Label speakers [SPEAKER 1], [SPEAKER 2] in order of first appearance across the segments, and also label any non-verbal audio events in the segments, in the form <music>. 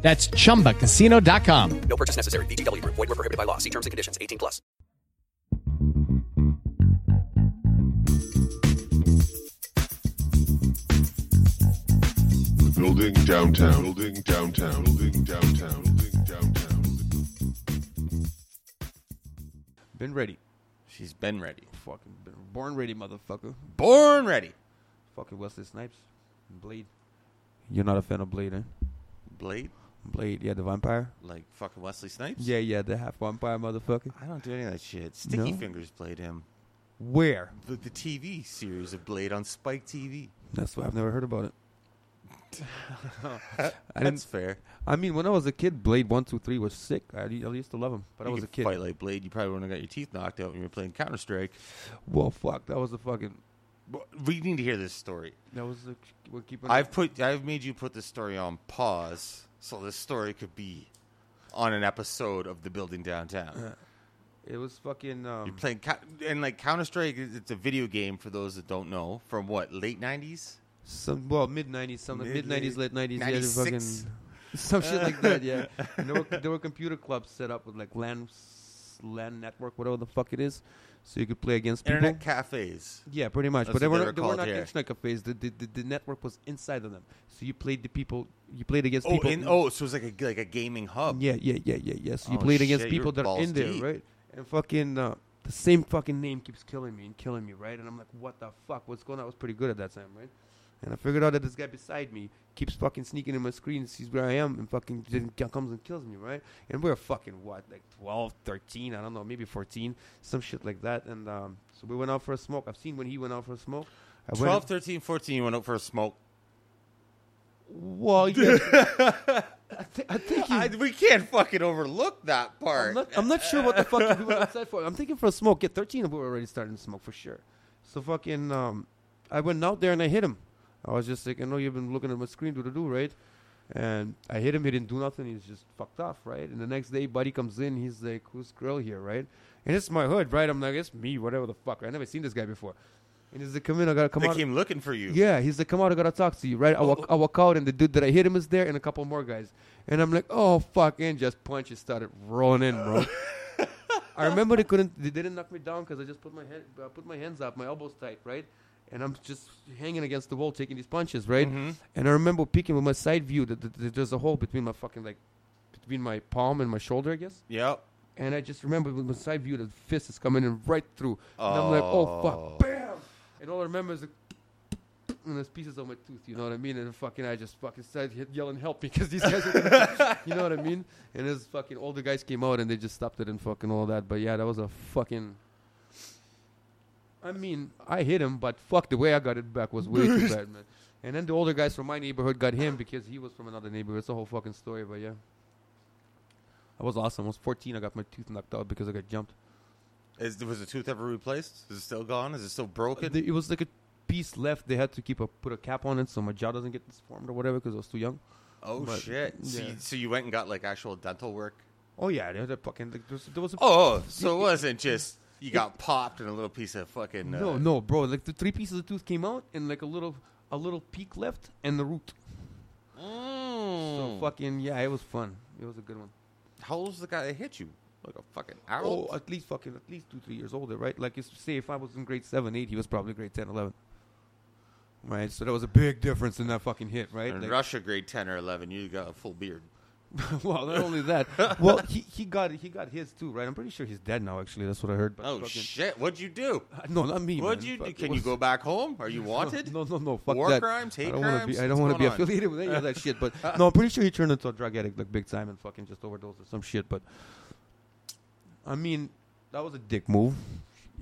[SPEAKER 1] That's chumbacasino.com.
[SPEAKER 2] No purchase necessary. VGW Group. Void were prohibited by law. See terms and conditions. 18 plus.
[SPEAKER 3] Building downtown. Building downtown. Building downtown. Building downtown.
[SPEAKER 4] Been ready. She's been ready. Fucking been born ready, motherfucker. Born ready. Fucking Wesley Snipes. Blade. You're not a fan of Blade, eh?
[SPEAKER 5] Blade?
[SPEAKER 4] Blade, yeah, the vampire.
[SPEAKER 5] Like fucking Wesley Snipes?
[SPEAKER 4] Yeah, yeah, the half vampire motherfucker.
[SPEAKER 5] I don't do any of that shit. Sticky
[SPEAKER 4] No?
[SPEAKER 5] Fingers played him.
[SPEAKER 4] Where?
[SPEAKER 5] The, the TV series of Blade on Spike TV.
[SPEAKER 4] That's why I've never
[SPEAKER 5] <laughs>
[SPEAKER 4] heard about it. I
[SPEAKER 5] That's
[SPEAKER 4] didn't.
[SPEAKER 5] fair.
[SPEAKER 4] I mean, when I was a kid, Blade One, Two, Three was sick. I, I used to love him, but I
[SPEAKER 5] You
[SPEAKER 4] was a
[SPEAKER 5] could
[SPEAKER 4] kid.
[SPEAKER 5] Fight like Blade, you probably wouldn't have got your teeth knocked out when you were playing Counter Strike.
[SPEAKER 4] Well, fuck, that was a fucking.
[SPEAKER 5] We need to hear this story.
[SPEAKER 4] That was a. We're keeping.
[SPEAKER 5] I've put I've made you put this story on pause so this story could be on an episode of the building downtown.
[SPEAKER 4] It was fucking. Um,
[SPEAKER 5] You're playing Cou- and like Counter Strike. It's a video game for those that don't know. From what late nineties?
[SPEAKER 4] Some well, mid '90s, some
[SPEAKER 5] Mid-
[SPEAKER 4] mid '90s, late '90s, yeah, the
[SPEAKER 5] 96?
[SPEAKER 4] fucking some shit like
[SPEAKER 5] <laughs>
[SPEAKER 4] that. Yeah, and there, were, there were computer clubs set up with like LAN, s- LAN network, whatever the fuck it is, so you could play against people.
[SPEAKER 5] Internet cafes.
[SPEAKER 4] yeah, pretty much.
[SPEAKER 5] That's
[SPEAKER 4] But they
[SPEAKER 5] what
[SPEAKER 4] were,
[SPEAKER 5] they
[SPEAKER 4] not-
[SPEAKER 5] were
[SPEAKER 4] they were
[SPEAKER 5] called
[SPEAKER 4] not
[SPEAKER 5] here.
[SPEAKER 4] internet cafes. The, the, the, the network was inside of them, so you played the people. You played against
[SPEAKER 5] Oh,
[SPEAKER 4] people.
[SPEAKER 5] in, oh, so it's like a like a gaming hub.
[SPEAKER 4] Yeah, yeah, yeah, yeah, yeah. So you
[SPEAKER 5] Oh,
[SPEAKER 4] played against
[SPEAKER 5] shit, you
[SPEAKER 4] people
[SPEAKER 5] were
[SPEAKER 4] that are
[SPEAKER 5] balls
[SPEAKER 4] in there,
[SPEAKER 5] deep.
[SPEAKER 4] right? And fucking uh, the same fucking name keeps killing me and killing me, right? And I'm like, what the fuck? What's going on? I was pretty good at that time, right? And I figured out that this guy beside me keeps fucking sneaking in my screen, sees where I am, and fucking then g- comes and kills me, right? And we're fucking what, like 12, 13, I don't know, maybe 14, some shit like that. And um, so we went out for a smoke. I've seen when he went out for a smoke. I went-
[SPEAKER 5] 12, 13, 14, you went out for a smoke.
[SPEAKER 4] <laughs>
[SPEAKER 5] <laughs>
[SPEAKER 4] Well, yeah. I, thi- I think you
[SPEAKER 5] I, we can't fucking overlook that part.
[SPEAKER 4] I'm not, I'm not sure what the fuck we were outside for. I'm thinking for a smoke. Get 13, we were already starting to smoke for sure. So fucking, um, I went out there and I hit him. I was just like, I know you've been looking at my screen, do the do, right? And I hit him. He didn't do nothing. He's just fucked off, right? And the next day, buddy comes in. He's like, "Who's grill here, right?" And it's my hood, right? I'm like, "It's me, whatever the fuck." I never seen this guy before. And he's like, "Come in, I gotta come
[SPEAKER 5] they
[SPEAKER 4] out."
[SPEAKER 5] came looking for you.
[SPEAKER 4] Yeah, he's like, come out, I gotta talk to you, right? I walk, I walk out, and the dude that I hit him is there, and a couple more guys, and I'm like, oh fuck, and just punches started rolling in, bro. I remember they couldn't, they didn't knock me down because I just put my head, I put my hands up, my elbows tight, right, and I'm just hanging against the wall taking these punches, right, and I remember peeking with my side view that, that, that there's a hole between my fucking like, between my palm and my shoulder, I guess.
[SPEAKER 5] Yep.
[SPEAKER 4] And I just remember with my side view, the fist is coming in right through. And I'm like, oh, fuck, bam! And all I remember is, like, <clears throat> and there's pieces on my tooth, you know what I mean? And fucking, I just fucking started hit- yelling, help me, because these guys, are, <laughs> you know what I mean? And this fucking, all the guys came out and they just stopped it and fucking all that. But yeah, that was a fucking. I mean, I hit him, but fuck, the way I got it back was way too bad, man. And then the older guys from my neighborhood got him because he was from another neighborhood. It's a whole fucking story, but yeah. I was awesome. I was 14. I got my tooth knocked out because I got jumped.
[SPEAKER 5] Is, was the tooth ever replaced? Is it still gone? Is it still broken?
[SPEAKER 4] The- It was like a piece left. They had to keep a put a cap on it so my jaw doesn't get disformed or whatever because I was too young.
[SPEAKER 5] oh,
[SPEAKER 4] but-
[SPEAKER 5] shit. So,
[SPEAKER 4] yeah.
[SPEAKER 5] you, so you went and got like actual dental work?
[SPEAKER 4] Oh yeah, they had a fucking like, there was, there was a
[SPEAKER 5] Oh, oh, so it wasn't just you got popped and a little piece of fucking. Uh,
[SPEAKER 4] <laughs> no no bro like the three pieces of tooth came out and like a little a little peak left and the root. So
[SPEAKER 5] Mm.
[SPEAKER 4] fucking yeah, it was fun. It was a good one.
[SPEAKER 5] How old was the guy that hit you? Like a fucking hour?
[SPEAKER 4] Oh, at least fucking at least two three years older, right? Like you s- say, if I was in grade seven eight, he was probably grade 10, 11. Right, so that was a big difference in that fucking hit, right?
[SPEAKER 5] in
[SPEAKER 4] Like-
[SPEAKER 5] Russia, grade 10 or 11, you got a full beard.
[SPEAKER 4] <laughs> well, not only that.
[SPEAKER 5] <laughs>
[SPEAKER 4] Well, he, he got he got his too, right? I'm pretty sure he's dead now. Actually, that's what I heard. But
[SPEAKER 5] Oh,
[SPEAKER 4] fucking-
[SPEAKER 5] shit. What'd you do?
[SPEAKER 4] <laughs> No, not me.
[SPEAKER 5] What'd
[SPEAKER 4] man.
[SPEAKER 5] you do?
[SPEAKER 4] Fuck,
[SPEAKER 5] Can
[SPEAKER 4] what's-
[SPEAKER 5] you go back home? Are you wanted?
[SPEAKER 4] <laughs> No, no, no. Fuck
[SPEAKER 5] War
[SPEAKER 4] that.
[SPEAKER 5] crimes, hate
[SPEAKER 4] I don't wanna
[SPEAKER 5] crimes?
[SPEAKER 4] Be, I don't
[SPEAKER 5] What's
[SPEAKER 4] want to be
[SPEAKER 5] going on?
[SPEAKER 4] affiliated with any of that
[SPEAKER 5] <laughs>
[SPEAKER 4] shit. But no, I'm pretty sure he turned into a drug addict like big time and fucking just overdosed or some shit. But I mean, that was a dick move.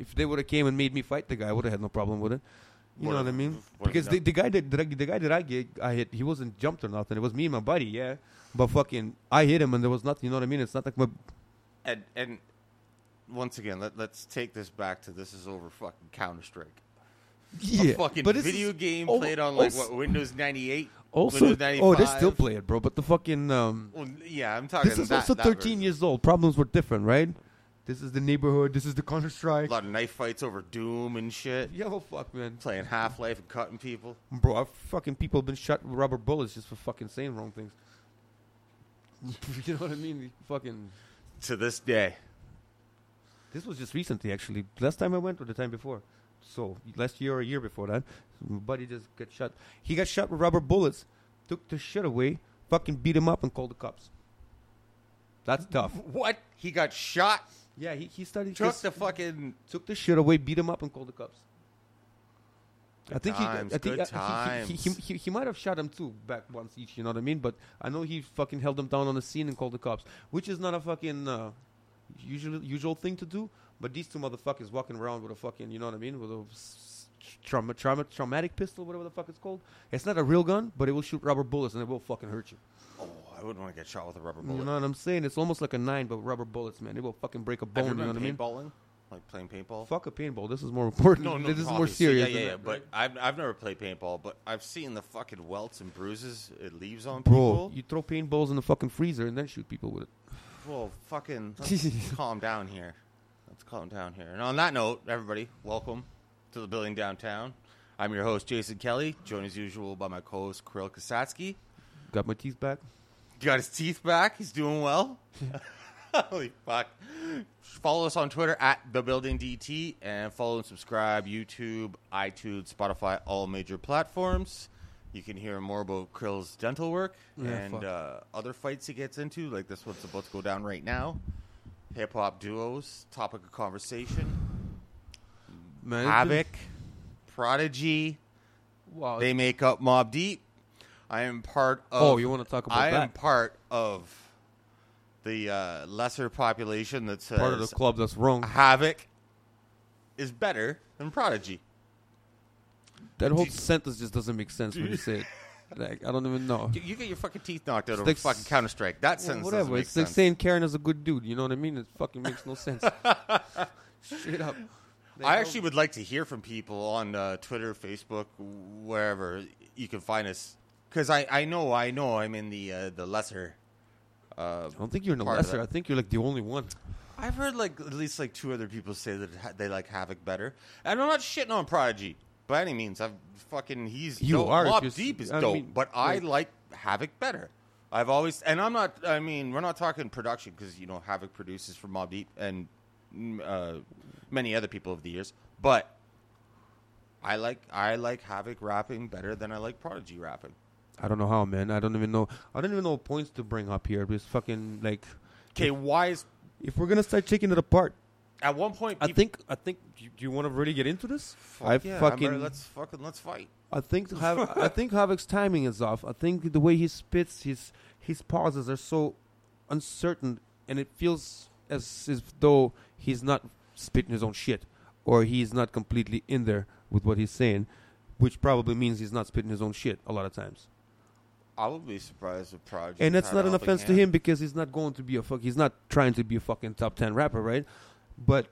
[SPEAKER 4] If they would have came and made me fight the guy, I would have had no problem with it. You know
[SPEAKER 5] Would've-
[SPEAKER 4] what I mean?
[SPEAKER 5] would've
[SPEAKER 4] Because the,
[SPEAKER 5] done.
[SPEAKER 4] the guy that, that I, the guy that I get, I hit, he wasn't jumped or nothing. It was me and my buddy, yeah. But fucking, I hit him and there was nothing. You know what I mean? It's not like my
[SPEAKER 5] and and once again, let, let's take this back to this is over fucking Counter Strike.
[SPEAKER 6] Yeah,
[SPEAKER 5] Fucking
[SPEAKER 6] but it's-
[SPEAKER 5] video game
[SPEAKER 4] oh,
[SPEAKER 5] played on like
[SPEAKER 4] also-
[SPEAKER 5] what Windows ninety eight,
[SPEAKER 4] Also,
[SPEAKER 5] Windows ninety five.
[SPEAKER 4] oh, they still play it, bro. But the fucking um,
[SPEAKER 5] Well, yeah, I'm talking.
[SPEAKER 4] this is
[SPEAKER 5] that,
[SPEAKER 4] also
[SPEAKER 5] that
[SPEAKER 4] 13
[SPEAKER 5] version.
[SPEAKER 4] years old. Problems were different, right? This is the neighborhood. This is the Counter Strike.
[SPEAKER 5] A lot of knife fights over Doom and shit.
[SPEAKER 4] Yeah, well, fuck, man,
[SPEAKER 5] Playing Half Life and cutting people.
[SPEAKER 4] bro. I've fucking people been shot with rubber bullets just for fucking saying wrong things. <laughs> you know what I mean? Fucking.
[SPEAKER 5] To this day,
[SPEAKER 4] This was just recently, actually. Last time I went, or the time before. So last year or a year before that, my buddy just got shot. He got shot with rubber bullets. Took the shit away. Fucking beat him up and called the cops. That's tough.
[SPEAKER 5] what he got shot,
[SPEAKER 4] Yeah, he, he started.
[SPEAKER 5] took the fucking
[SPEAKER 4] took the shit away, beat him up, and called the cops. I think
[SPEAKER 5] times,
[SPEAKER 4] he, I think
[SPEAKER 5] good
[SPEAKER 4] I- he- He, he, he, he might have shot him too back once each. You know what I mean? But I know he fucking held him down on the scene and called the cops, which is not a fucking uh, usual usual thing to do. But these two motherfuckers walking around with a fucking, you know what I mean, with a s- s- trauma, trauma, traumatic pistol, whatever the fuck it's called. It's not a real gun, but it will shoot rubber bullets and it will fucking hurt you.
[SPEAKER 5] Oh, I wouldn't want to get shot with a rubber
[SPEAKER 4] You
[SPEAKER 5] bullet.
[SPEAKER 4] know what I'm saying? It's almost like a nine, but rubber bullets, man. It will fucking break a bone.
[SPEAKER 5] Have you
[SPEAKER 4] You know
[SPEAKER 5] ever
[SPEAKER 4] what I
[SPEAKER 5] been
[SPEAKER 4] mean?
[SPEAKER 5] paintballing? Like playing paintball?
[SPEAKER 4] Fuck a paintball. This is more important. <laughs> this is more
[SPEAKER 5] obviously.
[SPEAKER 4] serious.
[SPEAKER 5] Yeah, yeah,
[SPEAKER 4] than
[SPEAKER 5] yeah.
[SPEAKER 4] that,
[SPEAKER 5] But
[SPEAKER 4] right?
[SPEAKER 5] I've, I've never played paintball, but I've seen the fucking welts and bruises it leaves on
[SPEAKER 4] bro,
[SPEAKER 5] people.
[SPEAKER 4] you throw paintballs in the fucking freezer and then shoot people with it.
[SPEAKER 5] Well, fucking
[SPEAKER 4] <laughs>
[SPEAKER 5] let's calm down here. Let's calm down here. And on that note, everybody, welcome to the building downtown. I'm your host, Jason Kelly, joined as usual by my co-host, Kirill Kasatsky.
[SPEAKER 4] Got my teeth back.
[SPEAKER 5] Got his teeth back. He's doing well. <laughs> Holy fuck. Follow us on Twitter at the building DT and follow and subscribe YouTube, iTunes, Spotify, all major platforms. You can hear more about Krill's dental work
[SPEAKER 4] Yeah,
[SPEAKER 5] and
[SPEAKER 4] fuck.
[SPEAKER 5] uh, other fights he gets into, like this one's about to go down right now. Hip hop duos, topic of conversation,
[SPEAKER 4] Man, it's
[SPEAKER 5] Havoc, Prodigy.
[SPEAKER 4] been- wow.
[SPEAKER 5] They make up Mob Deep. I am part of.
[SPEAKER 4] Oh, you wanna talk about
[SPEAKER 5] I am
[SPEAKER 4] that?
[SPEAKER 5] part of the uh, lesser population that says
[SPEAKER 4] part of the club that's wrong.
[SPEAKER 5] Havoc is better than Prodigy.
[SPEAKER 4] That whole sentence just doesn't make sense when you say
[SPEAKER 5] <laughs>
[SPEAKER 4] it. Like, I don't even know.
[SPEAKER 5] You, you get your fucking teeth knocked out over
[SPEAKER 4] like
[SPEAKER 5] fucking
[SPEAKER 4] s-
[SPEAKER 5] Counter Strike. That sentence doesn't
[SPEAKER 4] Whatever.
[SPEAKER 5] make
[SPEAKER 4] It's like
[SPEAKER 5] sense.
[SPEAKER 4] saying Karen is a good dude. You know what I mean? It fucking makes no <laughs> sense. Straight up.
[SPEAKER 5] I actually would like to hear from people on uh, Twitter, Facebook, wherever you can find us, because I, I know I know I'm in the uh, the lesser. Uh,
[SPEAKER 4] I don't think you're in the
[SPEAKER 5] part of
[SPEAKER 4] lesser.
[SPEAKER 5] that.
[SPEAKER 4] I think you're like the only one.
[SPEAKER 5] I've heard like at least like two other people say that ha- they like Havoc better. And I'm not shitting on Prodigy by any means. I've fucking he's
[SPEAKER 4] You
[SPEAKER 5] dope.
[SPEAKER 4] are, if
[SPEAKER 5] Mobb
[SPEAKER 4] you're s-
[SPEAKER 5] Deep is
[SPEAKER 4] I
[SPEAKER 5] dope,
[SPEAKER 4] mean,
[SPEAKER 5] but I
[SPEAKER 4] like-
[SPEAKER 5] like Havoc better. I've always and I'm not. I mean, we're not talking production because you know Havoc produces for Mob Deep and mm, uh, many other people over the years, but. I like I like Havoc rapping better than I like Prodigy rapping.
[SPEAKER 4] I don't know how, man. I don't even know. I don't even know what points to bring up here. Because fucking like,
[SPEAKER 5] Okay, why is
[SPEAKER 4] if we're gonna start taking it apart,
[SPEAKER 5] at one point
[SPEAKER 4] I
[SPEAKER 5] peop-
[SPEAKER 4] think I think. Do you, do you want to really get into this?
[SPEAKER 5] Fuck
[SPEAKER 4] I
[SPEAKER 5] yeah, I'm
[SPEAKER 4] fucking.
[SPEAKER 5] ready. let's fucking let's fight.
[SPEAKER 4] I think Hav- I think Havoc's timing is off. I think the way he spits, his his pauses are so uncertain, and it feels as if though he's not spitting his own shit, or he's not completely in there with what he's saying, which probably means he's not spitting his own shit a lot of times.
[SPEAKER 5] I would be surprised if Prodigy.
[SPEAKER 4] And that's
[SPEAKER 5] kinda
[SPEAKER 4] not an
[SPEAKER 5] up
[SPEAKER 4] offense to
[SPEAKER 5] again.
[SPEAKER 4] him because he's not going to be a fuck. He's not trying to be a fucking top ten rapper, right? But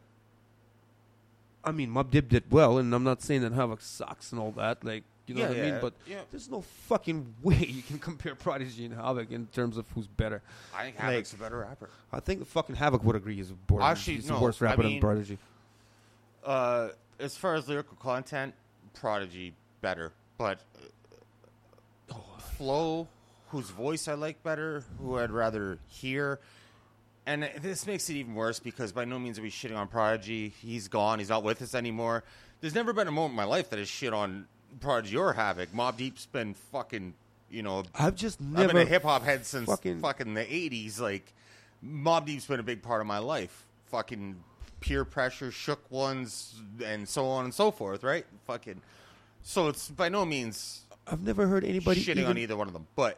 [SPEAKER 4] I mean, Mob Dip did well, and I'm not saying that Havoc sucks and all that. Like, you know
[SPEAKER 5] Yeah,
[SPEAKER 4] what I mean?
[SPEAKER 5] yeah,
[SPEAKER 4] But
[SPEAKER 5] yeah.
[SPEAKER 4] there's no fucking <laughs> way you can compare Prodigy and Havoc in terms of who's better.
[SPEAKER 5] I think Havoc's a better rapper.
[SPEAKER 4] I think the fucking Havoc would agree he's, boring.
[SPEAKER 5] Actually,
[SPEAKER 4] he's
[SPEAKER 5] no,
[SPEAKER 4] a worse
[SPEAKER 5] I
[SPEAKER 4] rapper
[SPEAKER 5] mean-
[SPEAKER 4] than Prodigy.
[SPEAKER 5] Uh, as far as lyrical content, Prodigy better, but uh, Flo, whose voice I like better, who I'd rather hear, and this makes it even worse because by no means are we shitting on Prodigy. He's gone. He's not with us anymore. There's never been a moment in my life that I shit on Prodigy or Havoc. Mob Deep's been fucking, you know,
[SPEAKER 4] I've just
[SPEAKER 5] I've been a
[SPEAKER 4] never
[SPEAKER 5] hip hop head since fucking,
[SPEAKER 4] fucking-
[SPEAKER 5] the '80s. Like, Mob Deep's been a big part of my life. Fucking peer pressure, shook ones, and so on and so forth. Right? Fucking. So it's by no means
[SPEAKER 4] I've never heard anybody
[SPEAKER 5] shitting
[SPEAKER 4] even
[SPEAKER 5] on either one of them,
[SPEAKER 4] <laughs>
[SPEAKER 5] but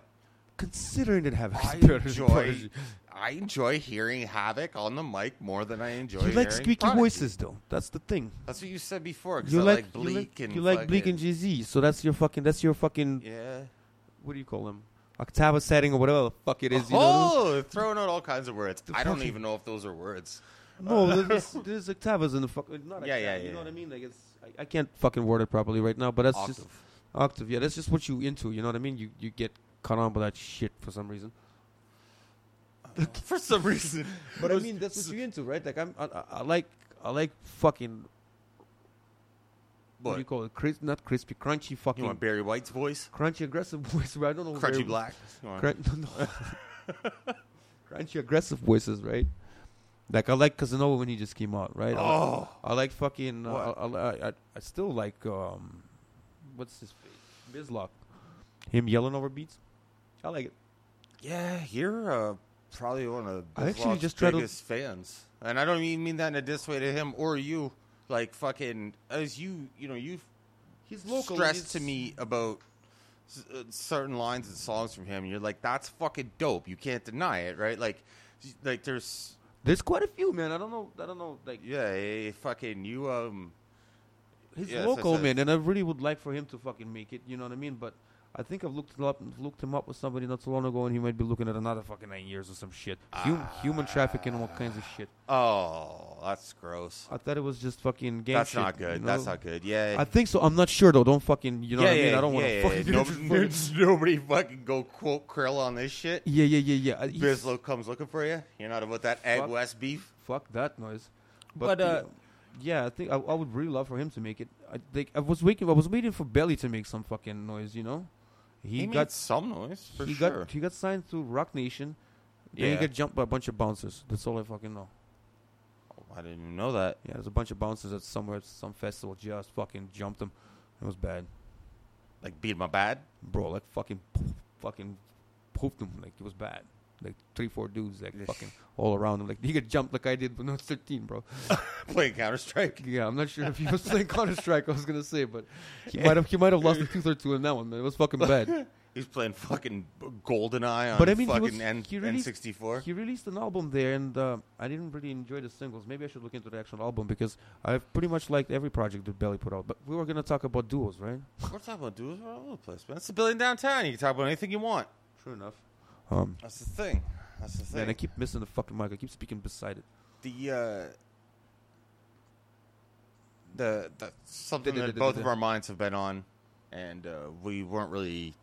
[SPEAKER 4] considering that Havoc's
[SPEAKER 5] I
[SPEAKER 4] better than
[SPEAKER 5] enjoy.
[SPEAKER 4] <laughs> Prodigy.
[SPEAKER 5] I enjoy hearing Havoc on the mic more than I enjoy.
[SPEAKER 4] He likes
[SPEAKER 5] hearing
[SPEAKER 4] squeaky
[SPEAKER 5] Prodigy.
[SPEAKER 4] voices, though. That's the thing.
[SPEAKER 5] That's what you said before. 'cause
[SPEAKER 4] you
[SPEAKER 5] I
[SPEAKER 4] like,
[SPEAKER 5] like Bleak
[SPEAKER 4] you like,
[SPEAKER 5] and
[SPEAKER 4] you like Bleak and
[SPEAKER 5] fucking-
[SPEAKER 4] Jay-Z, so that's your fucking that's your fucking
[SPEAKER 5] yeah.
[SPEAKER 4] what do you call them? Octava setting or whatever the fuck it is, you know. what I mean?
[SPEAKER 5] oh, throwing out all kinds of words. I don't
[SPEAKER 4] fucking-
[SPEAKER 5] even know if those are words.
[SPEAKER 4] No, there's, there's octavas in the fuck. Not
[SPEAKER 5] Yeah,
[SPEAKER 4] Oh! <laughs> yeah,
[SPEAKER 5] yeah,
[SPEAKER 4] yeah, You
[SPEAKER 5] yeah.
[SPEAKER 4] know what I mean? Like it's, I, I can't fucking word it properly right now, but that's just
[SPEAKER 5] Octave.
[SPEAKER 4] octave. Yeah, that's just what you into. You know what I mean? You you get caught on by that shit for some reason.
[SPEAKER 5] for some
[SPEAKER 4] <laughs>
[SPEAKER 5] reason.
[SPEAKER 4] But I mean, that's what you into, right? Like I'm, I, I- I like, I like fucking. What do you
[SPEAKER 5] What?
[SPEAKER 4] call it? Cris- not crispy, crunchy,
[SPEAKER 5] You
[SPEAKER 4] fucking
[SPEAKER 5] want Barry White's voice?
[SPEAKER 4] crunchy, aggressive <laughs> voice. But I don't know.
[SPEAKER 5] Crunchy
[SPEAKER 4] very-
[SPEAKER 5] Black. You want-
[SPEAKER 4] Crun- <laughs> no, no. <laughs> crunchy, aggressive voices, right? Like I like Casanova when he just came out, right? I like-
[SPEAKER 5] Oh,
[SPEAKER 4] I like fucking. Uh,
[SPEAKER 5] What?
[SPEAKER 4] I, I, I, I still like um, what's his face? Bizlock. Him yelling over beats. I like it.
[SPEAKER 5] yeah. You're uh, probably one of
[SPEAKER 4] I actually
[SPEAKER 5] Bizlof's
[SPEAKER 4] just tried to-
[SPEAKER 5] biggest fans, and I don't even mean that in a diss way to him or you. Like fucking, as you, you know, you've
[SPEAKER 4] He's
[SPEAKER 5] stressed to me about s- uh, certain lines and songs from him. You're like, that's fucking dope. You can't deny it, right? Like, like there's
[SPEAKER 4] There's quite a few, man. I don't know. I don't know. Like
[SPEAKER 5] yeah, eh, fucking you um.
[SPEAKER 4] he's
[SPEAKER 5] Yeah, as I
[SPEAKER 4] local,
[SPEAKER 5] said.
[SPEAKER 4] man, and I really would like for him to fucking make it. You know what I mean? But I think I've looked him up, looked him up with somebody not so long ago, and he might be looking at another fucking nine years or some shit. Hum-
[SPEAKER 5] Ah.
[SPEAKER 4] human trafficking and all kinds of shit.
[SPEAKER 5] Oh, that's gross.
[SPEAKER 4] I thought it was just fucking game
[SPEAKER 5] That's
[SPEAKER 4] shit,
[SPEAKER 5] not good.
[SPEAKER 4] you know?
[SPEAKER 5] That's not good. Yeah.
[SPEAKER 4] I think so. I'm not sure though. Don't fucking. You know
[SPEAKER 5] yeah,
[SPEAKER 4] what I mean?
[SPEAKER 5] yeah,
[SPEAKER 4] I don't
[SPEAKER 5] yeah,
[SPEAKER 4] want to <laughs>
[SPEAKER 5] yeah.
[SPEAKER 4] fucking.
[SPEAKER 5] Nobody, nobody fucking go quote Krill on this shit.
[SPEAKER 4] Yeah, yeah, yeah, yeah. I- he's-
[SPEAKER 5] Bislow comes looking for you. You're not about that egg
[SPEAKER 4] Fuck.
[SPEAKER 5] west beef.
[SPEAKER 4] Fuck that noise.
[SPEAKER 5] But, uh,
[SPEAKER 4] yeah, I think I, I would really love for him to make it. I think I was waiting. I was waiting for Belly to make some fucking noise. You know, he,
[SPEAKER 5] He,
[SPEAKER 4] got
[SPEAKER 5] made some noise for
[SPEAKER 4] he
[SPEAKER 5] sure.
[SPEAKER 4] got he got signed to Rock Nation. Then
[SPEAKER 5] Yeah.
[SPEAKER 4] he got jumped by a bunch of bouncers. That's all I fucking know.
[SPEAKER 5] I didn't even know that.
[SPEAKER 4] Yeah, there's a bunch of bouncers at somewhere, some festival, just fucking jumped him. It was bad,
[SPEAKER 5] Like beat my bad. <laughs>
[SPEAKER 4] bro. Like fucking, poof, fucking, poofed him. Like it was bad. Like three, four dudes, like fucking all around him. Like he got jumped, like I did when I was 13, <laughs> bro.
[SPEAKER 5] Playing Counter Strike.
[SPEAKER 4] Yeah, I'm not sure if he was playing Counter Strike. I was gonna say, but he might have he might have lost a <laughs> tooth or two in that one, man. It was fucking <laughs> bad.
[SPEAKER 5] He's playing fucking Golden Eye on
[SPEAKER 4] But I mean, he,
[SPEAKER 5] fucking
[SPEAKER 4] was,
[SPEAKER 5] N-
[SPEAKER 4] he released
[SPEAKER 5] N64.
[SPEAKER 4] He released an album there, and uh, I didn't really enjoy the singles. Maybe I should look into the actual album because I've pretty much liked every project that Belly put out. But we were gonna talk about duos, right?
[SPEAKER 5] We're talking about dudes all over the place, man. It's a billion downtown. You can talk about anything you want.
[SPEAKER 4] True enough. Um,
[SPEAKER 5] That's the thing. That's the thing.
[SPEAKER 4] man, I keep missing the fucking mic. I keep speaking beside it.
[SPEAKER 5] the uh, the the something
[SPEAKER 4] Da- da- <laughs>
[SPEAKER 5] that
[SPEAKER 4] da-
[SPEAKER 5] both
[SPEAKER 4] da-
[SPEAKER 5] of
[SPEAKER 4] da.
[SPEAKER 5] our minds have been on, and uh, we weren't really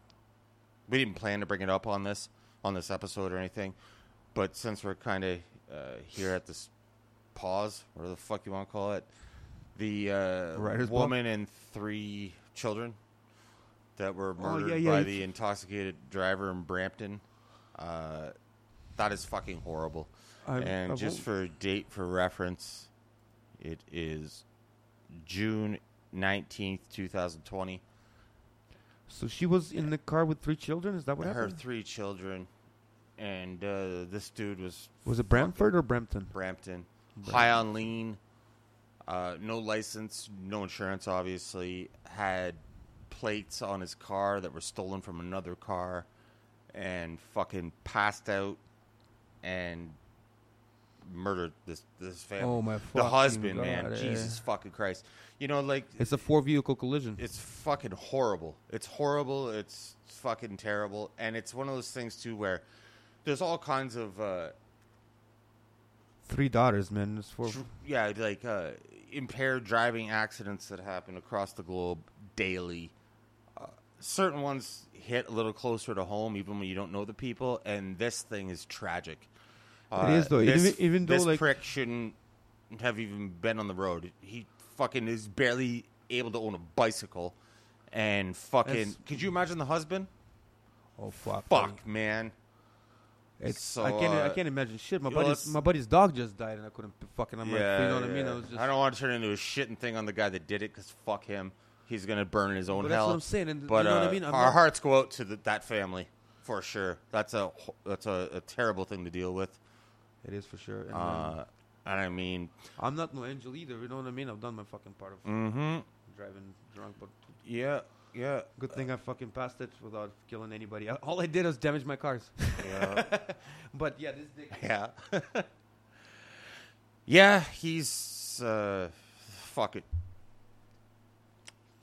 [SPEAKER 5] we didn't plan to bring it up on this on this episode or anything, but since we're kind of uh, here at this pause, whatever the fuck you want to call it, the uh,
[SPEAKER 4] Writer's block?
[SPEAKER 5] woman and three children that were
[SPEAKER 4] Oh,
[SPEAKER 5] murdered
[SPEAKER 4] yeah, yeah,
[SPEAKER 5] by
[SPEAKER 4] you-
[SPEAKER 5] the intoxicated driver in Brampton. Uh, that is fucking horrible.
[SPEAKER 4] I-
[SPEAKER 5] and
[SPEAKER 4] I
[SPEAKER 5] just
[SPEAKER 4] won't-
[SPEAKER 5] for date for reference, it is June nineteenth, two thousand twenty.
[SPEAKER 4] So she was in the car with three children. Is that what
[SPEAKER 5] Her
[SPEAKER 4] happened?
[SPEAKER 5] three children, and uh, this dude was
[SPEAKER 4] was it Bramford or Brampton?
[SPEAKER 5] Brampton, high on lean, uh, no license, no insurance. Obviously, had plates on his car that were stolen from another car, and fucking passed out and murdered this this family.
[SPEAKER 4] Oh, my
[SPEAKER 5] The
[SPEAKER 4] fucking
[SPEAKER 5] husband,
[SPEAKER 4] God,
[SPEAKER 5] man,
[SPEAKER 4] eh.
[SPEAKER 5] Jesus fucking Christ! You know, like
[SPEAKER 4] It's a four vehicle collision.
[SPEAKER 5] it's fucking horrible. It's horrible. It's fucking terrible. And it's one of those things too where there's all kinds of. Uh,
[SPEAKER 4] three daughters, man. It's four.
[SPEAKER 5] dr- yeah, like uh, impaired driving accidents that happen across the globe daily. Uh, certain ones hit a little closer to home, even when you don't know the people. And this thing is tragic. Uh,
[SPEAKER 4] is, though.
[SPEAKER 5] This,
[SPEAKER 4] Even- even though,
[SPEAKER 5] this
[SPEAKER 4] like-
[SPEAKER 5] prick shouldn't have even been on the road. He fucking is barely able to own a bicycle, and fucking.
[SPEAKER 4] That's-
[SPEAKER 5] could you imagine the husband?
[SPEAKER 4] Oh fuck! buddy.
[SPEAKER 5] Fuck, man.
[SPEAKER 4] It's
[SPEAKER 5] So,
[SPEAKER 4] I can't
[SPEAKER 5] uh,
[SPEAKER 4] I can't imagine shit. My
[SPEAKER 5] you know,
[SPEAKER 4] buddy's
[SPEAKER 5] it's-
[SPEAKER 4] my buddy's dog just died, and I couldn't p- fucking. I'm like, you know what I mean?
[SPEAKER 5] yeah.
[SPEAKER 4] I was just.
[SPEAKER 5] don't want to turn into a shitting thing on the guy that did it because fuck him. He's gonna burn in his own
[SPEAKER 4] But that's
[SPEAKER 5] hell.
[SPEAKER 4] what I'm saying, and
[SPEAKER 5] but
[SPEAKER 4] you know what I
[SPEAKER 5] uh,
[SPEAKER 4] mean? I'm
[SPEAKER 5] our
[SPEAKER 4] not-
[SPEAKER 5] hearts go out to the, that family for sure. That's a ho- that's a, a terrible thing to deal with.
[SPEAKER 4] It is for sure. And, um,
[SPEAKER 5] Uh, and I mean,
[SPEAKER 4] I'm not no angel either. You know what I mean? I've done my fucking part
[SPEAKER 5] Mm.
[SPEAKER 4] of driving drunk, but
[SPEAKER 5] yeah, yeah,
[SPEAKER 4] good thing I fucking passed it without killing anybody. I- All I did was damage my cars.
[SPEAKER 5] yeah,
[SPEAKER 4] <laughs> but yeah, this dick.
[SPEAKER 5] <laughs> yeah. <laughs> yeah, he's uh, fuck it.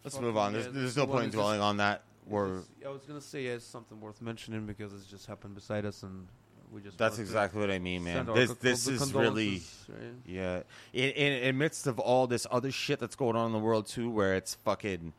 [SPEAKER 5] Let's
[SPEAKER 4] Fuck
[SPEAKER 5] move
[SPEAKER 4] it,
[SPEAKER 5] on.
[SPEAKER 4] yeah,
[SPEAKER 5] There's,
[SPEAKER 4] this
[SPEAKER 5] there's no
[SPEAKER 4] one
[SPEAKER 5] point in
[SPEAKER 4] is just-
[SPEAKER 5] dwelling on that. We're
[SPEAKER 4] It's- I was gonna say yeah, it's something worth mentioning because it's just happened beside us, and
[SPEAKER 7] We just
[SPEAKER 5] That's
[SPEAKER 7] wanted to
[SPEAKER 5] exactly what I mean, man.
[SPEAKER 7] send our
[SPEAKER 5] This
[SPEAKER 7] con-
[SPEAKER 5] this
[SPEAKER 7] the
[SPEAKER 5] is really
[SPEAKER 7] condolences, right?
[SPEAKER 5] yeah. In, in in midst of all this other shit that's going on in the world too, where it's fucking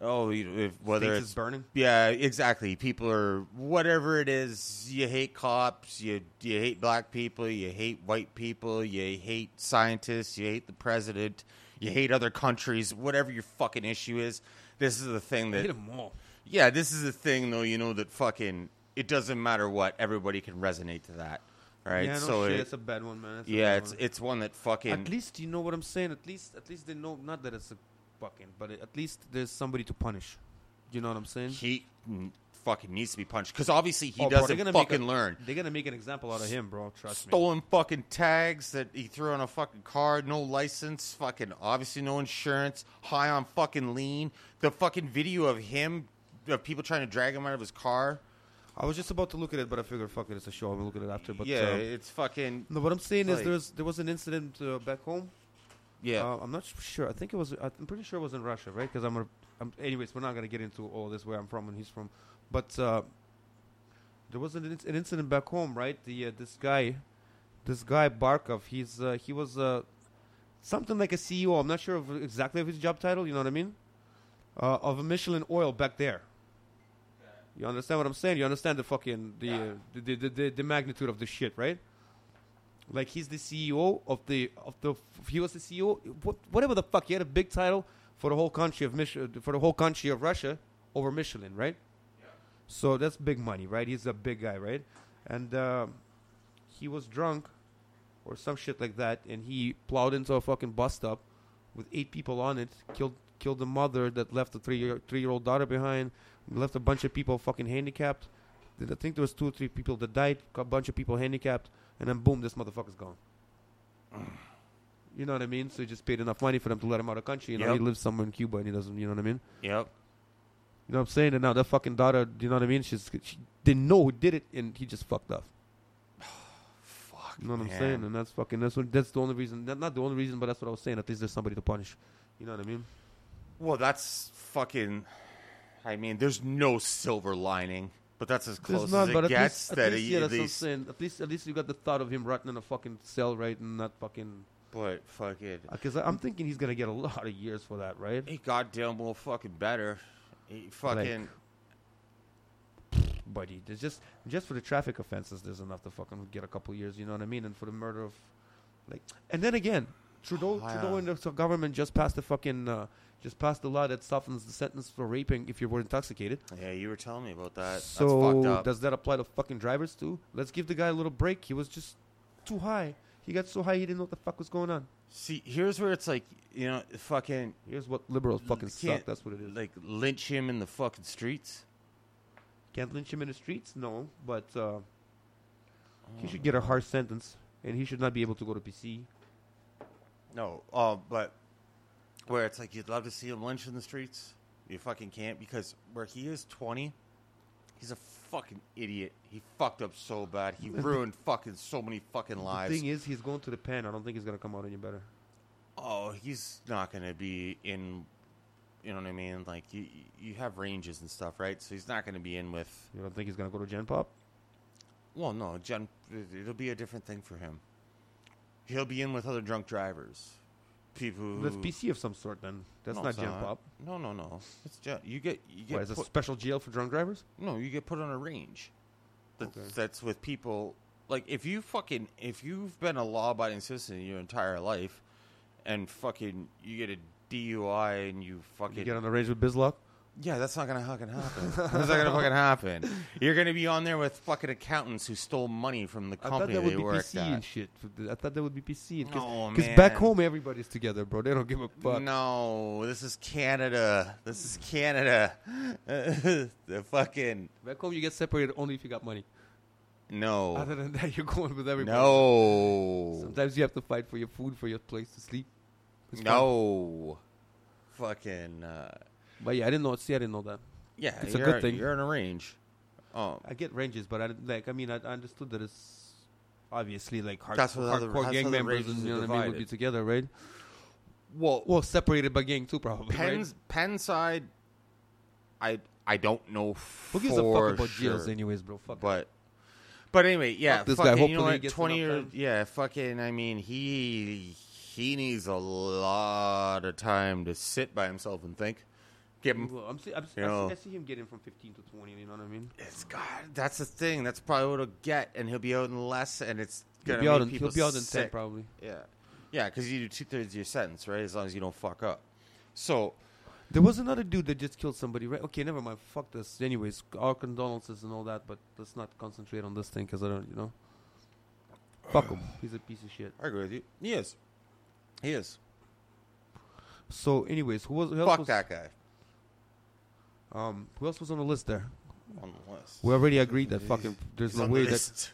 [SPEAKER 5] oh, you- if, whether
[SPEAKER 4] States
[SPEAKER 5] it's
[SPEAKER 4] is burning?
[SPEAKER 5] yeah, exactly. People are whatever it is. You hate cops. You you hate black people. You hate white people. You hate scientists. You hate the president. You hate other countries. Whatever your fucking issue is, this is the thing that
[SPEAKER 7] Hit 'em all.
[SPEAKER 5] yeah, this is the thing though, you know, that fucking it doesn't matter what, everybody can resonate to that. Right?
[SPEAKER 4] Yeah, no
[SPEAKER 5] so
[SPEAKER 4] shit.
[SPEAKER 5] it-
[SPEAKER 4] it's a bad one, man. It's a
[SPEAKER 5] yeah,
[SPEAKER 4] bad
[SPEAKER 5] it's
[SPEAKER 4] one.
[SPEAKER 5] it's one that fucking
[SPEAKER 4] at least you know what I'm saying. At least, at least they know. Not that it's a fucking, but it, at least there's somebody to punish. You know what I'm saying?
[SPEAKER 5] he n- fucking needs to be punched because obviously he
[SPEAKER 4] Oh, bro, they're
[SPEAKER 5] doesn't
[SPEAKER 4] gonna make
[SPEAKER 5] fucking
[SPEAKER 4] a-
[SPEAKER 5] learn.
[SPEAKER 4] They're gonna make an example out of him, bro. Trust me.
[SPEAKER 5] Stolen fucking tags that he threw on a fucking car, no license, fucking obviously no insurance, high on fucking lean. The fucking video of him, of people trying to drag him out of his car.
[SPEAKER 4] I was just about to look at it, but I figured, fuck it, it's a show. I'm gonna look at it after. But
[SPEAKER 5] yeah,
[SPEAKER 4] uh,
[SPEAKER 5] it's fucking
[SPEAKER 4] no, what I'm saying is
[SPEAKER 5] like-
[SPEAKER 4] there was there was an incident uh, back home.
[SPEAKER 5] yeah.
[SPEAKER 4] Uh, I'm not s- sure. I think it was. I'm pretty sure it was in Russia, right? Because I'm, a, I'm. Anyways, we're not gonna get into all this where I'm from and he's from, but uh, there was an, inc- an incident back home, right? The uh, this guy, this guy Barkov. He's uh, he was uh, something like a CEO. I'm not sure of exactly of his job title. You know what I mean? Uh, of a Michelin oil back there. You understand what I'm saying? You understand the fucking the, uh, the, the, the the the magnitude of the shit, right? Like he's the CEO of the of the he was the CEO what, whatever the fuck he had a big title for the whole country of Mich- for the whole country of Russia over Michelin, right? So that's big money, right? He's a big guy, right? And uh, he was drunk or some shit like that, and he plowed into a fucking bus stop with eight people on it, killed killed the mother that left a three year three year old daughter behind, left a bunch of people fucking handicapped. Then I think there was two or three people that died, a bunch of people handicapped, and then boom, this motherfucker's gone. You know what I mean? So he just paid enough money for them to let him out of country. You know,
[SPEAKER 5] Yep.
[SPEAKER 4] he lives somewhere in Cuba and he doesn't. You know what I mean?
[SPEAKER 5] yep.
[SPEAKER 4] You know what I'm saying? And now that fucking daughter, you know what I mean? She's she didn't know who did it, and he just
[SPEAKER 5] <sighs>
[SPEAKER 4] fucked off. Fuck. You know what I'm
[SPEAKER 5] man.
[SPEAKER 4] saying? And that's fucking that's what, that's the only reason. Not, not the only reason, but that's what I was saying. At least there's somebody to punish. You know what I mean?
[SPEAKER 5] Well, that's fucking. I mean, there's no silver lining, but that's as close
[SPEAKER 4] there's none,
[SPEAKER 5] as it
[SPEAKER 4] but at
[SPEAKER 5] gets.
[SPEAKER 4] least, at
[SPEAKER 5] that
[SPEAKER 4] least,
[SPEAKER 5] he-
[SPEAKER 4] yeah,
[SPEAKER 5] at
[SPEAKER 4] that's what I'm
[SPEAKER 5] least-
[SPEAKER 4] saying. At least at least you got the thought of him rotting in a fucking cell, right? And not fucking
[SPEAKER 5] but fucking,
[SPEAKER 4] because I'm thinking he's gonna get a lot of years for that, right?
[SPEAKER 5] he goddamn well fucking better. He fucking
[SPEAKER 4] buddy. There's just just for the traffic offenses, there's enough to fucking get a couple years. You know what I mean? And for the murder of, like, and then again,
[SPEAKER 5] <sighs>
[SPEAKER 4] Trudeau,
[SPEAKER 5] Wow.
[SPEAKER 4] Trudeau and the so- government just passed the fucking uh, just passed a law that softens the sentence for raping if you were intoxicated.
[SPEAKER 5] yeah, you were telling me about that. Uh, that's fucked
[SPEAKER 4] so
[SPEAKER 5] up.
[SPEAKER 4] does that apply to fucking drivers too? Let's give the guy a little break. He was just too high. He got so high he didn't know what the fuck was going on.
[SPEAKER 5] See, here's where it's like you know, fucking
[SPEAKER 4] Here's what liberals fucking
[SPEAKER 5] can't,
[SPEAKER 4] suck. That's what it is.
[SPEAKER 5] Like lynch him in the fucking streets.
[SPEAKER 4] Can't lynch him in the streets, no. But uh,
[SPEAKER 5] Oh.
[SPEAKER 4] he should get a harsh sentence, and he should not be able to go to PC.
[SPEAKER 5] No, uh, but where it's like you'd love to see him lynch in the streets, you fucking can't because where he is twenty, he's a fucking idiot. He fucked up so bad.
[SPEAKER 4] <laughs>
[SPEAKER 5] He ruined fucking so many fucking
[SPEAKER 4] The
[SPEAKER 5] lives.
[SPEAKER 4] thing is, he's going to the pen. I don't think he's gonna come out any better.
[SPEAKER 5] oh, he's not gonna be in. You know what I mean? Like you, you have ranges and stuff, right? So he's not gonna be in with.
[SPEAKER 4] You don't think he's gonna go to Gen Pop?
[SPEAKER 5] Well, no, Jen, it'll be a different thing for him. He'll be in with other drunk drivers, people. Who,
[SPEAKER 4] That's PC of some sort. Then that's
[SPEAKER 5] No,
[SPEAKER 4] not
[SPEAKER 5] it's
[SPEAKER 4] Gen Pop.
[SPEAKER 5] No, no, no. It's Gen. You get you
[SPEAKER 4] What
[SPEAKER 5] get
[SPEAKER 4] is a
[SPEAKER 5] put,
[SPEAKER 4] special jail for drunk drivers?
[SPEAKER 5] no. You get put on a range. That's,
[SPEAKER 4] Okay.
[SPEAKER 5] that's with people. Like if you fucking if you've been a law-abiding citizen your entire life, and fucking you get a DUI and you fucking
[SPEAKER 4] You get on the range with Bizlock.
[SPEAKER 5] yeah, that's not gonna fucking happen.
[SPEAKER 4] <laughs>
[SPEAKER 5] that's not gonna fucking happen. You're gonna be on there with fucking accountants who stole money from the
[SPEAKER 4] I thought
[SPEAKER 5] company
[SPEAKER 4] that would
[SPEAKER 5] they
[SPEAKER 4] be
[SPEAKER 5] worked
[SPEAKER 4] PC
[SPEAKER 5] at.
[SPEAKER 4] and shit. For the- I thought that would be PC. and
[SPEAKER 5] No,
[SPEAKER 4] back
[SPEAKER 5] man.
[SPEAKER 4] home everybody's together, bro. They don't give a fuck.
[SPEAKER 5] No, this is Canada. This is Canada. <laughs> the fucking
[SPEAKER 4] Back home you get separated only if you got money. Other
[SPEAKER 5] no,
[SPEAKER 4] than that, <laughs> you're going with everybody.
[SPEAKER 5] no,
[SPEAKER 4] Sometimes you have to fight for your food, for your place to sleep. It's fun.
[SPEAKER 5] no, fucking uh,
[SPEAKER 4] But yeah, I didn't know. See, I didn't know that.
[SPEAKER 5] yeah.
[SPEAKER 4] It's a
[SPEAKER 5] you're-
[SPEAKER 4] good thing.
[SPEAKER 5] You're in a range. Oh,
[SPEAKER 4] I get ranges, but I didn't- like. I mean, I, I understood that it's obviously like hard,
[SPEAKER 5] That's what
[SPEAKER 4] hardcore
[SPEAKER 5] other- that's
[SPEAKER 4] gang
[SPEAKER 5] how the
[SPEAKER 4] members
[SPEAKER 5] ranges
[SPEAKER 4] and
[SPEAKER 5] are
[SPEAKER 4] you know what I mean would be
[SPEAKER 5] divided.
[SPEAKER 4] together, right?
[SPEAKER 5] well,
[SPEAKER 4] Well, separated by gang too, probably. right?
[SPEAKER 5] Penn's Penn side. I I don't know.
[SPEAKER 4] Who gives a
[SPEAKER 5] for
[SPEAKER 4] fuck about jails,
[SPEAKER 5] sure,
[SPEAKER 4] anyways, bro? Fuck. it.
[SPEAKER 5] But But anyway, yeah,
[SPEAKER 4] Fuck this guy.
[SPEAKER 5] fucking, you know
[SPEAKER 4] Hopefully he
[SPEAKER 5] what,
[SPEAKER 4] gets
[SPEAKER 5] twenty
[SPEAKER 4] enough
[SPEAKER 5] years.
[SPEAKER 4] time.
[SPEAKER 5] Yeah, fucking. I mean, he he needs a lot of time to sit by himself and think. Give him.
[SPEAKER 4] Well, I'm see, I'm see,
[SPEAKER 5] You
[SPEAKER 4] I,
[SPEAKER 5] know.
[SPEAKER 4] see, I see him getting from 15 to 20. You know what I mean?
[SPEAKER 5] It's God. That's the thing. That's probably what he'll get, and he'll be out in less, and it's
[SPEAKER 4] He'll
[SPEAKER 5] gonna
[SPEAKER 4] be out
[SPEAKER 5] make
[SPEAKER 4] in,
[SPEAKER 5] people
[SPEAKER 4] he'll be out in 10
[SPEAKER 5] sick.
[SPEAKER 4] probably.
[SPEAKER 5] Yeah, yeah, because you do two thirds of your sentence, right? As long as you don't fuck up. So
[SPEAKER 4] There was another dude that just killed somebody, right? Okay, never mind. Fuck this. Anyways, our condolences and all that, but let's not concentrate on this thing because I don't, you know. Fuck him. <sighs> He's a piece of shit.
[SPEAKER 5] I agree with you. He is. He is.
[SPEAKER 4] So, anyways, who was who else
[SPEAKER 5] Fuck
[SPEAKER 4] was,
[SPEAKER 5] that guy.
[SPEAKER 4] Um, who else was on the list there?
[SPEAKER 5] On the list.
[SPEAKER 4] We already agreed that fucking. There's
[SPEAKER 5] He's
[SPEAKER 4] no
[SPEAKER 5] on the
[SPEAKER 4] way that
[SPEAKER 5] list.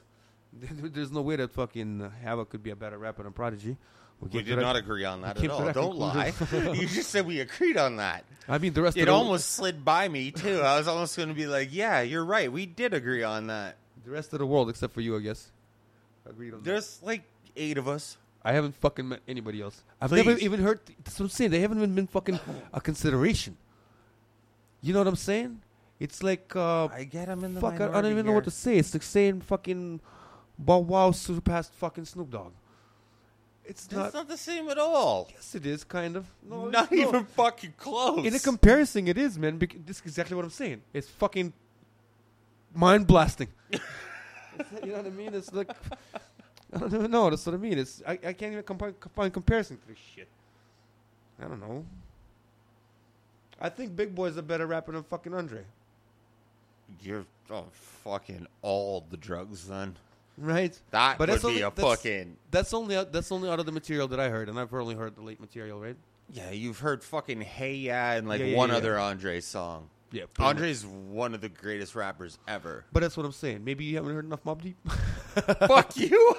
[SPEAKER 4] <laughs> there's no way that fucking uh, Havoc could be a better rapper than Prodigy.
[SPEAKER 5] We
[SPEAKER 4] came to
[SPEAKER 5] did
[SPEAKER 4] that-
[SPEAKER 5] not agree on that
[SPEAKER 4] came
[SPEAKER 5] at
[SPEAKER 4] to
[SPEAKER 5] all.
[SPEAKER 4] that
[SPEAKER 5] Don't lie.
[SPEAKER 4] <laughs>
[SPEAKER 5] you just said we agreed on that.
[SPEAKER 4] I mean, the rest. of
[SPEAKER 5] It
[SPEAKER 4] the,
[SPEAKER 5] almost slid by me too. I was almost going to be like, "Yeah, you're right. We did agree on that."
[SPEAKER 4] the rest of the world except for you, I guess. Agreed on that.
[SPEAKER 5] There's like eight of us.
[SPEAKER 4] I haven't fucking met anybody else. I've never
[SPEAKER 5] Please.
[SPEAKER 4] even heard. That's what I'm saying. They haven't even been fucking a consideration. You know what I'm saying? It's like uh,
[SPEAKER 5] I get them in the
[SPEAKER 4] fuck. I, I don't even know what to say. It's like saying fucking Bow Wow surpassed fucking Snoop Dogg. It's
[SPEAKER 5] It's
[SPEAKER 4] not.
[SPEAKER 5] not the same at all.
[SPEAKER 4] yes, it is kind of. No, it's
[SPEAKER 5] Not even fucking close.
[SPEAKER 4] In a comparison, it is, man. Because this is exactly what I'm saying. It's fucking
[SPEAKER 5] <laughs>
[SPEAKER 4] mind blasting. you know what I mean? It's like <laughs> I don't even know. That's what I mean. It's I, I can't even compa- co- find comparison to this shit. I don't know. I think Big Boy's a better rapper than fucking Andre,
[SPEAKER 5] you're on fucking all the drugs then.
[SPEAKER 4] right?
[SPEAKER 5] That would
[SPEAKER 4] that's
[SPEAKER 5] be
[SPEAKER 4] only-
[SPEAKER 5] a
[SPEAKER 4] that's-
[SPEAKER 5] fucking-
[SPEAKER 4] That's only out- that's only out of the material that I heard, and I've only heard the late material, right?
[SPEAKER 5] Yeah, you've heard fucking Hey Yeah and like
[SPEAKER 4] Yeah, yeah,
[SPEAKER 5] one
[SPEAKER 4] yeah.
[SPEAKER 5] other Andre song.
[SPEAKER 4] Yeah, pretty
[SPEAKER 5] Andre's one of the greatest rappers
[SPEAKER 4] <laughs>
[SPEAKER 5] ever.
[SPEAKER 4] But that's what I'm saying. Maybe you haven't heard enough Mob Deep. <laughs>
[SPEAKER 5] Fuck you.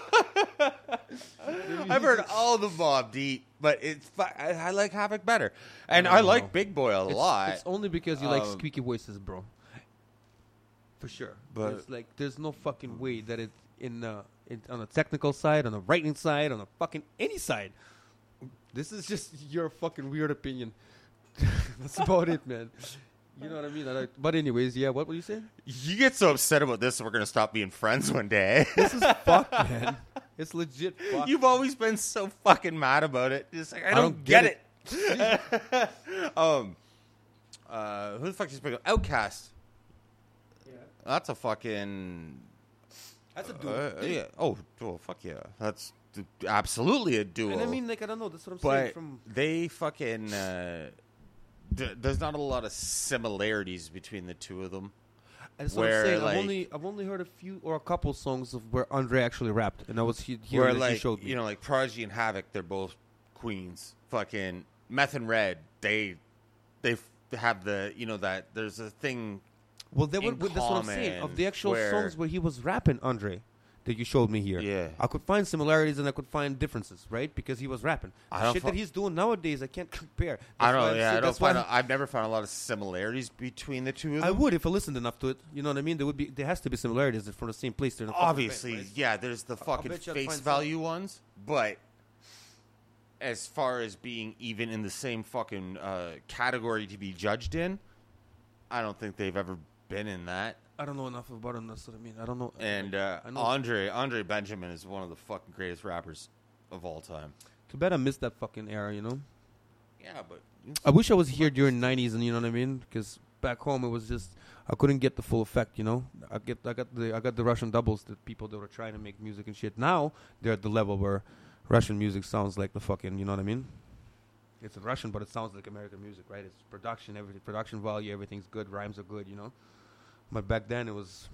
[SPEAKER 5] I've heard all the Bob Deep, but it's fu- I, I like Havoc better, and I, like Big Boy a
[SPEAKER 4] It's-
[SPEAKER 5] lot.
[SPEAKER 4] It's only because you like
[SPEAKER 5] Um,
[SPEAKER 4] squeaky voices, bro. For sure,
[SPEAKER 5] But-
[SPEAKER 4] it's like there's no fucking way that it in uh, in on the technical side, on the writing side, on the fucking any side. This is just your fucking weird opinion. <laughs> That's about it, man. You know what I mean? I like- but anyways, yeah. What were you saying?
[SPEAKER 5] you get so upset about this, we're gonna stop being friends one day. <laughs>
[SPEAKER 4] This is fuck, man. It's legit. Fuck.
[SPEAKER 5] You've always been so fucking mad about it. It's like I don't,
[SPEAKER 4] don't
[SPEAKER 5] get,
[SPEAKER 4] get
[SPEAKER 5] it. <laughs> um, uh, who the fuck just picked up Outcast? Yeah, that's a fucking.
[SPEAKER 4] That's a
[SPEAKER 5] Uh, yeah. Oh, oh, fuck yeah. That's d- absolutely a duo.
[SPEAKER 4] And I mean, like, I don't know. That's what I'm saying.
[SPEAKER 5] but
[SPEAKER 4] From
[SPEAKER 5] they fucking uh, th- there's not a lot of similarities between the two of them.
[SPEAKER 4] That's
[SPEAKER 5] where,
[SPEAKER 4] what I'm saying.
[SPEAKER 5] like-
[SPEAKER 4] I've only I've only heard a few or a couple songs of where Andre actually rapped, and I was he- hearing
[SPEAKER 5] Where
[SPEAKER 4] that
[SPEAKER 5] like
[SPEAKER 4] he showed me.
[SPEAKER 5] you know, like Prodigy and Havoc, they're both queens. Fucking Meth and Red, they they f- have the you know that there's a thing.
[SPEAKER 4] well, that
[SPEAKER 5] in
[SPEAKER 4] would, that's what I'm saying. Of the
[SPEAKER 5] common,
[SPEAKER 4] actual
[SPEAKER 5] where-
[SPEAKER 4] songs where he was rapping, Andre, that you showed me here,
[SPEAKER 5] Yeah.
[SPEAKER 4] I could find similarities and I could find differenses, right? Because he was rapping. The
[SPEAKER 5] I don't
[SPEAKER 4] shit
[SPEAKER 5] fu-
[SPEAKER 4] that he's doing nowadays, I can't <laughs> compare.
[SPEAKER 5] I
[SPEAKER 4] That's why
[SPEAKER 5] don't.
[SPEAKER 4] I'm
[SPEAKER 5] Yeah,
[SPEAKER 4] saying-
[SPEAKER 5] I don't
[SPEAKER 4] that's why
[SPEAKER 5] find.
[SPEAKER 4] I'm-
[SPEAKER 5] A, I've never found a lot of similarities between the two of them.
[SPEAKER 4] I would if I listened enough to it. You know what I mean? There would be there has to be similarities. They're from the same place. They're in the fucking band,
[SPEAKER 5] obviously,
[SPEAKER 4] right?
[SPEAKER 5] yeah, there's the fucking
[SPEAKER 4] bet you I'd
[SPEAKER 5] face
[SPEAKER 4] find some.
[SPEAKER 5] value ones, but as far as being even in the same fucking uh, category to be judged in, I don't think they've ever been in that.
[SPEAKER 4] I don't know enough about him. That's what I mean. I don't know.
[SPEAKER 5] And uh,
[SPEAKER 4] I know-
[SPEAKER 5] Andre Andre Benjamin is one of the fucking greatest rappers of all time.
[SPEAKER 4] too bad I missed that fucking era. You know.
[SPEAKER 5] Yeah, but
[SPEAKER 4] I wish I was here during '90s, and you know what I mean, because back home it was just I couldn't get the full effect. You know, I get I got the I got the Russian doubles, the people that were trying to make music and shit. Now they're at the level where Russian music sounds like the fucking, you know what I mean? It's in Russian, but it sounds like American music, right? It's production, everything, production value, everything's good, rhymes are good, you know. But back then it was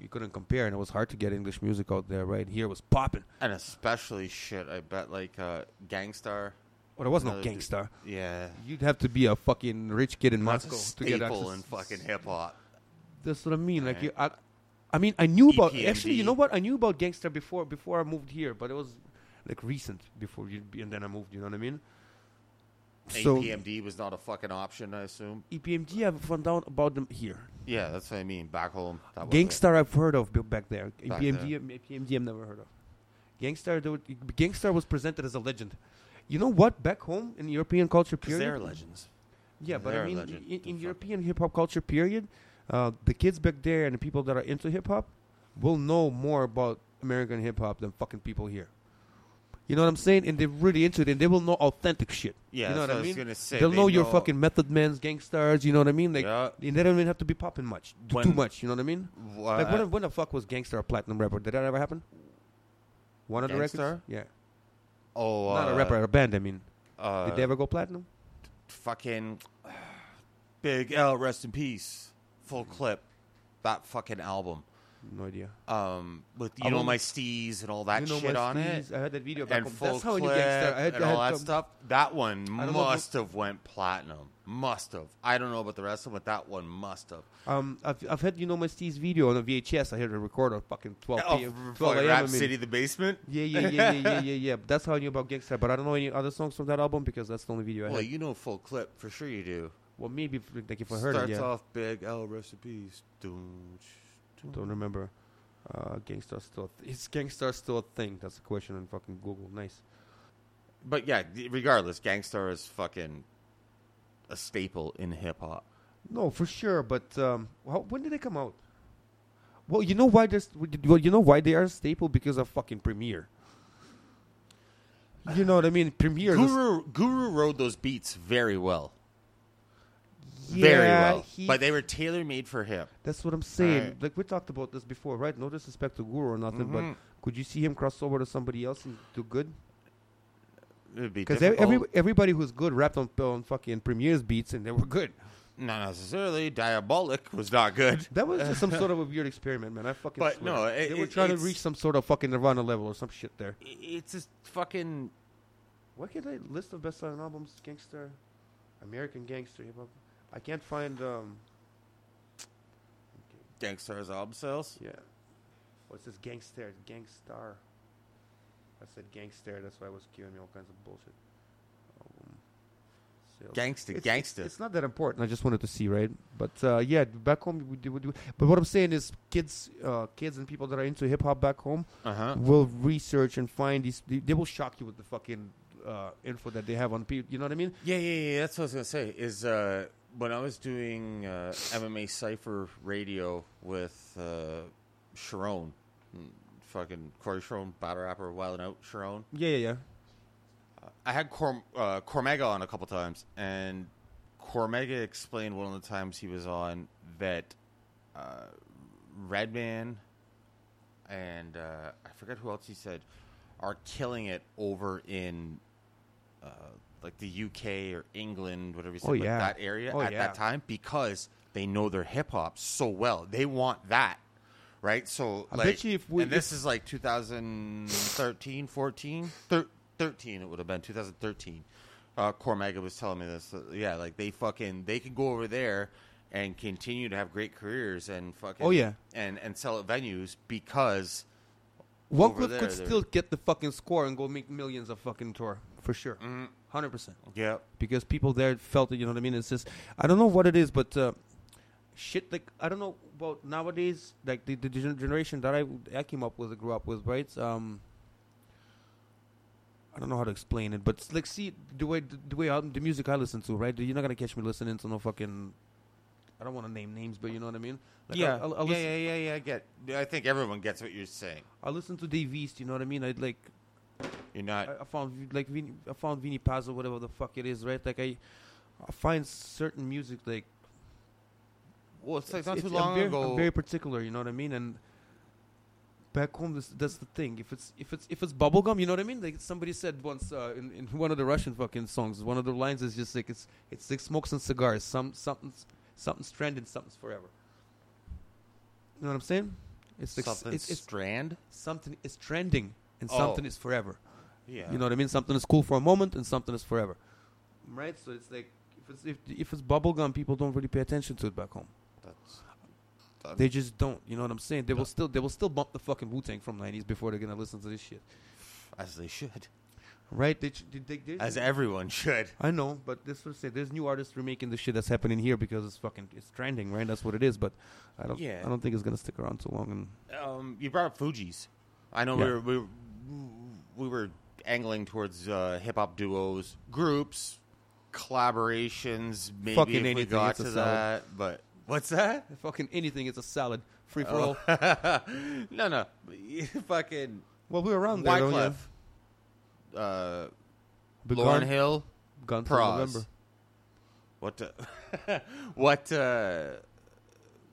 [SPEAKER 4] you couldn't compare, and it was hard to get English music out there. Right here it was popping,
[SPEAKER 5] and especially shit, I bet like uh, Gangstar.
[SPEAKER 4] but there was no
[SPEAKER 5] Another dude-
[SPEAKER 4] gangster.
[SPEAKER 5] Yeah,
[SPEAKER 4] You'd have to be a fucking rich kid in
[SPEAKER 5] that's a
[SPEAKER 4] Moscow to get
[SPEAKER 5] staple
[SPEAKER 4] access.
[SPEAKER 5] in fucking hip hop.
[SPEAKER 4] That's what I mean. Like,
[SPEAKER 5] Right. E
[SPEAKER 4] you, I, I mean, I knew about
[SPEAKER 5] EPMD.
[SPEAKER 4] actually. You know what? I knew about Gangster before before I moved here, but it was like recent before you, and then I moved. You know what I mean? So E
[SPEAKER 5] APMD was not a fucking option, I assume.
[SPEAKER 4] EPMD, I've found out about them here.
[SPEAKER 5] Yeah, that's what I mean. Back home, that was it.
[SPEAKER 4] Gangstar, I've heard of b- back there.
[SPEAKER 5] Back
[SPEAKER 4] EPMD,
[SPEAKER 5] there.
[SPEAKER 4] um, EPMD, I've never heard of. Gangstar, they would- Gangstar was presented as a legend. You know what? Back home in European culture,
[SPEAKER 5] Because
[SPEAKER 4] period,
[SPEAKER 5] they're legends.
[SPEAKER 4] Yeah, but
[SPEAKER 5] They're
[SPEAKER 4] I
[SPEAKER 5] a
[SPEAKER 4] mean,
[SPEAKER 5] legend.
[SPEAKER 4] in,
[SPEAKER 5] The
[SPEAKER 4] in
[SPEAKER 5] fuck.
[SPEAKER 4] European hip hop culture, period, uh, the kids back there and the people that are into hip hop, will know more about American hip hop than fucking people here. You know what I'm saying? And they're really into it, and they will know authentic shit.
[SPEAKER 5] Yeah,
[SPEAKER 4] you know
[SPEAKER 5] that's
[SPEAKER 4] what
[SPEAKER 5] what I
[SPEAKER 4] I
[SPEAKER 5] was
[SPEAKER 4] mean.
[SPEAKER 5] gonna say.
[SPEAKER 4] They'll
[SPEAKER 5] They
[SPEAKER 4] know your
[SPEAKER 5] know-
[SPEAKER 4] fucking Method Man's gangsters. You know what I mean? Like,
[SPEAKER 5] Yeah.
[SPEAKER 4] and they don't even have to be popping much, t- too
[SPEAKER 5] When-
[SPEAKER 4] much. You know what I mean?
[SPEAKER 5] Wha-
[SPEAKER 4] Like, when, when the fuck was Gangster a platinum rapper? Did that ever happen? One of the
[SPEAKER 5] Gangsta?
[SPEAKER 4] records, yeah.
[SPEAKER 5] Oh, uh,
[SPEAKER 4] Not a rapper, a band. I mean,
[SPEAKER 5] Uh,
[SPEAKER 4] did they ever go platinum?
[SPEAKER 5] fucking <sighs> Big L, rest in peace. Full clip. That fucking album.
[SPEAKER 4] No idea.
[SPEAKER 5] Um, with you
[SPEAKER 4] I
[SPEAKER 5] know
[SPEAKER 4] won't-
[SPEAKER 5] my steez and all that
[SPEAKER 4] You know
[SPEAKER 5] shit
[SPEAKER 4] My
[SPEAKER 5] on
[SPEAKER 4] Steez,
[SPEAKER 5] it,
[SPEAKER 4] I had that video back
[SPEAKER 5] and
[SPEAKER 4] home.
[SPEAKER 5] full
[SPEAKER 4] That's how
[SPEAKER 5] clip
[SPEAKER 4] any gangster. I had,
[SPEAKER 5] and
[SPEAKER 4] I had
[SPEAKER 5] all that
[SPEAKER 4] some-
[SPEAKER 5] stuff. That one
[SPEAKER 4] know if-
[SPEAKER 5] must have went platinum. Must have. I don't know about the rest of them, but that one must have.
[SPEAKER 4] Um, I've, I've had you know my Steez video on a VHS. I had a record of fucking twelve
[SPEAKER 5] Oh,
[SPEAKER 4] p.m.
[SPEAKER 5] fucking
[SPEAKER 4] twelve a.m. I
[SPEAKER 5] Rap
[SPEAKER 4] mean.
[SPEAKER 5] City, the basement.
[SPEAKER 4] Yeah, yeah, yeah, yeah, yeah, yeah, yeah. That's how I knew about Gangsta, but I don't know any other songs from that album because that's the only video I
[SPEAKER 5] Well,
[SPEAKER 4] had.
[SPEAKER 5] you know full clip for sure. You do.
[SPEAKER 4] Well, maybe if, like if I heard
[SPEAKER 5] Starts
[SPEAKER 4] it, yeah.
[SPEAKER 5] off big L recipes. Doom, sh- doom.
[SPEAKER 4] Don't remember. Uh, Gangsta still a th- is Gangsta still a thing? That's a question on fucking Google. Nice.
[SPEAKER 5] But yeah, d- regardless, Gangstar is fucking a staple in hip hop.
[SPEAKER 4] No, for sure. But um, how, when did they come out? Well, you know why there's well, you know why they are a staple because of fucking Premiere. You know what I mean? Premiere. is a
[SPEAKER 5] Guru Guru rode those beats very well,
[SPEAKER 4] Yeah,
[SPEAKER 5] very well.
[SPEAKER 4] he-
[SPEAKER 5] But they were tailor made for him.
[SPEAKER 4] That's what I'm saying.
[SPEAKER 5] Right.
[SPEAKER 4] Like we talked about this before, right? No disrespect to Guru or nothing, but
[SPEAKER 5] Mm-hmm.
[SPEAKER 4] could you see him cross over to somebody else and do good?
[SPEAKER 5] It'd be
[SPEAKER 4] Because
[SPEAKER 5] difficult.
[SPEAKER 4] every, everybody who's good rapped on, on fucking Premier's beats, and they were good.
[SPEAKER 5] not necessarily diabolic was not good.
[SPEAKER 4] That was
[SPEAKER 5] <laughs>
[SPEAKER 4] just some sort of a weird experiment, man. I fucking
[SPEAKER 5] But
[SPEAKER 4] swear.
[SPEAKER 5] no, it-
[SPEAKER 4] they were
[SPEAKER 5] it-
[SPEAKER 4] trying to
[SPEAKER 5] it's-
[SPEAKER 4] reach some sort of fucking Nirvana level or some shit there.
[SPEAKER 5] I- It's just fucking
[SPEAKER 4] Why can't I list of best-selling albums? Gangster, American Gangster, hip hop. I can't find. um
[SPEAKER 5] Gangstar's album sales.
[SPEAKER 4] Yeah. What's this gangster? Gangstar. I said gangster. That's why it was giving me all kinds of bullshit. Album sales.
[SPEAKER 5] Gangsta,
[SPEAKER 4] It's-
[SPEAKER 5] gangsta.
[SPEAKER 4] It's not that important. I just wanted to see, right? But uh, yeah, back home we do, we do. But what I'm saying is, kids, uh, kids, and people that are into hip hop back home
[SPEAKER 5] Uh huh.
[SPEAKER 4] will research and find these. They, they will shock you with the fucking uh, info that they have on people. You know what I mean?
[SPEAKER 5] Yeah, yeah, yeah. That's what I was gonna say. Is uh, when I was doing uh, MMA Cipher Radio with uh, Sharon, mm, fucking Corey Sharon, battle rapper, Wild and Out Sharon.
[SPEAKER 4] Yeah, yeah, yeah.
[SPEAKER 5] I had Corm- uh, Cormega on a couple times, and Cormega explained one of the times he was on that uh, Redman and uh, I forget who else he said are killing it over in uh, like the UK or England, whatever you said,
[SPEAKER 4] Oh,
[SPEAKER 5] like
[SPEAKER 4] yeah.
[SPEAKER 5] that area
[SPEAKER 4] Oh,
[SPEAKER 5] at
[SPEAKER 4] yeah.
[SPEAKER 5] that time because they know their hip hop so well. They want that. Right, so
[SPEAKER 4] I
[SPEAKER 5] like,
[SPEAKER 4] bet you if we-
[SPEAKER 5] and this is like 2013, 14, thir- 13. It would have been 2013. Uh, Cormaga was telling me this. Uh, yeah, like they fucking they could go over there and continue to have great careers and fucking
[SPEAKER 4] Oh, yeah.
[SPEAKER 5] and and sell at venues because
[SPEAKER 4] One
[SPEAKER 5] Over
[SPEAKER 4] could,
[SPEAKER 5] there,
[SPEAKER 4] could
[SPEAKER 5] they're-
[SPEAKER 4] still get the fucking score and go make millions of fucking tour for sure,
[SPEAKER 5] Mm-hmm.
[SPEAKER 4] 100 percent.
[SPEAKER 5] yeah
[SPEAKER 4] because people there felt it. You know what I mean? It's just I don't know what it is, but uh, shit. Like I don't know about nowadays. Like the, the gen- generation that I, I came up with, I grew up with, right? Um, I don't know how to explain it, but it's like see the way the way I, the music I listen to, right? You're not gonna catch me listening to no fucking. I don't want to name names, but you know what I mean. Like, I, I, I
[SPEAKER 5] Uh, yeah,
[SPEAKER 4] listen,
[SPEAKER 5] yeah yeah yeah I get. I think everyone gets what you're saying.
[SPEAKER 4] I listen to Dave East. You know what I mean? I like
[SPEAKER 5] You're not.
[SPEAKER 4] I, I found Vi- like Vin, I found Vinnie Paz or whatever the fuck it is, right? Like I, I find certain music like
[SPEAKER 5] well, it's like not
[SPEAKER 4] it's-
[SPEAKER 5] too
[SPEAKER 4] I'm
[SPEAKER 5] long
[SPEAKER 4] very,
[SPEAKER 5] ago.
[SPEAKER 4] I'm very particular, you know what I mean? And back home, this, that's the thing. If it's if it's if it's bubblegum, you know what I mean? Like somebody said once uh, in in one of the Russian fucking songs, one of the lines is just like it's it's like smokes and cigars. Some something's something's trending, something's forever. You know what I'm saying? It's like s-
[SPEAKER 5] something
[SPEAKER 4] it's, it's
[SPEAKER 5] strand.
[SPEAKER 4] something is trending and
[SPEAKER 5] Oh.
[SPEAKER 4] something is forever.
[SPEAKER 5] Yeah,
[SPEAKER 4] You know what I mean? Something is cool for a moment and something is forever. Right? So it's like if it's if, if it's bubblegum, people don't really pay attention to it back home.
[SPEAKER 5] That's,
[SPEAKER 4] They just don't. You know what I'm saying? They will still they will still bump the fucking Wu Tang from '90s before they're gonna listen to this shit,
[SPEAKER 5] as they should,
[SPEAKER 4] right? They, ch- they, they, they-
[SPEAKER 5] as everyone should.
[SPEAKER 4] I know, but this will say there's new artists remaking the shit that's happening here because it's fucking it's trending, right? That's what it is. But I don't
[SPEAKER 5] Yeah.
[SPEAKER 4] I don't think it's gonna stick around too long. And
[SPEAKER 5] Um, you brought up Fuji's. I know
[SPEAKER 4] Yeah.
[SPEAKER 5] we, were, we were we were angling towards uh, hip hop duos, groups, collaborations. Maybe
[SPEAKER 4] Fucking
[SPEAKER 5] if we
[SPEAKER 4] anything,
[SPEAKER 5] got
[SPEAKER 4] it's a
[SPEAKER 5] to
[SPEAKER 4] salad.
[SPEAKER 5] that, but what's that?
[SPEAKER 4] fucking anything, it's a salad. free for
[SPEAKER 5] Oh.
[SPEAKER 4] all.
[SPEAKER 5] <laughs> no, no. <laughs> Fucking
[SPEAKER 4] Well, we were around there. though, yeah.
[SPEAKER 5] Wyclef. Uh,
[SPEAKER 4] But
[SPEAKER 5] Lauren
[SPEAKER 4] gone-
[SPEAKER 5] Hill.
[SPEAKER 4] gone till
[SPEAKER 5] Proz.
[SPEAKER 4] November.
[SPEAKER 5] What? Uh, <laughs> what? Uh,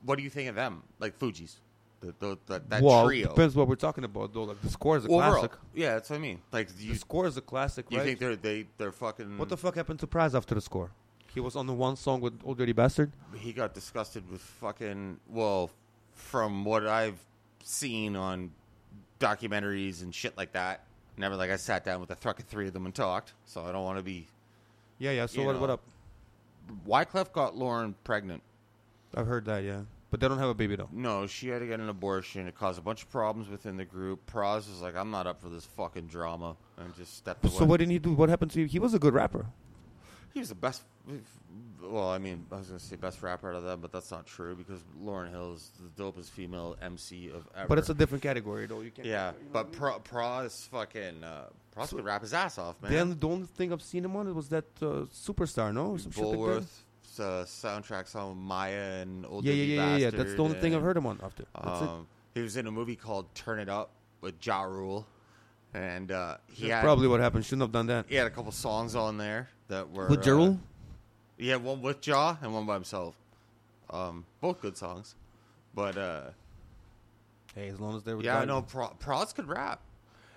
[SPEAKER 5] what do you think of them? Like Fuji's, the, the, the, that
[SPEAKER 4] well,
[SPEAKER 5] trio.
[SPEAKER 4] depends what we're talking about though. Like the score is a
[SPEAKER 5] Overall,
[SPEAKER 4] classic.
[SPEAKER 5] yeah, that's what I mean. Like do you,
[SPEAKER 4] The score is a classic,
[SPEAKER 5] you
[SPEAKER 4] right?
[SPEAKER 5] think mm. they're they they're fucking.
[SPEAKER 4] what the fuck happened to Praz after the score? He was on the one song with Old Dirty Bastard.
[SPEAKER 5] he got disgusted with fucking. Well, from what I've seen on documentaries and shit like that. Never like I sat down with the fucking three of them and talked. So I don't want to be.
[SPEAKER 4] Yeah, yeah. So
[SPEAKER 5] You
[SPEAKER 4] what, what
[SPEAKER 5] know.
[SPEAKER 4] up?
[SPEAKER 5] Wyclef got Lauren pregnant.
[SPEAKER 4] I've heard that, yeah. But they don't have a baby though.
[SPEAKER 5] No, she had to get an abortion. It caused a bunch of problems within the group. Proz was like, "I'm not up for this fucking drama," and just stepped away.
[SPEAKER 4] So what did he do? What happened to him? He was a good rapper.
[SPEAKER 5] He was the best. Well, I mean, I was gonna say best rapper out of them, but that's not true because Lauren Hill is the dopest female MC of ever.
[SPEAKER 4] But it's a different category though. You can't.
[SPEAKER 5] yeah, but Pro, Proz fucking uh, Proz could rap his ass off, man.
[SPEAKER 4] Then the only thing I've seen him on was that uh, superstar, no? Some shit like that.
[SPEAKER 5] Bulworth uh, soundtrack song with Maya and Old
[SPEAKER 4] Yeah, yeah,
[SPEAKER 5] Dirty
[SPEAKER 4] yeah, yeah, yeah.
[SPEAKER 5] Bastard
[SPEAKER 4] That's the only thing I've
[SPEAKER 5] and-
[SPEAKER 4] heard him on after. That's it.
[SPEAKER 5] Um, he was in a movie called Turn It Up with Ja Rule, and uh, he had
[SPEAKER 4] Probably what happened. Shouldn't have done that.
[SPEAKER 5] he had a couple songs on there that were
[SPEAKER 4] With
[SPEAKER 5] uh,
[SPEAKER 4] Ja Rule?
[SPEAKER 5] yeah, one with Ja and one by himself. Um, both good songs, but uh,
[SPEAKER 4] Hey, as long as they were.
[SPEAKER 5] yeah, I
[SPEAKER 4] done.
[SPEAKER 5] know Pro- Proz could rap.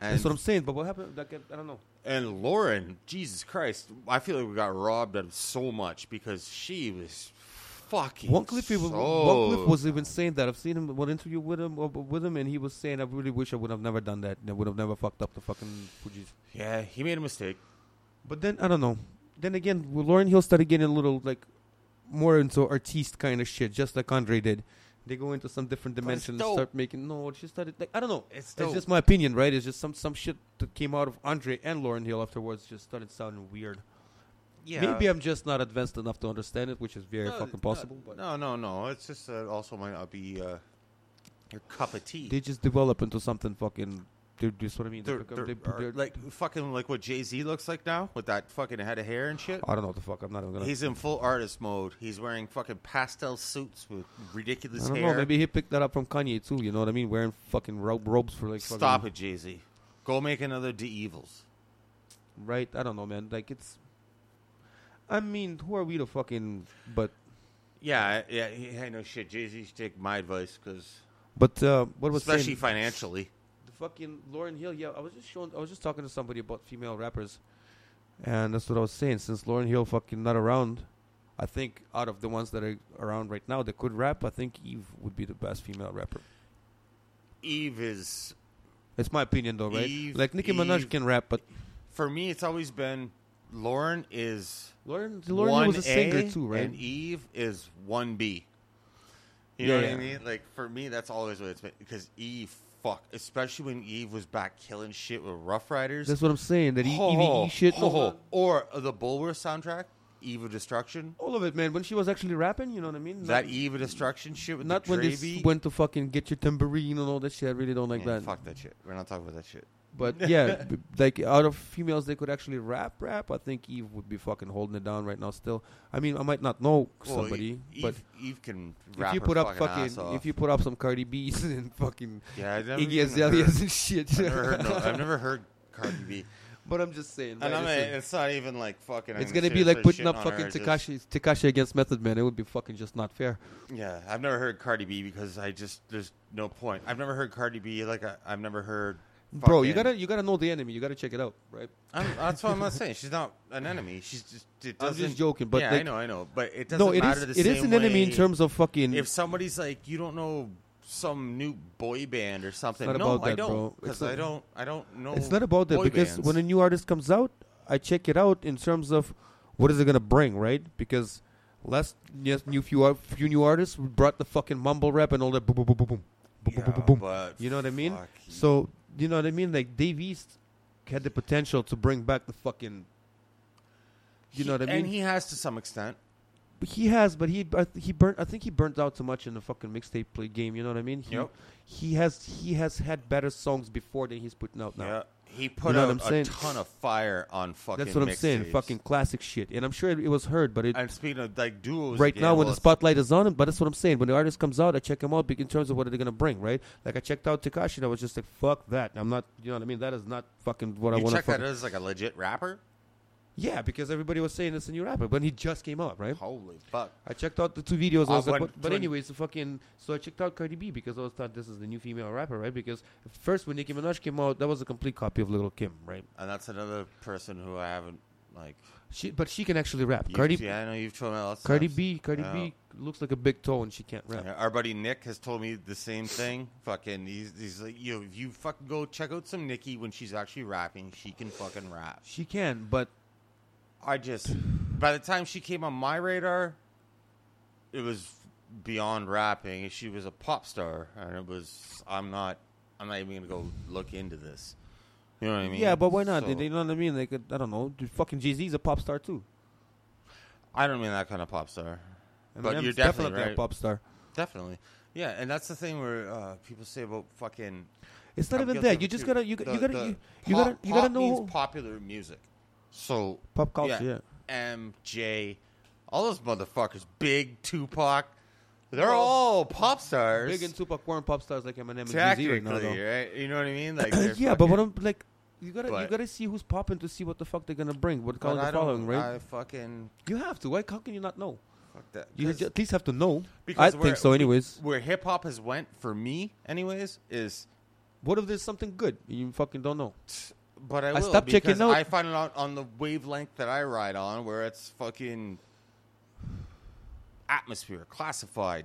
[SPEAKER 5] And,
[SPEAKER 4] That's what I'm saying. But what happened? Like, I don't know.
[SPEAKER 5] and Lauren, Jesus Christ, I feel like we got robbed of so much because she was fucking.
[SPEAKER 4] One clip, he was,
[SPEAKER 5] so-
[SPEAKER 4] one clip was even saying that. I've seen him one interview with him uh, with him, and he was saying, "I really wish I would have never done that. and I would have never fucked up the fucking Fuji's."
[SPEAKER 5] Yeah, he made a mistake.
[SPEAKER 4] But then I don't know. Then again, well, Lauren Hill started getting a little like more into artiste kind of shit, just like Andre did. They go into some different dimension and
[SPEAKER 5] dope.
[SPEAKER 4] start making. No, she started like I don't know.
[SPEAKER 5] It's dope.
[SPEAKER 4] it's just my opinion, right? It's just some some shit that came out of Andre and Lauren Hill afterwards just started sounding weird. Maybe I'm just not advanced enough to understand it, which is very
[SPEAKER 5] No,
[SPEAKER 4] fucking
[SPEAKER 5] no,
[SPEAKER 4] possible. but
[SPEAKER 5] No, no, no. It's just uh, also might not be uh, your cup of tea.
[SPEAKER 4] they just develop into something fucking. They're, that's what I mean. They
[SPEAKER 5] They're-
[SPEAKER 4] pick up-
[SPEAKER 5] they're-
[SPEAKER 4] they-
[SPEAKER 5] are-
[SPEAKER 4] they're-
[SPEAKER 5] like fucking like what Jay Z looks like now with that fucking head of hair and shit.
[SPEAKER 4] I don't know what the fuck. I'm not even gonna.
[SPEAKER 5] He's in full artist mode. He's wearing fucking pastel suits with ridiculous
[SPEAKER 4] I don't
[SPEAKER 5] hair.
[SPEAKER 4] know. Maybe he picked that up from Kanye too. You know what I mean? Wearing fucking robe, robes for like.
[SPEAKER 5] Stop
[SPEAKER 4] fucking,
[SPEAKER 5] it, Jay Z. Go make another De Evils.
[SPEAKER 4] Right? I don't know, man. Like it's. I mean, who are we to fucking? But
[SPEAKER 5] Yeah, yeah. I know shit. Jay Z should take my advice because,
[SPEAKER 4] but uh, what was
[SPEAKER 5] especially
[SPEAKER 4] saying-
[SPEAKER 5] financially.
[SPEAKER 4] the fucking Lauren Hill. Yeah, I was just showing. I was just talking to somebody about female rappers, and that's what I was saying. Since Lauren Hill fucking not around, I think out of the ones that are around right now that could rap, I think Eve would be the best female rapper.
[SPEAKER 5] Eve is
[SPEAKER 4] It's my opinion, though, right?
[SPEAKER 5] Eve-
[SPEAKER 4] like Nicki Minaj
[SPEAKER 5] Eve-
[SPEAKER 4] can rap, but
[SPEAKER 5] for me. It's always been Lauren is
[SPEAKER 4] Lauren Lauren Hill was a singer
[SPEAKER 5] 1A
[SPEAKER 4] too, right?
[SPEAKER 5] And E Eve is one B. You
[SPEAKER 4] Yeah,
[SPEAKER 5] know
[SPEAKER 4] yeah.
[SPEAKER 5] what I mean? Like for me, that's always what it's been because Eve, fuck, especially when Eve was back killing shit with Rough Riders.
[SPEAKER 4] that's what E, I'm saying. That he,
[SPEAKER 5] Ho, ho,
[SPEAKER 4] shit,
[SPEAKER 5] ho, ho. or the Bulwer soundtrack, Eve of Destruction.
[SPEAKER 4] all of it, man. When she was actually rapping, you know what I mean?
[SPEAKER 5] That
[SPEAKER 4] Not-
[SPEAKER 5] Eve of Destruction shit with
[SPEAKER 4] Not
[SPEAKER 5] the
[SPEAKER 4] when
[SPEAKER 5] Dre
[SPEAKER 4] they s-
[SPEAKER 5] beat.
[SPEAKER 4] went to fucking get your tambourine and all that shit. I really don't like
[SPEAKER 5] Yeah,
[SPEAKER 4] that.
[SPEAKER 5] Fuck that shit. We're not talking about that shit. <laughs>
[SPEAKER 4] But yeah, b- like out of females that could actually rap, rap, I think Eve would be fucking holding it down right now. Still, I mean, I might not know
[SPEAKER 5] Well,
[SPEAKER 4] somebody,
[SPEAKER 5] Eve,
[SPEAKER 4] but
[SPEAKER 5] Eve can.
[SPEAKER 4] if
[SPEAKER 5] rap
[SPEAKER 4] you
[SPEAKER 5] her
[SPEAKER 4] put up
[SPEAKER 5] fucking, ass
[SPEAKER 4] fucking,
[SPEAKER 5] off. <laughs>
[SPEAKER 4] if you put up some Cardi B's <laughs> and fucking
[SPEAKER 5] yeah, I've never
[SPEAKER 4] Iggy
[SPEAKER 5] even heard-
[SPEAKER 4] Azaleas and shit,
[SPEAKER 5] I've never heard. No, I've never heard Cardi B.
[SPEAKER 4] <laughs> but I'm just saying,
[SPEAKER 5] And
[SPEAKER 4] right,
[SPEAKER 5] I'm
[SPEAKER 4] it's,
[SPEAKER 5] a, it's not even like fucking. I'm
[SPEAKER 4] it's gonna
[SPEAKER 5] say
[SPEAKER 4] be
[SPEAKER 5] this
[SPEAKER 4] like
[SPEAKER 5] sort of
[SPEAKER 4] putting
[SPEAKER 5] shit
[SPEAKER 4] up
[SPEAKER 5] on her,
[SPEAKER 4] fucking
[SPEAKER 5] it's just-
[SPEAKER 4] Takashi Takashi against Method Man. It would be fucking just not fair.
[SPEAKER 5] Yeah, I've never heard Cardi B because I just there's no point. I've never heard Cardi B like I, I've never heard.
[SPEAKER 4] Bro, you
[SPEAKER 5] fucking-
[SPEAKER 4] gotta you gotta know the enemy. You gotta check it out, right?
[SPEAKER 5] I'm, that's what I'm not saying. She's not an enemy. She's just. It
[SPEAKER 4] <laughs> I'm just
[SPEAKER 5] doesn't-
[SPEAKER 4] joking, but,
[SPEAKER 5] yeah, I
[SPEAKER 4] like-
[SPEAKER 5] know, I know, but it doesn't
[SPEAKER 4] No, it
[SPEAKER 5] matter.
[SPEAKER 4] is
[SPEAKER 5] the
[SPEAKER 4] it is
[SPEAKER 5] same
[SPEAKER 4] an enemy in
[SPEAKER 5] way.
[SPEAKER 4] terms of fucking.
[SPEAKER 5] If somebody's like, you don't know some new boy band or something.
[SPEAKER 4] not
[SPEAKER 5] no,
[SPEAKER 4] about
[SPEAKER 5] I
[SPEAKER 4] that, bro.
[SPEAKER 5] don't
[SPEAKER 4] It's
[SPEAKER 5] because
[SPEAKER 4] not-
[SPEAKER 5] I don't. I don't know.
[SPEAKER 4] It's not about that
[SPEAKER 5] boy
[SPEAKER 4] because
[SPEAKER 5] bands.
[SPEAKER 4] when a new artist comes out, I check it out in terms of what is it gonna bring, right? Because last yes, new few ar- few new artists brought the fucking mumble rap and all that boom boom boom boom boom boom boom
[SPEAKER 5] Yeah,
[SPEAKER 4] boom boom.
[SPEAKER 5] but
[SPEAKER 4] You know what I mean?
[SPEAKER 5] fuck,
[SPEAKER 4] So you know what I mean? Like Dave East had the potential to bring back the fucking.
[SPEAKER 5] he-
[SPEAKER 4] You know what I mean?
[SPEAKER 5] And he has to some extent.
[SPEAKER 4] He has, but he I th- he burnt. I think he burnt out too much in the fucking mixtape play game. You know what I mean? He,
[SPEAKER 5] Yep.
[SPEAKER 4] He has he has had better songs before than he's putting out now.
[SPEAKER 5] Yeah, He put
[SPEAKER 4] You know
[SPEAKER 5] out
[SPEAKER 4] what I'm
[SPEAKER 5] a
[SPEAKER 4] saying?
[SPEAKER 5] ton of fire on fucking.
[SPEAKER 4] That's what I'm saying.
[SPEAKER 5] mixtapes.
[SPEAKER 4] Fucking classic shit. And I'm sure it, it was heard, but it,
[SPEAKER 5] And speaking of like duos,
[SPEAKER 4] right
[SPEAKER 5] again,
[SPEAKER 4] now when
[SPEAKER 5] well,
[SPEAKER 4] the spotlight is on him. But that's what I'm saying. When the artist comes out, I check him out be- in terms of what they're gonna bring, right? Like I checked out Takashi, and I was just like, "Fuck that!" I'm not, you know what I mean? That is not fucking what I
[SPEAKER 5] you
[SPEAKER 4] want to
[SPEAKER 5] check that
[SPEAKER 4] fucking.
[SPEAKER 5] as like a legit rapper.
[SPEAKER 4] Yeah, because everybody was saying it's a new rapper, but he just came out, right?
[SPEAKER 5] Holy fuck!
[SPEAKER 4] I checked out the two videos. I
[SPEAKER 5] Uh,
[SPEAKER 4] was
[SPEAKER 5] when-
[SPEAKER 4] like, but, but
[SPEAKER 5] when-
[SPEAKER 4] anyways, the fucking. So I checked out Cardi B because I was thought this is the new female rapper, right? Because at first when Nicki Minaj came out, that was a complete copy of Little Kim, right?
[SPEAKER 5] And that's another person who I haven't like.
[SPEAKER 4] She, but she can actually rap.
[SPEAKER 5] you-
[SPEAKER 4] Cardi,
[SPEAKER 5] yeah, I know you've told me lots. of
[SPEAKER 4] Cardi
[SPEAKER 5] times.
[SPEAKER 4] B, Cardi
[SPEAKER 5] Yeah.
[SPEAKER 4] B looks like a big toe and she can't rap.
[SPEAKER 5] Yeah, Our buddy Nick has told me the same thing. Fucking, he's, he's like, you know, if you fucking go check out some Nikki when she's actually rapping, she can fucking rap.
[SPEAKER 4] She can, but
[SPEAKER 5] I just, by the time she came on my radar, it was beyond rapping. She was a pop star, and it was, I'm not, I'm not even gonna go look into this. You know what I mean?
[SPEAKER 4] yeah, but why not?
[SPEAKER 5] So-
[SPEAKER 4] They, you know what I mean? Like uh, I don't know. Dude, fucking Jay Z's a pop star too.
[SPEAKER 5] I don't mean that kind of pop star. But
[SPEAKER 4] Eminem's
[SPEAKER 5] you're definitely
[SPEAKER 4] a
[SPEAKER 5] right.
[SPEAKER 4] pop star.
[SPEAKER 5] Definitely, yeah. And that's the thing where uh, people say about fucking
[SPEAKER 4] It's not
[SPEAKER 5] I'm
[SPEAKER 4] even
[SPEAKER 5] guilty
[SPEAKER 4] that.
[SPEAKER 5] of
[SPEAKER 4] You
[SPEAKER 5] it
[SPEAKER 4] just
[SPEAKER 5] too.
[SPEAKER 4] gotta you,
[SPEAKER 5] The-
[SPEAKER 4] you gotta
[SPEAKER 5] the
[SPEAKER 4] you, you
[SPEAKER 5] pop-
[SPEAKER 4] gotta you gotta
[SPEAKER 5] pop means
[SPEAKER 4] know
[SPEAKER 5] popular music. So
[SPEAKER 4] Pop culture, yeah.
[SPEAKER 5] MJ, all those motherfuckers, Big Tupac, they're all pop stars.
[SPEAKER 4] Big and Tupac weren't pop stars like Eminem and Jay Z
[SPEAKER 5] Technically,
[SPEAKER 4] right now. though.
[SPEAKER 5] right? You know what I
[SPEAKER 4] <clears throat>
[SPEAKER 5] mean? Like,
[SPEAKER 4] yeah,
[SPEAKER 5] they're
[SPEAKER 4] but what
[SPEAKER 5] fucking-
[SPEAKER 4] I'm like, you gotta you
[SPEAKER 5] But-
[SPEAKER 4] gotta see who's popping to see what the fuck they're gonna bring. What
[SPEAKER 5] but
[SPEAKER 4] kind
[SPEAKER 5] I
[SPEAKER 4] of
[SPEAKER 5] don't-
[SPEAKER 4] following, right?
[SPEAKER 5] I fucking
[SPEAKER 4] you have to. Why? How can you not know?
[SPEAKER 5] fuck that.
[SPEAKER 4] You
[SPEAKER 5] 'Cause-
[SPEAKER 4] ju- at least have to know. I
[SPEAKER 5] because where-
[SPEAKER 4] think so. Anyways,
[SPEAKER 5] where hip hop has went for me, anyways, is.
[SPEAKER 4] what if there's something good? You fucking don't know.
[SPEAKER 5] But I,
[SPEAKER 4] I
[SPEAKER 5] will
[SPEAKER 4] stopped checking
[SPEAKER 5] because
[SPEAKER 4] out-
[SPEAKER 5] I find it out on the wavelength that I ride on, where it's fucking atmosphere, classified,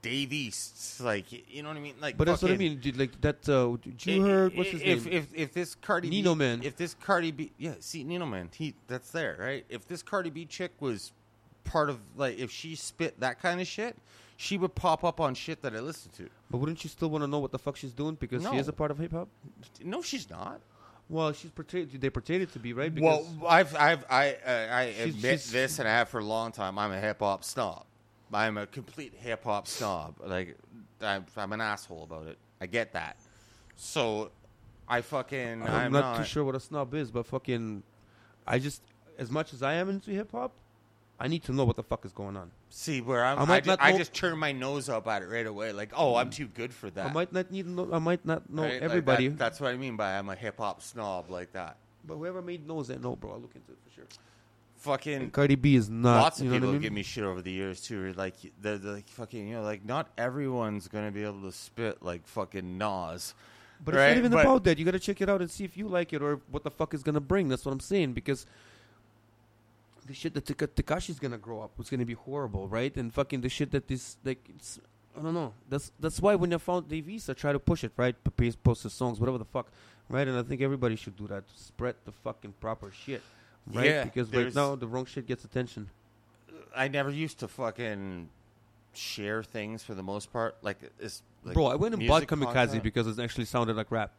[SPEAKER 5] Dave East, like you know what I mean. Like,
[SPEAKER 4] But that's what I
[SPEAKER 5] fucking-
[SPEAKER 4] mean. Dude, like that. Uh, did you
[SPEAKER 5] I-
[SPEAKER 4] heard what's his
[SPEAKER 5] if,
[SPEAKER 4] name?
[SPEAKER 5] If if this Cardi
[SPEAKER 4] Nino
[SPEAKER 5] B,
[SPEAKER 4] Man.
[SPEAKER 5] if this Cardi B, yeah, see Nino Man, he that's there, right? If this Cardi B chick was part of like, if she spit that kind of shit, she would pop up on shit that I listen to.
[SPEAKER 4] but wouldn't you still want to know what the fuck she's doing because she is
[SPEAKER 5] No.
[SPEAKER 4] a part of hip hop?
[SPEAKER 5] No, she's not.
[SPEAKER 4] Well, she's portrayed. They portrayed it to be right. Because
[SPEAKER 5] Well, I've, I've, I, uh, I
[SPEAKER 4] She's-
[SPEAKER 5] admit
[SPEAKER 4] she's-
[SPEAKER 5] this, and I have for a long time. I'm a hip hop snob. I'm a complete hip hop snob. Like, I'm, I'm an asshole about it. I get that. So, I fucking,
[SPEAKER 4] I'm, not, too sure what a snob is, but fucking, I just as much as I am into hip hop, I need to know what the fuck is going on.
[SPEAKER 5] See where I'm.
[SPEAKER 4] I
[SPEAKER 5] I,
[SPEAKER 4] might
[SPEAKER 5] ju-
[SPEAKER 4] not
[SPEAKER 5] I
[SPEAKER 4] know-
[SPEAKER 5] just turn my nose up at it right away. Like, oh, I'm too good for that.
[SPEAKER 4] I might not need. to Know, I might not know
[SPEAKER 5] Right? Like, that-
[SPEAKER 4] everybody.
[SPEAKER 5] that's what I mean by I'm a hip hop snob like that.
[SPEAKER 4] But whoever made knows that know, bro. I'll look into it for sure.
[SPEAKER 5] Fucking
[SPEAKER 4] Cardi B is not.
[SPEAKER 5] lots of
[SPEAKER 4] Uh, you know
[SPEAKER 5] people
[SPEAKER 4] what I mean?
[SPEAKER 5] give me shit over the years too. Like the the fucking you know like not everyone's gonna be able to spit like fucking Nas.
[SPEAKER 4] But
[SPEAKER 5] right?
[SPEAKER 4] it's not even
[SPEAKER 5] But-
[SPEAKER 4] about that. You gotta check it out and see if you like it or what the fuck is gonna bring. That's what I'm saying because the shit that Taka- Takashi's gonna grow up was gonna be horrible, right? And fucking the shit that this like it's I don't know. That's that's why when I found Dave East, I try to push it, right? P- p- Post his songs, whatever the fuck, right? And I think everybody should do that. Spread the fucking proper shit, right?
[SPEAKER 5] Yeah,
[SPEAKER 4] because right
[SPEAKER 5] there's-
[SPEAKER 4] now the wrong shit gets attention.
[SPEAKER 5] I never used to fucking share things for the most part. Like it's like
[SPEAKER 4] Bro, I went and bought
[SPEAKER 5] music
[SPEAKER 4] Kamikaze
[SPEAKER 5] content.
[SPEAKER 4] because it actually sounded like rap.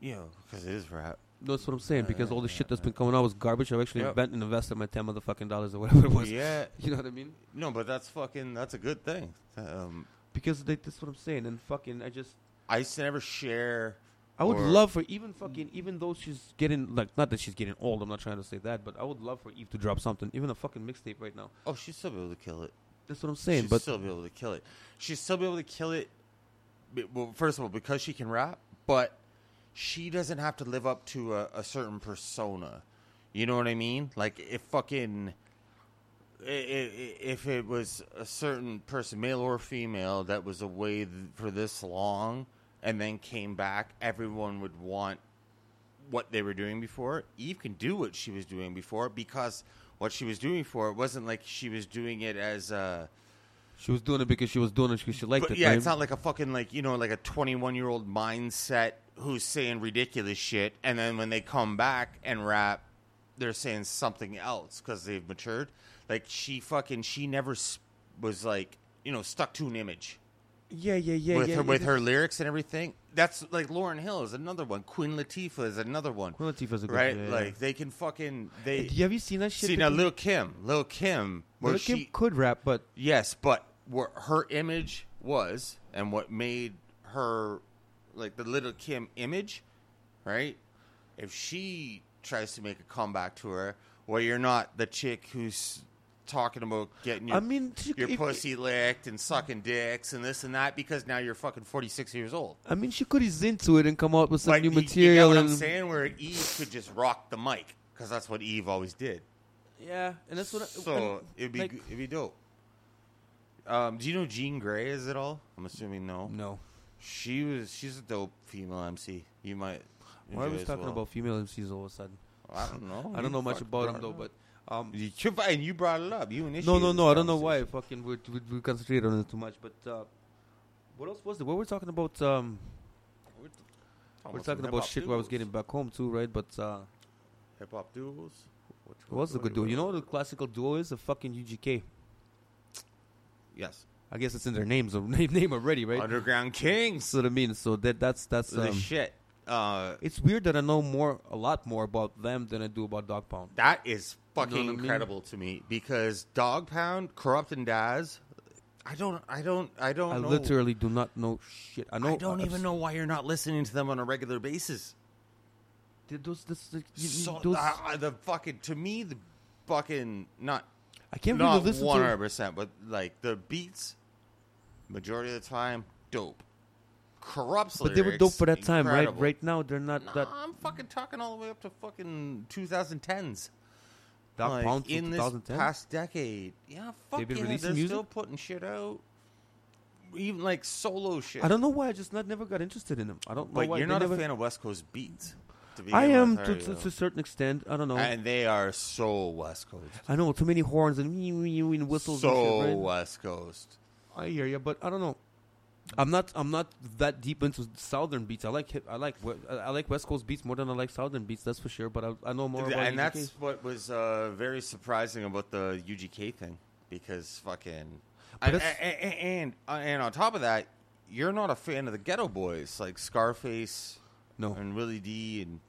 [SPEAKER 5] you know because it is rap.
[SPEAKER 4] That's what I'm saying. Because all the shit that's been coming out was garbage. I've actually
[SPEAKER 5] Yep.
[SPEAKER 4] invent and invested my ten motherfucking dollars or whatever it was.
[SPEAKER 5] Yeah,
[SPEAKER 4] <laughs> You know what I mean?
[SPEAKER 5] no, but that's fucking that's a good thing. Um,
[SPEAKER 4] Because they, that's what I'm saying. And fucking, I just,
[SPEAKER 5] I used to never share.
[SPEAKER 4] I would
[SPEAKER 5] or-
[SPEAKER 4] love for even fucking, even though she's getting like, not that she's getting old. I'm not trying to say that, but I would love for Eve to drop something, even a fucking mixtape right now.
[SPEAKER 5] Oh, she'd still be able to kill it.
[SPEAKER 4] That's what I'm saying.
[SPEAKER 5] she'd
[SPEAKER 4] but
[SPEAKER 5] still be able to kill it. She'd still be able to kill it. b- Well, first of all, because she can rap, but she doesn't have to live up to a, a certain persona. You know what I mean? Like if fucking i- i- i- if it was a certain person, male or female, that was away th- for this long and then came back, everyone would want what they were doing before. Eve can do what she was doing before because what she was doing before it wasn't like she was doing it as a.
[SPEAKER 4] she was doing it because she was doing it because she liked
[SPEAKER 5] But
[SPEAKER 4] it.
[SPEAKER 5] yeah,
[SPEAKER 4] right?
[SPEAKER 5] it's not like a fucking like you know like a twenty one year old mindset who's saying ridiculous shit, and then when they come back and rap, they're saying something else because they've matured. Like she fucking she never s- was like you know stuck to an image
[SPEAKER 4] yeah, yeah, yeah,
[SPEAKER 5] with
[SPEAKER 4] yeah.
[SPEAKER 5] her
[SPEAKER 4] yeah,
[SPEAKER 5] with
[SPEAKER 4] this-
[SPEAKER 5] her lyrics and everything. That's like Lauren Hill is another one. Queen Latifah is another one.
[SPEAKER 4] Queen Latifah's a good-
[SPEAKER 5] right.
[SPEAKER 4] yeah, yeah.
[SPEAKER 5] like they can fucking they.
[SPEAKER 4] Have you seen that shit?
[SPEAKER 5] See
[SPEAKER 4] that
[SPEAKER 5] now,
[SPEAKER 4] they-
[SPEAKER 5] Lil Kim, Lil Kim, where
[SPEAKER 4] Lil
[SPEAKER 5] she
[SPEAKER 4] Kim could rap, but
[SPEAKER 5] Yes, but what her image was and what made her like the little Kim image right? If she tries to make a comeback to her, where you're not the chick who's talking about getting your,
[SPEAKER 4] I mean, she-
[SPEAKER 5] your
[SPEAKER 4] if-
[SPEAKER 5] pussy licked and sucking dicks and this and that because now you're fucking 46 years old.
[SPEAKER 4] I mean, she could ease into it and come out with some
[SPEAKER 5] Like,
[SPEAKER 4] new
[SPEAKER 5] you-
[SPEAKER 4] material.
[SPEAKER 5] You know what I'm
[SPEAKER 4] and,
[SPEAKER 5] saying? Where Eve could just rock the mic because that's what Eve always did.
[SPEAKER 4] Yeah, and that's what. I,
[SPEAKER 5] So
[SPEAKER 4] and,
[SPEAKER 5] it'd be
[SPEAKER 4] like-
[SPEAKER 5] g it'd be dope. Um, do you know Jean Grey is at all? I'm assuming no.
[SPEAKER 4] no.
[SPEAKER 5] She was she's a dope female MC. You might.
[SPEAKER 4] Why are
[SPEAKER 5] enjoy
[SPEAKER 4] we
[SPEAKER 5] as
[SPEAKER 4] talking
[SPEAKER 5] well.
[SPEAKER 4] about female MCs all of a sudden?
[SPEAKER 5] I don't know.
[SPEAKER 4] I
[SPEAKER 5] You
[SPEAKER 4] don't know much
[SPEAKER 5] fucking
[SPEAKER 4] about
[SPEAKER 5] brought
[SPEAKER 4] them though,
[SPEAKER 5] it
[SPEAKER 4] but
[SPEAKER 5] up.
[SPEAKER 4] um,
[SPEAKER 5] you, you brought- and you brought it up. You initiated.
[SPEAKER 4] no, no,
[SPEAKER 5] this
[SPEAKER 4] no. I don't know why.
[SPEAKER 5] conversation.
[SPEAKER 4] Fucking, we we, we concentrate on it too much. But uh, what else was it? What we're talking about? Um, we're
[SPEAKER 5] some
[SPEAKER 4] talking about
[SPEAKER 5] hip-hop
[SPEAKER 4] shit where I was
[SPEAKER 5] duos.
[SPEAKER 4] getting back home too, right? But uh,
[SPEAKER 5] Hip hop duels. Which
[SPEAKER 4] what was the good duo? You know what a classical duo is? A fucking UGK.
[SPEAKER 5] Yes.
[SPEAKER 4] I guess it's in their names, <laughs> or name, name already, right?
[SPEAKER 5] Underground Kings.
[SPEAKER 4] That's what I mean. So that that's that's
[SPEAKER 5] the
[SPEAKER 4] um,
[SPEAKER 5] shit. Uh,
[SPEAKER 4] It's weird that I know more, a lot more about them than I do about Dog Pound.
[SPEAKER 5] That is fucking
[SPEAKER 4] what I mean?
[SPEAKER 5] incredible to me because Dog Pound, Corrupt and Daz, I don't, I don't, I don't.
[SPEAKER 4] I
[SPEAKER 5] know.
[SPEAKER 4] literally do not know shit. I know. uh,
[SPEAKER 5] I don't even know why you're not listening to them on a regular basis.
[SPEAKER 4] Th- Those, this, like, you- you-
[SPEAKER 5] So
[SPEAKER 4] those-
[SPEAKER 5] uh, uh, the fucking to me the fucking not
[SPEAKER 4] I can't
[SPEAKER 5] not
[SPEAKER 4] really listen
[SPEAKER 5] one hundred
[SPEAKER 4] to.
[SPEAKER 5] percent, but like the beats, majority of the time, dope. Corrupts,
[SPEAKER 4] But they were
[SPEAKER 5] lyrics,
[SPEAKER 4] dope for that time, right?
[SPEAKER 5] incredible.
[SPEAKER 4] Right now, they're not that.
[SPEAKER 5] Nah, I'm fucking talking all the way up to fucking 2010s.
[SPEAKER 4] Doc
[SPEAKER 5] Like,
[SPEAKER 4] Pound
[SPEAKER 5] in
[SPEAKER 4] in
[SPEAKER 5] this
[SPEAKER 4] 2010.
[SPEAKER 5] past decade. Yeah, fuck
[SPEAKER 4] They've been
[SPEAKER 5] yeah,
[SPEAKER 4] releasing
[SPEAKER 5] they're
[SPEAKER 4] music?
[SPEAKER 5] still putting shit out. Even like solo shit.
[SPEAKER 4] I don't know why I just not never got interested in them. I don't know
[SPEAKER 5] But
[SPEAKER 4] why.
[SPEAKER 5] you're
[SPEAKER 4] they
[SPEAKER 5] not
[SPEAKER 4] never,
[SPEAKER 5] a fan of West Coast beats. To begin
[SPEAKER 4] I am
[SPEAKER 5] with, are
[SPEAKER 4] to,
[SPEAKER 5] you?
[SPEAKER 4] to, to a certain extent. I don't know.
[SPEAKER 5] and they are so West Coast.
[SPEAKER 4] I know too many horns and whistles.
[SPEAKER 5] so uh,
[SPEAKER 4] and shit, right?
[SPEAKER 5] West Coast.
[SPEAKER 4] I hear you, but I don't know. I'm not. I'm not that deep into southern beats. I like. hip- I like. we- I like West Coast beats more than I like southern beats. That's for sure. But I, I know more. about E
[SPEAKER 5] and
[SPEAKER 4] UGK.
[SPEAKER 5] that's what was uh, very surprising about the UGK thing because fucking
[SPEAKER 4] But
[SPEAKER 5] and,
[SPEAKER 4] that's-
[SPEAKER 5] and, and uh, and on top of that, you're not a fan of the Ghetto Boys like Scarface,
[SPEAKER 4] No.
[SPEAKER 5] and Willie D and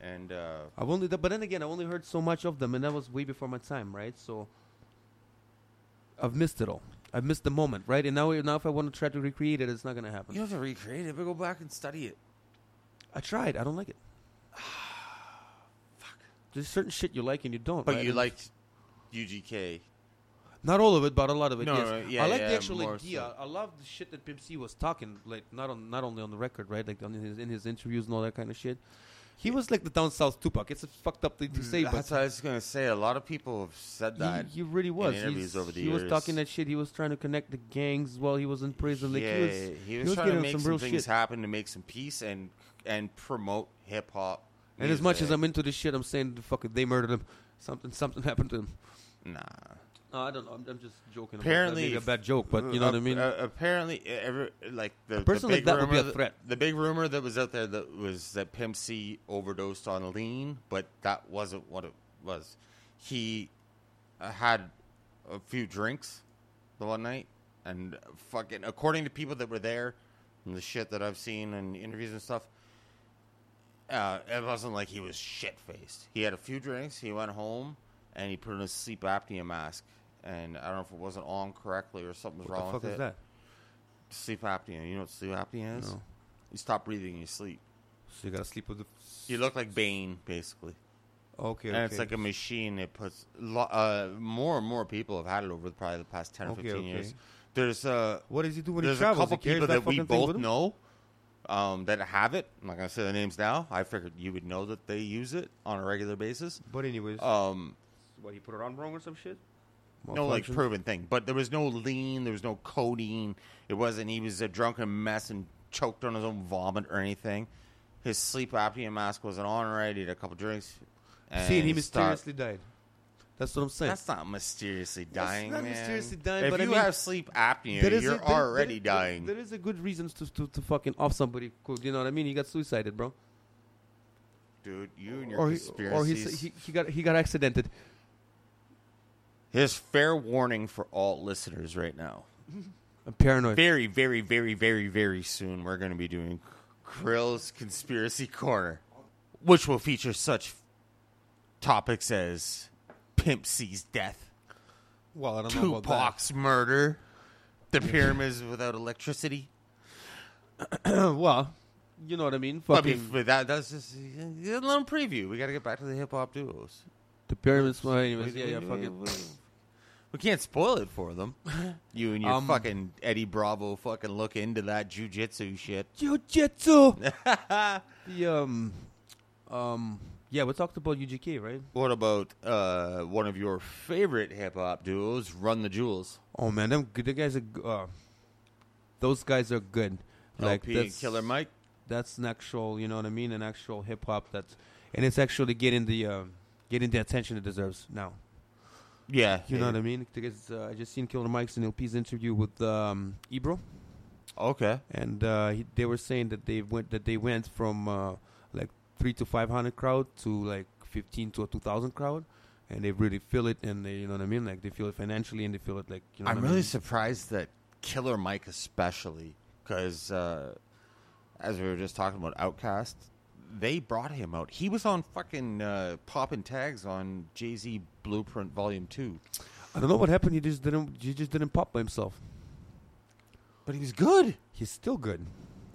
[SPEAKER 5] and uh,
[SPEAKER 4] I've only. But then again, I only heard so much of them, and that was way before my time, right? So I've missed it all. I've missed the moment, right? And now, now if I want to try to recreate it, it's not gonna happen.
[SPEAKER 5] you have to recreate it, but go back and study it.
[SPEAKER 4] I tried. I don't
[SPEAKER 5] <sighs>
[SPEAKER 4] like it. There's certain shit you like and you don't.
[SPEAKER 5] But
[SPEAKER 4] right?
[SPEAKER 5] you
[SPEAKER 4] And-
[SPEAKER 5] liked UGK.
[SPEAKER 4] Not all of it, but a lot of it.
[SPEAKER 5] No,
[SPEAKER 4] yes.
[SPEAKER 5] no, yeah,
[SPEAKER 4] I like
[SPEAKER 5] yeah,
[SPEAKER 4] the actual
[SPEAKER 5] more
[SPEAKER 4] idea.
[SPEAKER 5] so.
[SPEAKER 4] I love the shit that Pimp C was talking, like not on not only on the record, right? Like on his in his interviews and all that kind of shit. He was like the down south Tupac. It's a fucked up thing to say,
[SPEAKER 5] Mm, That's
[SPEAKER 4] but
[SPEAKER 5] what I was gonna say. A lot of people have said that.
[SPEAKER 4] he, he really was.
[SPEAKER 5] in interviews
[SPEAKER 4] He's-
[SPEAKER 5] over the
[SPEAKER 4] he was
[SPEAKER 5] years.
[SPEAKER 4] talking that shit. He was trying to connect the gangs while he was in prison. Like
[SPEAKER 5] yeah,
[SPEAKER 4] he was,
[SPEAKER 5] he was trying
[SPEAKER 4] getting
[SPEAKER 5] to
[SPEAKER 4] on
[SPEAKER 5] make
[SPEAKER 4] some
[SPEAKER 5] some,
[SPEAKER 4] real
[SPEAKER 5] things
[SPEAKER 4] shit.
[SPEAKER 5] happen to make some peace and and promote hip hop.
[SPEAKER 4] And as much as
[SPEAKER 5] music.
[SPEAKER 4] I'm into this shit, I'm saying the fucking they murdered him. Something something happened to him.
[SPEAKER 5] nah.
[SPEAKER 4] No, I don't know. I'm, I'm just joking. about that.
[SPEAKER 5] apparently
[SPEAKER 4] Maybe a bad joke, but you know
[SPEAKER 5] Uh,
[SPEAKER 4] what I mean.
[SPEAKER 5] uh, apparently, uh, every, like the, the
[SPEAKER 4] person like
[SPEAKER 5] big
[SPEAKER 4] that would
[SPEAKER 5] rumor
[SPEAKER 4] be a threat.
[SPEAKER 5] The big rumor that was out there that was that Pimp C overdosed on lean, but that wasn't what it was. He uh, had a few drinks the one night, and fucking according to people that were there and the shit that I've seen and interviews and stuff, uh, it wasn't like he was shit faced. He had a few drinks. He went home and he put on a sleep apnea mask. And I don't know if it wasn't on correctly or something was
[SPEAKER 4] what
[SPEAKER 5] wrong
[SPEAKER 4] the fuck
[SPEAKER 5] with
[SPEAKER 4] is
[SPEAKER 5] it.
[SPEAKER 4] that?
[SPEAKER 5] Sleep apnea. You know what sleep apnea is? You stop breathing in your sleep.
[SPEAKER 4] So you gotta sleep with the
[SPEAKER 5] You look like Bane, basically.
[SPEAKER 4] Okay,
[SPEAKER 5] And it's like a machine. It puts lo- uh, more and more people have had it over the, probably the past ten or
[SPEAKER 4] Okay,
[SPEAKER 5] fifteen
[SPEAKER 4] okay.
[SPEAKER 5] years. There's uh,
[SPEAKER 4] What does he do when he
[SPEAKER 5] there's
[SPEAKER 4] travels?
[SPEAKER 5] a couple
[SPEAKER 4] He carries
[SPEAKER 5] people
[SPEAKER 4] that
[SPEAKER 5] that we
[SPEAKER 4] fucking thing
[SPEAKER 5] both
[SPEAKER 4] with him?
[SPEAKER 5] know um, that have it. I'm not gonna say the names now. I figured you would know that they use it on a regular basis.
[SPEAKER 4] But anyways,
[SPEAKER 5] Um,
[SPEAKER 4] what he put it on wrong or some shit?
[SPEAKER 5] no like proven thing, but there was no lean, there was no codeine. It wasn't he was a drunken mess and choked on his own vomit or anything. His sleep apnea mask wasn't on right. He had a couple drinks. And
[SPEAKER 4] See, and he
[SPEAKER 5] start-
[SPEAKER 4] mysteriously died. That's what I'm saying.
[SPEAKER 5] That's not mysteriously
[SPEAKER 4] That's
[SPEAKER 5] dying.
[SPEAKER 4] not
[SPEAKER 5] man.
[SPEAKER 4] mysteriously dying,
[SPEAKER 5] If
[SPEAKER 4] but I
[SPEAKER 5] you
[SPEAKER 4] mean-
[SPEAKER 5] have sleep apnea,
[SPEAKER 4] There is
[SPEAKER 5] you're
[SPEAKER 4] a- there- there-
[SPEAKER 5] already
[SPEAKER 4] there-
[SPEAKER 5] dying.
[SPEAKER 4] There is a good reason to, to, to fucking off somebody. Cool, you know what I mean? He got suicided, bro.
[SPEAKER 5] Dude, you and your
[SPEAKER 4] Or he, or he,
[SPEAKER 5] conspiracies.
[SPEAKER 4] he, he got he got accidented.
[SPEAKER 5] Here's fair warning for all listeners right now.
[SPEAKER 4] I'm paranoid.
[SPEAKER 5] Very, very, very, very, very soon, we're going to be doing Krill's Conspiracy Corner, which will feature such topics as Pimp C's death,
[SPEAKER 4] well, I don't
[SPEAKER 5] Tupac's murder, the pyramids without electricity.
[SPEAKER 4] that. <laughs> well, you know what I mean?
[SPEAKER 5] But be-
[SPEAKER 4] Fucking
[SPEAKER 5] but that that's just a little preview. We got to get back to the hip hop duos.
[SPEAKER 4] the pyramids. Well, anyways,
[SPEAKER 5] We-
[SPEAKER 4] yeah,
[SPEAKER 5] we-
[SPEAKER 4] yeah,
[SPEAKER 5] we-
[SPEAKER 4] fucking.
[SPEAKER 5] we- We can't spoil it for them. <laughs> You and your
[SPEAKER 4] Um,
[SPEAKER 5] fucking Eddie Bravo fucking look into that jujitsu shit. <laughs>
[SPEAKER 4] Jiu-jitsu. the um, um, yeah, we talked about UGK, right?
[SPEAKER 5] What about uh, one of your favorite hip hop duos, Run the Jewels?
[SPEAKER 4] Oh man, them good. The guys are. g- Uh, those guys are good. Like
[SPEAKER 5] LP and
[SPEAKER 4] that's-
[SPEAKER 5] Killer Mike.
[SPEAKER 4] that's an actual, you know what I mean, an actual hip hop that's, and it's actually getting the, um, getting the attention it deserves now.
[SPEAKER 5] Yeah,
[SPEAKER 4] You know what I mean? Because uh, I just seen Killer Mike's and LP's interview with um, Ebro,
[SPEAKER 5] Okay.
[SPEAKER 4] and uh, he, they were saying that they went that they went from uh, like three to five hundred crowd to like fifteen to a two thousand crowd, and they really feel it, and they, you know what I mean? Like they feel it financially, and they feel it like you know.
[SPEAKER 5] I'm
[SPEAKER 4] what
[SPEAKER 5] really
[SPEAKER 4] I mean?
[SPEAKER 5] surprised that Killer Mike, especially, because uh, as we were just talking about Outcast, they brought him out. He was on fucking uh, popping tags on Jay Z Blueprint Volume Two,
[SPEAKER 4] I don't know what happened. He just didn't. He just didn't pop by himself.
[SPEAKER 5] but he was good.
[SPEAKER 4] He's still good.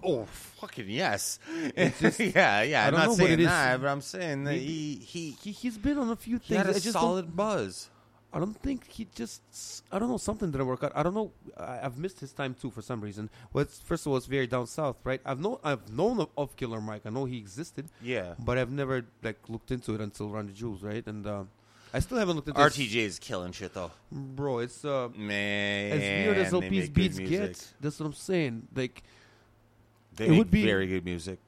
[SPEAKER 5] Oh fucking yes, <laughs> yeah, yeah.
[SPEAKER 4] I
[SPEAKER 5] I'm
[SPEAKER 4] don't know
[SPEAKER 5] not
[SPEAKER 4] what
[SPEAKER 5] saying
[SPEAKER 4] it is.
[SPEAKER 5] that, but I'm saying that he he,
[SPEAKER 4] He, he's been on a few
[SPEAKER 5] he
[SPEAKER 4] things.
[SPEAKER 5] had
[SPEAKER 4] I
[SPEAKER 5] a
[SPEAKER 4] just don't-
[SPEAKER 5] solid buzz.
[SPEAKER 4] I don't think he just. I don't know something didn't work out. I don't know. I, I've missed his time too for some reason. Well, it's, first of all, it's very down south, right? I've known I've known of, of Killer Mike. I know he existed.
[SPEAKER 5] Yeah.
[SPEAKER 4] But I've never like looked into it until Run the Jewels, right? And um, I still haven't looked at
[SPEAKER 5] RTJ is killing shit though,
[SPEAKER 4] bro. It's uh,
[SPEAKER 5] man.
[SPEAKER 4] as weird as
[SPEAKER 5] they
[SPEAKER 4] LP's
[SPEAKER 5] make good
[SPEAKER 4] beats
[SPEAKER 5] music.
[SPEAKER 4] get. That's what I'm saying. Like
[SPEAKER 5] They
[SPEAKER 4] It
[SPEAKER 5] make
[SPEAKER 4] would be-
[SPEAKER 5] very good music.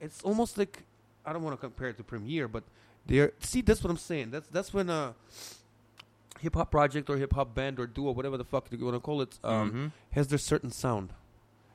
[SPEAKER 4] it's almost like I don't want to compare it to Premiere, but they're see that's what I'm saying. That's that's when a hip hop project or hip hop band or duo, whatever the fuck you want to call it, um,
[SPEAKER 5] Mm-hmm.
[SPEAKER 4] has their certain sound.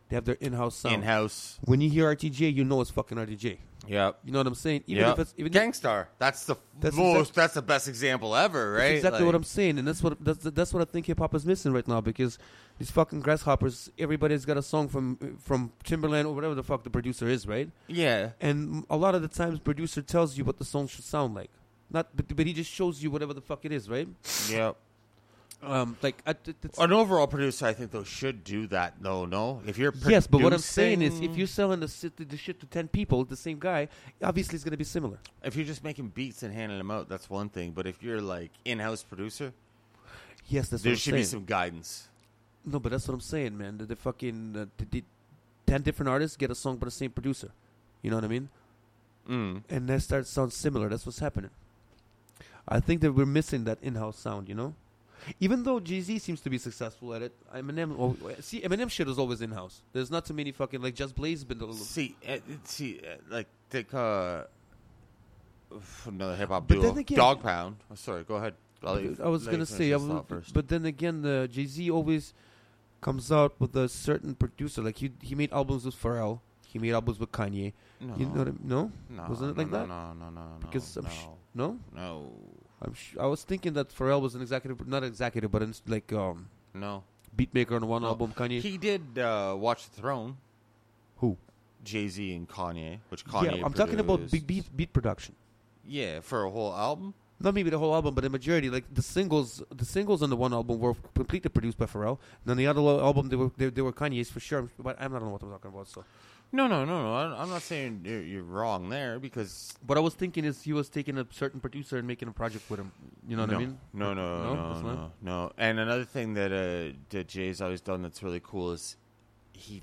[SPEAKER 4] They have their in-house sound.
[SPEAKER 5] In house,
[SPEAKER 4] When you hear RTJ, you know it's fucking RTJ.
[SPEAKER 5] yep.
[SPEAKER 4] You know what I'm saying? Even
[SPEAKER 5] yeah.
[SPEAKER 4] if it's even
[SPEAKER 5] Gangstar. That's the
[SPEAKER 4] That's
[SPEAKER 5] most.
[SPEAKER 4] exact-
[SPEAKER 5] that's the best example ever, right?
[SPEAKER 4] That's exactly what
[SPEAKER 5] Like,
[SPEAKER 4] I'm saying, and that's what that's that's what I think hip hop is missing right now because these fucking grasshoppers. Everybody's got a song from from Timberland or whatever the fuck the producer is, right?
[SPEAKER 5] Yeah.
[SPEAKER 4] and a lot of the times producer tells you what the song should sound like not but, but he just shows you whatever the fuck it is right
[SPEAKER 5] Yep.
[SPEAKER 4] um like I, it- it's,
[SPEAKER 5] An overall producer, I think, though, should do that. No, no. If you're
[SPEAKER 4] yes but what i'm saying is if
[SPEAKER 5] producing-
[SPEAKER 4] you're selling the, si- the shit to 10 people the same guy obviously it's going to be similar
[SPEAKER 5] if you're just making beats and handing them out, that's one thing. But if you're like in-house producer,
[SPEAKER 4] yes that's
[SPEAKER 5] there
[SPEAKER 4] what
[SPEAKER 5] should
[SPEAKER 4] i'm
[SPEAKER 5] be
[SPEAKER 4] saying
[SPEAKER 5] some guidance.
[SPEAKER 4] no but that's what i'm saying man the, the fucking uh, the, the 10 different artists get a song by the same producer you know what i mean
[SPEAKER 5] Mm.
[SPEAKER 4] and that starts to sound similar that's what's happening i think that we're missing that in-house sound you know even though Jay-Z seems to be successful at it, Eminem. Oh, see, Eminem shit is always in-house. There's not too many fucking like Just Blaze been a little.
[SPEAKER 5] See, uh, see, uh, like take uh, f- another hip hop
[SPEAKER 4] But then
[SPEAKER 5] duo,
[SPEAKER 4] again-
[SPEAKER 5] Dog Pound. Oh, sorry, go ahead. I'll let you-
[SPEAKER 4] I was
[SPEAKER 5] let you
[SPEAKER 4] gonna
[SPEAKER 5] finish
[SPEAKER 4] say, I
[SPEAKER 5] this
[SPEAKER 4] was,
[SPEAKER 5] thought first.
[SPEAKER 4] but then again, the Jay-Z always comes out with a certain producer. Like he he made albums with Pharrell. He made albums with Kanye. You know what I mean? No,
[SPEAKER 5] no,
[SPEAKER 4] wasn't it
[SPEAKER 5] no,
[SPEAKER 4] like
[SPEAKER 5] no,
[SPEAKER 4] that?
[SPEAKER 5] No, no, no, no.
[SPEAKER 4] because I'm
[SPEAKER 5] no,
[SPEAKER 4] sh- no,
[SPEAKER 5] no,
[SPEAKER 4] I'm sh- I was thinking that Pharrell was an executive, not executive, but an, like um
[SPEAKER 5] no.
[SPEAKER 4] beatmaker on one
[SPEAKER 5] No.
[SPEAKER 4] album. Kanye.
[SPEAKER 5] He did uh, Watch the Throne,
[SPEAKER 4] Who?
[SPEAKER 5] Jay Z and Kanye, which Kanye.
[SPEAKER 4] yeah, I'm talking about
[SPEAKER 5] produced.
[SPEAKER 4] big beat, beat production.
[SPEAKER 5] Yeah, for a whole album.
[SPEAKER 4] Not maybe the whole album, but the majority, like the singles, the singles on the one album were completely produced by Pharrell. And on the other lo- album, they were they, they were Kanye's for sure. But I'm not know what I'm talking about. So,
[SPEAKER 5] No, no, no, no. I- I'm not saying you're, you're wrong there because
[SPEAKER 4] what I was thinking is he was taking a certain producer and making a project with him. You know what
[SPEAKER 5] no,
[SPEAKER 4] I mean?
[SPEAKER 5] no, no,
[SPEAKER 4] No,
[SPEAKER 5] no,
[SPEAKER 4] that's
[SPEAKER 5] no, no,
[SPEAKER 4] not?
[SPEAKER 5] And another thing that uh, that Jay's always done that's really cool is he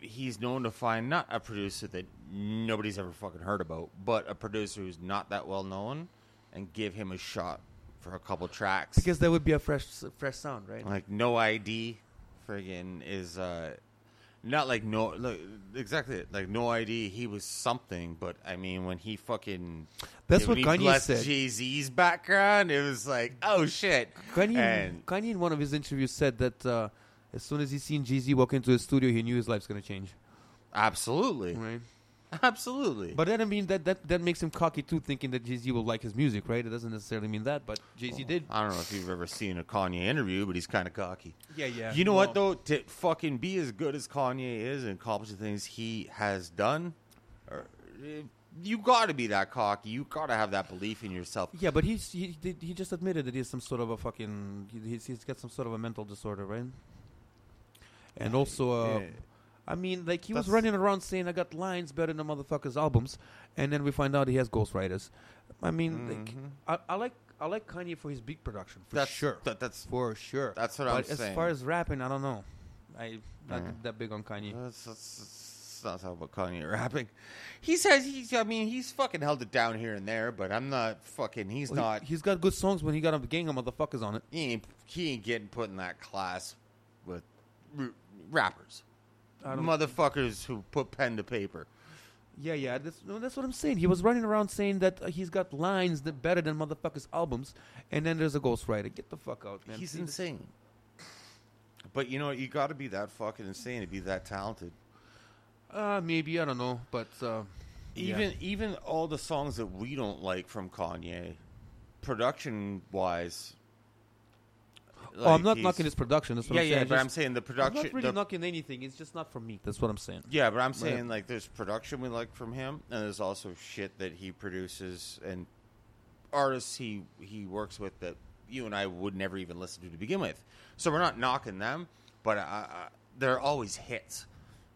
[SPEAKER 5] he's known to find not a producer that nobody's ever fucking heard about, but a producer who's not that well known, and give him a shot for a couple tracks
[SPEAKER 4] Because that would be a fresh fresh sound, right?
[SPEAKER 5] like no ID, friggin' is uh, not like no like, exactly it. like no ID. He was something, but I mean when he fucking
[SPEAKER 4] That's
[SPEAKER 5] when
[SPEAKER 4] what Kanye
[SPEAKER 5] he blessed
[SPEAKER 4] said.
[SPEAKER 5] Jay Z's background, it was like oh shit.
[SPEAKER 4] Kanye,
[SPEAKER 5] and
[SPEAKER 4] Kanye in one of his interviews said that uh, as soon as he seen Jay Z walk into his studio, he knew his life's gonna change.
[SPEAKER 5] absolutely,
[SPEAKER 4] Right.
[SPEAKER 5] absolutely.
[SPEAKER 4] But then I mean that, that that makes him cocky too, thinking that Jay Z will like his music, right? It doesn't necessarily mean that, but Jay Z did.
[SPEAKER 5] I don't know if you've ever seen a Kanye interview, but he's kind of cocky.
[SPEAKER 4] Yeah, yeah.
[SPEAKER 5] You know what
[SPEAKER 4] Well-
[SPEAKER 5] though? To fucking be as good as Kanye is and accomplish the things he has done, or, eh, you got to be that cocky. You got to have that belief in yourself.
[SPEAKER 4] Yeah, but he's he did, he just admitted that he has some sort of a fucking he- he's, he's got some sort of a mental disorder, right? And also, uh, I mean, like he was
[SPEAKER 5] That's-
[SPEAKER 4] running around saying, "I got lines better than motherfuckers' albums," and then we find out he has ghostwriters. I mean, like, I, I like I like Kanye for his beat production for
[SPEAKER 5] That's-
[SPEAKER 4] sure.
[SPEAKER 5] that- that's-
[SPEAKER 4] for sure.
[SPEAKER 5] that's what
[SPEAKER 4] but
[SPEAKER 5] I'm
[SPEAKER 4] As
[SPEAKER 5] saying.
[SPEAKER 4] far as rapping, I don't know. I not that big on Kanye.
[SPEAKER 5] Let's, let's- let's not talk about Kanye rapping. He says he's. I mean, he's fucking held it down here and there, but I'm not fucking. He's
[SPEAKER 4] Well,
[SPEAKER 5] not.
[SPEAKER 4] He, has got good songs when he got a gang of motherfuckers on it.
[SPEAKER 5] He ain't. He ain't getting put in that class with r- rappers, motherfuckers who put pen to paper.
[SPEAKER 4] Yeah, yeah. That's, no, that's what I'm saying. He was running around saying that uh, he's got lines that better than motherfuckers' albums, and then there's a ghostwriter. Get the fuck out, man.
[SPEAKER 5] He's
[SPEAKER 4] See, this-
[SPEAKER 5] insane. But you know, what? you got to be that fucking insane to be that talented.
[SPEAKER 4] Uh, maybe I don't know, but uh, yeah.
[SPEAKER 5] Even even all the songs that we don't like from Kanye, production wise.
[SPEAKER 4] oh, I'm not knocking his production. That's what
[SPEAKER 5] Yeah,
[SPEAKER 4] I'm
[SPEAKER 5] yeah,
[SPEAKER 4] saying. I
[SPEAKER 5] but
[SPEAKER 4] just-
[SPEAKER 5] I'm saying the
[SPEAKER 4] I'm
[SPEAKER 5] production.
[SPEAKER 4] not really
[SPEAKER 5] the-
[SPEAKER 4] knocking anything. It's just not for me. That's what I'm saying.
[SPEAKER 5] yeah, but I'm saying like there's production we like from him, and there's also shit that he produces and artists he he works with that you and I would never even listen to to begin with. So we're not knocking them, but I, I, they're always hits,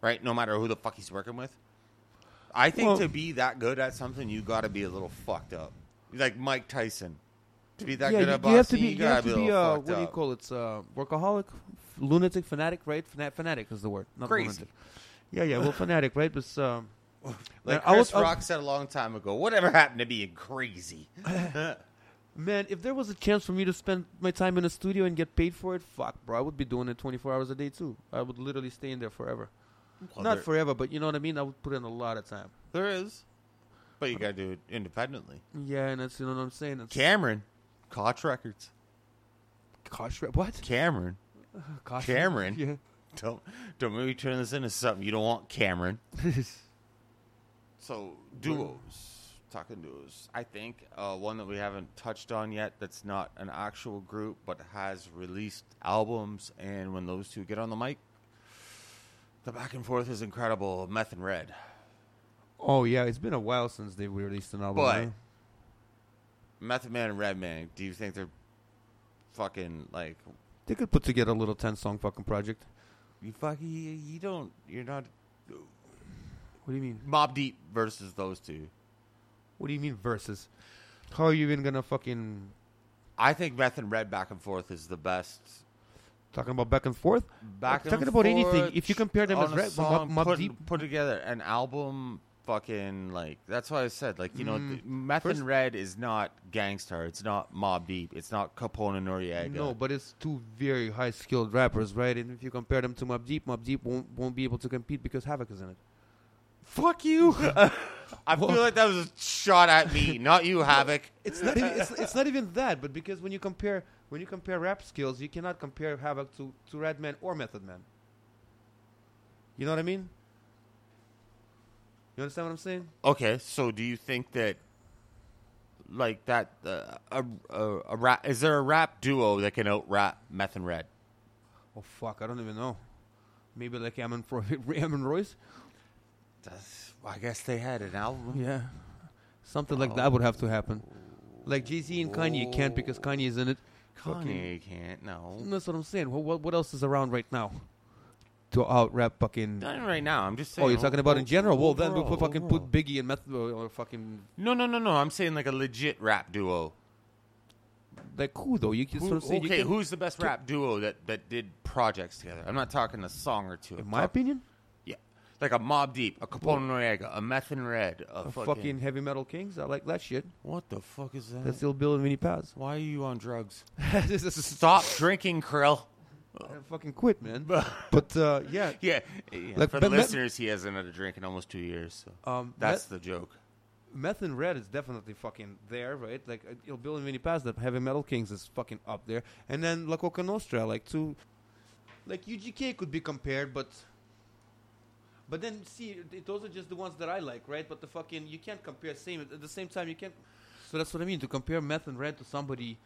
[SPEAKER 5] right? No matter who the fuck he's working with. I think
[SPEAKER 4] Well-
[SPEAKER 5] to be that good at something, you got to be a little fucked up, like Mike Tyson. To be that
[SPEAKER 4] yeah,
[SPEAKER 5] good
[SPEAKER 4] you,
[SPEAKER 5] at
[SPEAKER 4] you have to
[SPEAKER 5] boxing,
[SPEAKER 4] be.
[SPEAKER 5] you
[SPEAKER 4] You
[SPEAKER 5] gotta
[SPEAKER 4] have
[SPEAKER 5] be a
[SPEAKER 4] to be.
[SPEAKER 5] little
[SPEAKER 4] Uh,
[SPEAKER 5] fucked
[SPEAKER 4] what do you
[SPEAKER 5] up.
[SPEAKER 4] call it? Uh, workaholic, f- lunatic, fanatic, right? Fana- fanatic is the word. Not
[SPEAKER 5] Crazy.
[SPEAKER 4] lunatic. Yeah, yeah. Well, fanatic, right? But um,
[SPEAKER 5] Like
[SPEAKER 4] I
[SPEAKER 5] Chris
[SPEAKER 4] was- I was-
[SPEAKER 5] Rock said a long time ago, whatever happened to being crazy?
[SPEAKER 4] Man, if there was a chance for me to spend my time in a studio and get paid for it, fuck, bro, I would be doing it 24 hours a day too. I would literally stay in there forever. Not
[SPEAKER 5] there-
[SPEAKER 4] forever, but you know what I mean? I would put in a lot of time.
[SPEAKER 5] There is, but you gotta do it independently.
[SPEAKER 4] Yeah, and that's, you know what I'm saying? It's
[SPEAKER 5] Cameron, Koch Records.
[SPEAKER 4] Kosh Rap- What?
[SPEAKER 5] Cameron,
[SPEAKER 4] Kosh Rap-
[SPEAKER 5] Cameron.
[SPEAKER 4] Yeah.
[SPEAKER 5] Don't don't maybe turn this into something you don't want, <laughs> Cameron. so duos, talking duos. I think uh, one that we haven't touched on yet. That's not an actual group, but has released albums. And when those two get on the mic, the back and forth is incredible. Meth and Red,
[SPEAKER 4] Oh, yeah, it's been a while since they released an album.
[SPEAKER 5] but
[SPEAKER 4] huh? Mm-hmm.
[SPEAKER 5] Meth Man and Red Man. Do you think they're fucking like
[SPEAKER 4] They could put together a little 10 song fucking project.
[SPEAKER 5] you? Fucking you, you don't. You're not
[SPEAKER 4] What do you mean?
[SPEAKER 5] Mob Deep versus those two.
[SPEAKER 4] What do you mean versus? How are you even gonna fucking.
[SPEAKER 5] I think Meth and Red back and forth is the best.
[SPEAKER 4] Talking about back and forth?
[SPEAKER 5] Back
[SPEAKER 4] Talking
[SPEAKER 5] and
[SPEAKER 4] about anything.
[SPEAKER 5] forth
[SPEAKER 4] If you compare them
[SPEAKER 5] on
[SPEAKER 4] as
[SPEAKER 5] a
[SPEAKER 4] Red, Mob,
[SPEAKER 5] song,
[SPEAKER 4] Mob
[SPEAKER 5] put,
[SPEAKER 4] Deep.
[SPEAKER 5] put together an album. Fucking like that's why I said like you know th- Meth
[SPEAKER 4] Mm. First-
[SPEAKER 5] and Red is not Gangstar. It's not Mob Deep. It's not Capone and Noriega.
[SPEAKER 4] No, but it's two very high skilled rappers, right? And if you compare them to Mob Deep, Mob Deep won't, won't be able to compete because Havoc is in it.
[SPEAKER 5] fuck
[SPEAKER 4] <laughs>
[SPEAKER 5] you. <laughs> I feel like that was a shot at me, not you, Havoc.
[SPEAKER 4] It's not even, it's, it's not even that, but because when you compare when you compare rap skills, you cannot compare Havoc to, to Redman or Method Man. You know what I mean? You understand what I'm saying?
[SPEAKER 5] Okay, so do you think that, like that, uh, a, a, a rap, is there a rap duo that can out rap Meth and Red?
[SPEAKER 4] Oh fuck, I don't even know. Maybe like Ammon, Fro- <laughs> Ammon Royce?
[SPEAKER 5] That's, I guess they had an album.
[SPEAKER 4] Yeah. Something like that would have to happen. Like Jay Z and Kanye can't because Kanye is in it.
[SPEAKER 5] Kanye can't. No,
[SPEAKER 4] That's what I'm saying. What, what, what else is around right now to out rap fucking?
[SPEAKER 5] not right now. I'm just saying.
[SPEAKER 4] Oh, you're talking about in general. Well, then we
[SPEAKER 5] Overall,
[SPEAKER 4] put fucking
[SPEAKER 5] overall.
[SPEAKER 4] put Biggie and Method or fucking
[SPEAKER 5] No, no, no, no. I'm saying like a legit rap duo.
[SPEAKER 4] like who though? You that's
[SPEAKER 5] Who-
[SPEAKER 4] what I'm saying. You
[SPEAKER 5] okay,
[SPEAKER 4] can-
[SPEAKER 5] who's the best rap duo that that did projects together? I'm not talking a song or two.
[SPEAKER 4] In
[SPEAKER 5] I'm
[SPEAKER 4] my
[SPEAKER 5] talk-
[SPEAKER 4] opinion,
[SPEAKER 5] yeah, like a Mob Deep, a Capone Noriega, a Meth and Red, a,
[SPEAKER 4] the
[SPEAKER 5] fucking,
[SPEAKER 4] fucking heavy metal kings. I like that shit.
[SPEAKER 5] What the fuck is that?
[SPEAKER 4] That's still Bill and Vinny Paz.
[SPEAKER 5] Why are you on <laughs> drugs?
[SPEAKER 4] this is
[SPEAKER 5] Stop drinking, Krill.
[SPEAKER 4] fucking quit, man. but uh, yeah,
[SPEAKER 5] Yeah. yeah.
[SPEAKER 4] Like,
[SPEAKER 5] For the
[SPEAKER 4] but- but-
[SPEAKER 5] listeners, he hasn't had a drink in almost two years. So
[SPEAKER 4] Um,
[SPEAKER 5] that's
[SPEAKER 4] that-
[SPEAKER 5] the joke.
[SPEAKER 4] Meth and Red is definitely fucking there, right? Like uh, Il Bill and Vinny Paz, the heavy metal kings is fucking up there, and then La Coca Nostra, like two, like UGK could be compared, but but then see, th- those are just the ones that I like, right? But the fucking you can't compare same at the same time you can't. So that's what I mean to compare Meth and Red to somebody,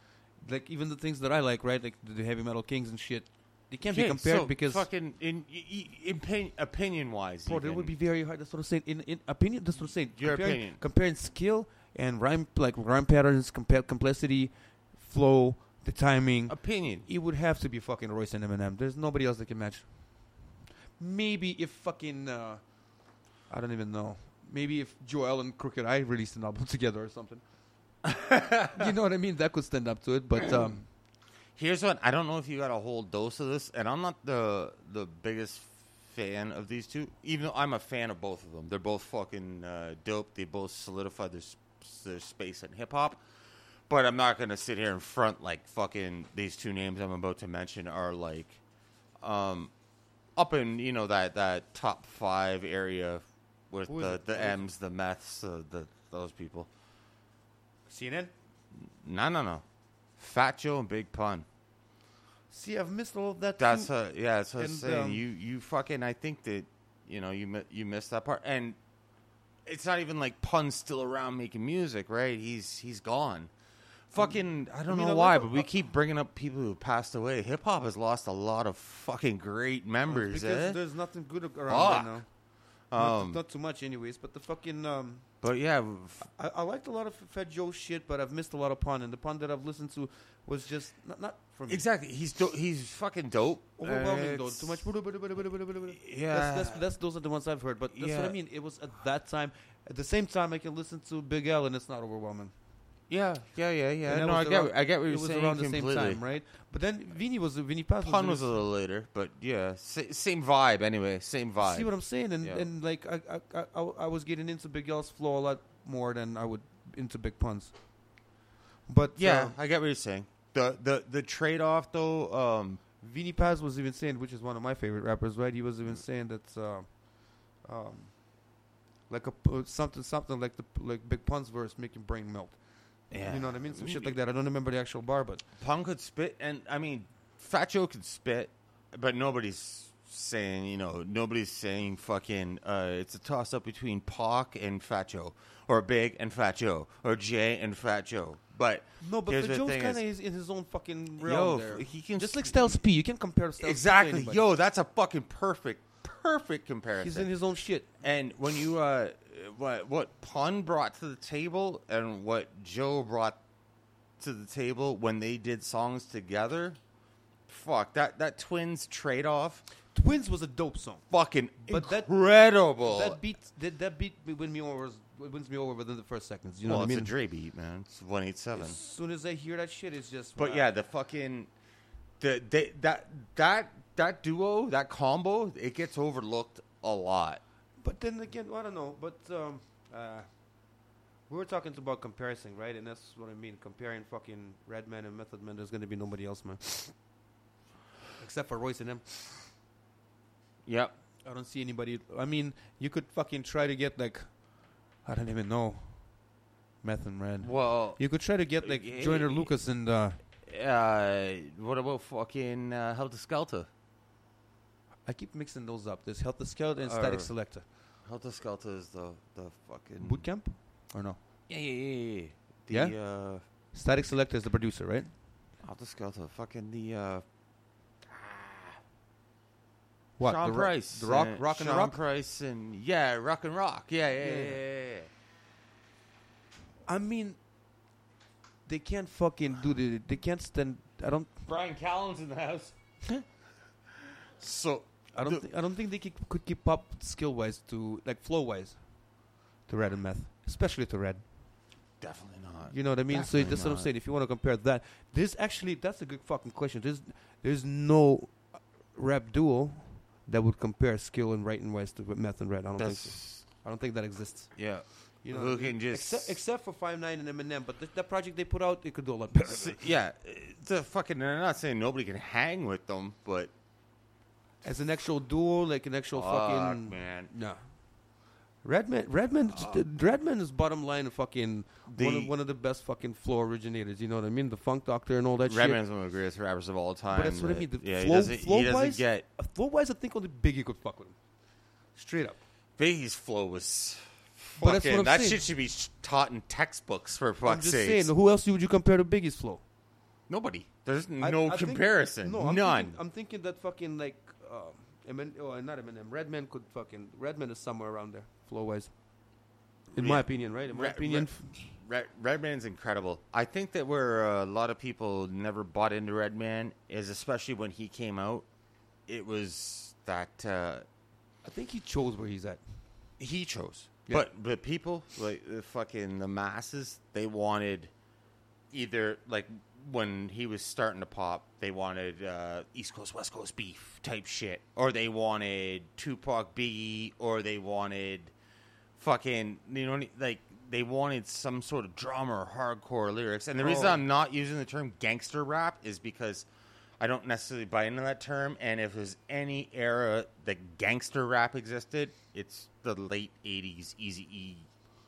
[SPEAKER 4] like even the things that I like, right? Like the, the heavy metal kings and shit, they can't be
[SPEAKER 5] Okay,
[SPEAKER 4] compared
[SPEAKER 5] so
[SPEAKER 4] because.
[SPEAKER 5] fucking in, y- y- in opinion wise,
[SPEAKER 4] Bro, it would be very hard. That's what I'm saying. In, in opinion, that's what I'm saying.
[SPEAKER 5] Your
[SPEAKER 4] comparing,
[SPEAKER 5] opinion.
[SPEAKER 4] comparing skill and rhyme, like rhyme patterns, compa- complexity, flow, the timing.
[SPEAKER 5] opinion.
[SPEAKER 4] It would have to be fucking Royce and Eminem. There's nobody else that can match. Maybe if fucking uh, I don't even know. Maybe if Joel and Crooked Eye released an album <laughs> together
[SPEAKER 5] <laughs>
[SPEAKER 4] or something. you know what I mean? That could stand up to it, but
[SPEAKER 5] <clears throat>
[SPEAKER 4] um,
[SPEAKER 5] Here's what I don't know if you got a whole dose of this, and I'm not the the biggest fan of these two, even though I'm a fan of both of them. They're both fucking uh, dope. They both solidified their s- their space in hip hop. But I'm not gonna sit here in front like fucking these two names I'm about to mention are like, um, up in you know that that top five area with
[SPEAKER 4] Who is
[SPEAKER 5] the
[SPEAKER 4] it? Who
[SPEAKER 5] the
[SPEAKER 4] is it?
[SPEAKER 5] M's, the Meths, uh, the those people.
[SPEAKER 4] CNN.
[SPEAKER 5] No, no, no. Fat Joe and Big Pun.
[SPEAKER 4] See, I've missed all of that.
[SPEAKER 5] That's
[SPEAKER 4] too.
[SPEAKER 5] a, yeah. So
[SPEAKER 4] And,
[SPEAKER 5] saying
[SPEAKER 4] um,
[SPEAKER 5] you you fucking I think that you know you mi- you missed that part, and it's not even like Pun's still around making music, right? He's he's gone. Fucking, I don't
[SPEAKER 4] mean,
[SPEAKER 5] know
[SPEAKER 4] I
[SPEAKER 5] why,
[SPEAKER 4] love-
[SPEAKER 5] but we keep bringing up people who passed away. Hip hop has lost a lot of fucking great members,
[SPEAKER 4] because
[SPEAKER 5] eh?
[SPEAKER 4] there's nothing good
[SPEAKER 5] Fuck.
[SPEAKER 4] around right now. Not-
[SPEAKER 5] Um,
[SPEAKER 4] not too much, anyways. But the fucking um,
[SPEAKER 5] But yeah, f-
[SPEAKER 4] I, I liked a lot of Fat Joe shit, but I've missed a lot of pun, and the pun that I've listened to was just not, not for me.
[SPEAKER 5] exactly. He's do- he's fucking dope.
[SPEAKER 4] Overwhelming though,
[SPEAKER 5] It's-
[SPEAKER 4] too much.
[SPEAKER 5] Yeah.
[SPEAKER 4] that's, that's, that's those are the ones I've heard, but that's what
[SPEAKER 5] Yeah.
[SPEAKER 4] I mean. It was at that time. At the same time, I can listen to Big L, and it's not overwhelming.
[SPEAKER 5] Yeah, yeah, yeah, yeah.
[SPEAKER 4] And
[SPEAKER 5] No,
[SPEAKER 4] that
[SPEAKER 5] I
[SPEAKER 4] was
[SPEAKER 5] get
[SPEAKER 4] around-
[SPEAKER 5] what- I get what
[SPEAKER 4] it
[SPEAKER 5] you're
[SPEAKER 4] was
[SPEAKER 5] saying
[SPEAKER 4] around
[SPEAKER 5] completely.
[SPEAKER 4] the same time, right? But then Vinny was Vinny Paz was,
[SPEAKER 5] Pun
[SPEAKER 4] in
[SPEAKER 5] was a
[SPEAKER 4] his-
[SPEAKER 5] little later, but yeah, sa- same vibe anyway. Same vibe.
[SPEAKER 4] See what I'm saying? And
[SPEAKER 5] Yeah.
[SPEAKER 4] and like I, I I I was getting into Big L's flow a lot more than I would into Big Pun's. But
[SPEAKER 5] Yeah,
[SPEAKER 4] uh,
[SPEAKER 5] I get what you're saying. The the the trade off though, um,
[SPEAKER 4] Vinny Paz was even saying, which is one of my favorite rappers, right? He was even
[SPEAKER 5] Mm.
[SPEAKER 4] saying that, uh, um, like a p- uh, something something like the like Big Pun's verse making brain melt.
[SPEAKER 5] yeah,
[SPEAKER 4] You know what I mean? Some shit like that. I don't remember the actual bar, but
[SPEAKER 5] Punk could spit, and I mean, Fat Joe could spit, but nobody's saying you know nobody's saying fucking uh, it's a toss up between Pac and Fat Joe, or Big and Fat Joe, or Jay and Fat Joe. But
[SPEAKER 4] no, but
[SPEAKER 5] here's
[SPEAKER 4] the Joe's
[SPEAKER 5] thing
[SPEAKER 4] kind of
[SPEAKER 5] is-
[SPEAKER 4] is in his own fucking
[SPEAKER 5] Yo,
[SPEAKER 4] realm. there.
[SPEAKER 5] he can
[SPEAKER 4] just
[SPEAKER 5] s-
[SPEAKER 4] like Styles P. You can't compare Styles P to
[SPEAKER 5] exactly.
[SPEAKER 4] anybody.
[SPEAKER 5] Yo, that's a fucking perfect perfect comparison.
[SPEAKER 4] he's in his own shit.
[SPEAKER 5] And when you uh, what what Pun brought to the table and what Joe brought to the table when they did songs together, fuck that that twins trade off,
[SPEAKER 4] Twins was a dope song.
[SPEAKER 5] fucking
[SPEAKER 4] But that-
[SPEAKER 5] incredible.
[SPEAKER 4] That beat that, that beat win me over wins me over within the first seconds. You know
[SPEAKER 5] well,
[SPEAKER 4] what I
[SPEAKER 5] it's
[SPEAKER 4] mean?
[SPEAKER 5] a Dre beat, man. It's one eight seven.
[SPEAKER 4] As soon as I hear that shit, it's just.
[SPEAKER 5] But yeah, the fucking the they, that that that duo that combo it gets overlooked a lot.
[SPEAKER 4] But then again, I don't know. But um, uh, we were talking about comparison, right? And that's what I mean. Comparing fucking Redman and Method Man, there's gonna be nobody else, man. Except for Royce and them.
[SPEAKER 5] Yep.
[SPEAKER 4] I don't see anybody. I mean, you could fucking try to get like, I don't even know, Meth and Red.
[SPEAKER 5] Well,
[SPEAKER 4] You could try to get like
[SPEAKER 5] Yeah.
[SPEAKER 4] Joyner Lucas and uh,
[SPEAKER 5] uh, what about fucking uh, Helter Skelter?
[SPEAKER 4] I keep mixing those up. There's Health the Skeleton and
[SPEAKER 5] Or-
[SPEAKER 4] Static Selector.
[SPEAKER 5] Helter Skelter is the the fucking
[SPEAKER 4] Boot camp or no?
[SPEAKER 5] Yeah, yeah, yeah, yeah.
[SPEAKER 4] Yeah?
[SPEAKER 5] The uh,
[SPEAKER 4] Static Selector is the producer, right?
[SPEAKER 5] Helter Skelter, fucking the uh,
[SPEAKER 4] What?
[SPEAKER 5] Sean
[SPEAKER 4] the Ro-
[SPEAKER 5] Price,
[SPEAKER 4] the Rock,
[SPEAKER 5] and
[SPEAKER 4] Rock and
[SPEAKER 5] Sean
[SPEAKER 4] Rock.
[SPEAKER 5] Price, and yeah, Rock and Rock, yeah, yeah, yeah. yeah, yeah,
[SPEAKER 4] I mean, they can't fucking do the. They can't stand. I don't.
[SPEAKER 5] Brian Callen's in the
[SPEAKER 4] <laughs>
[SPEAKER 5] house. so
[SPEAKER 4] I don't.
[SPEAKER 5] The-
[SPEAKER 4] thi- I don't think they could, could keep up skill wise to like flow wise, to Red and Meth, especially to Red.
[SPEAKER 5] definitely not.
[SPEAKER 4] You know what I mean? so
[SPEAKER 5] Definitely
[SPEAKER 4] that's what I'm
[SPEAKER 5] not.
[SPEAKER 4] saying. If you want to compare that, there's actually that's a good fucking question. There's there's no uh, rap duo that would compare skill and writing wise to Meth and Red. I don't think. So.
[SPEAKER 5] That's
[SPEAKER 4] I don't think that exists.
[SPEAKER 5] yeah.
[SPEAKER 4] You
[SPEAKER 5] You
[SPEAKER 4] know
[SPEAKER 5] know,
[SPEAKER 4] what I
[SPEAKER 5] who can just
[SPEAKER 4] Except, except for Five Nine and Eminem, but th- that project they put out, it could do a lot better.
[SPEAKER 5] s- yeah, uh, the fucking. I'm not saying nobody can hang with them, but
[SPEAKER 4] As an actual duo, like an actual fucking
[SPEAKER 5] fuck, man.
[SPEAKER 4] Nah. Redman, Redman, Redman is bottom line a fucking one, of,
[SPEAKER 5] The-
[SPEAKER 4] one of the best fucking flow originators. You know what I mean? The Funk Doctor and all that shit.
[SPEAKER 5] Redman's one of the greatest rappers of all time.
[SPEAKER 4] But that's what I
[SPEAKER 5] that-
[SPEAKER 4] mean. The
[SPEAKER 5] yeah, he
[SPEAKER 4] flow,
[SPEAKER 5] doesn't,
[SPEAKER 4] flow
[SPEAKER 5] he doesn't
[SPEAKER 4] wise,
[SPEAKER 5] get
[SPEAKER 4] flow wise, I think only Biggie could fuck with him. Straight up.
[SPEAKER 5] Biggie's flow was.
[SPEAKER 4] But
[SPEAKER 5] Fucking,
[SPEAKER 4] that's what I'm
[SPEAKER 5] that
[SPEAKER 4] saying.
[SPEAKER 5] shit should be sh- taught in textbooks for
[SPEAKER 4] I'm
[SPEAKER 5] fuck's
[SPEAKER 4] just
[SPEAKER 5] sake.
[SPEAKER 4] saying, who else would you compare to Biggie's flow?
[SPEAKER 5] Nobody. There's
[SPEAKER 4] I-
[SPEAKER 5] no
[SPEAKER 4] I think-
[SPEAKER 5] comparison.
[SPEAKER 4] no, I'm
[SPEAKER 5] None.
[SPEAKER 4] Thinking, I'm thinking that fucking like, um, Emin, oh, not Eminem. Redman could fucking Redman is somewhere around there, flow wise. In my
[SPEAKER 5] Yeah.
[SPEAKER 4] opinion, right? In my
[SPEAKER 5] Re-
[SPEAKER 4] opinion,
[SPEAKER 5] Re- Red, Redman's incredible. I think that where uh, a lot of people never bought into Redman is especially when he came out, it was that uh,
[SPEAKER 7] I think he chose where he's at.
[SPEAKER 5] he chose.
[SPEAKER 7] Yeah.
[SPEAKER 5] But but people like the fucking the masses, they wanted either like when he was starting to pop, they wanted uh, East Coast West Coast beef type shit, or they wanted Tupac Biggie, or they wanted fucking you know what I- like they wanted some sort of drama or hardcore lyrics. And the reason
[SPEAKER 4] Oh.
[SPEAKER 5] I'm not using the term gangster rap is because I don't necessarily buy into that term. And if there's any era that gangster rap existed, it's the late '80s, Easy E,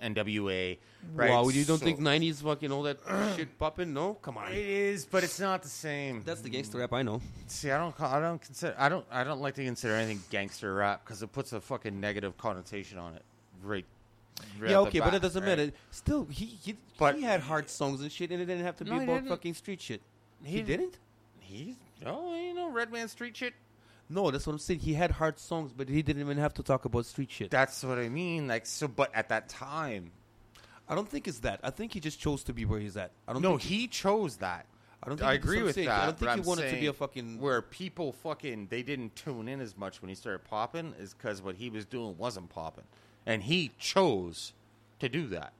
[SPEAKER 5] NWA. Right?
[SPEAKER 7] Wow, you don't
[SPEAKER 5] So-
[SPEAKER 7] think '90s fucking all
[SPEAKER 4] <clears throat>
[SPEAKER 7] that shit popping? No, come
[SPEAKER 5] It
[SPEAKER 7] on.
[SPEAKER 5] is, but it's not the same.
[SPEAKER 4] That's the gangster rap I know.
[SPEAKER 5] See, I don't, ca- I don't consider, I don't, I don't like to consider anything gangster rap because it puts a fucking negative connotation on it. Right. right
[SPEAKER 4] Yeah,
[SPEAKER 5] off the
[SPEAKER 4] okay, but
[SPEAKER 5] bat,
[SPEAKER 4] it doesn't
[SPEAKER 5] right?
[SPEAKER 4] matter. Still, he he,
[SPEAKER 5] But-
[SPEAKER 4] he had hard songs and shit, and it didn't have to
[SPEAKER 5] No,
[SPEAKER 4] be
[SPEAKER 5] he
[SPEAKER 4] about
[SPEAKER 5] didn't.
[SPEAKER 4] fucking street shit. He,
[SPEAKER 5] He-
[SPEAKER 4] didn't.
[SPEAKER 5] He's oh, you know, Red Man Street shit.
[SPEAKER 4] No, that's what I'm saying. He had hard songs, but he didn't even have to talk about street shit.
[SPEAKER 5] That's what I mean. Like so, but at that time,
[SPEAKER 4] I don't think it's that. I think he just chose to be where he's at. I don't.
[SPEAKER 5] no,
[SPEAKER 4] think,
[SPEAKER 5] he chose that.
[SPEAKER 4] I don't think
[SPEAKER 5] I
[SPEAKER 4] that's what
[SPEAKER 5] agree
[SPEAKER 4] I'm
[SPEAKER 5] with
[SPEAKER 4] saying.
[SPEAKER 5] that.
[SPEAKER 4] I
[SPEAKER 5] but
[SPEAKER 4] don't think he
[SPEAKER 5] I'm
[SPEAKER 4] wanted to be
[SPEAKER 5] saying
[SPEAKER 4] a fucking.
[SPEAKER 5] where people fucking they didn't tune in as much when he started popping is because what he was doing wasn't popping, and he chose to do that.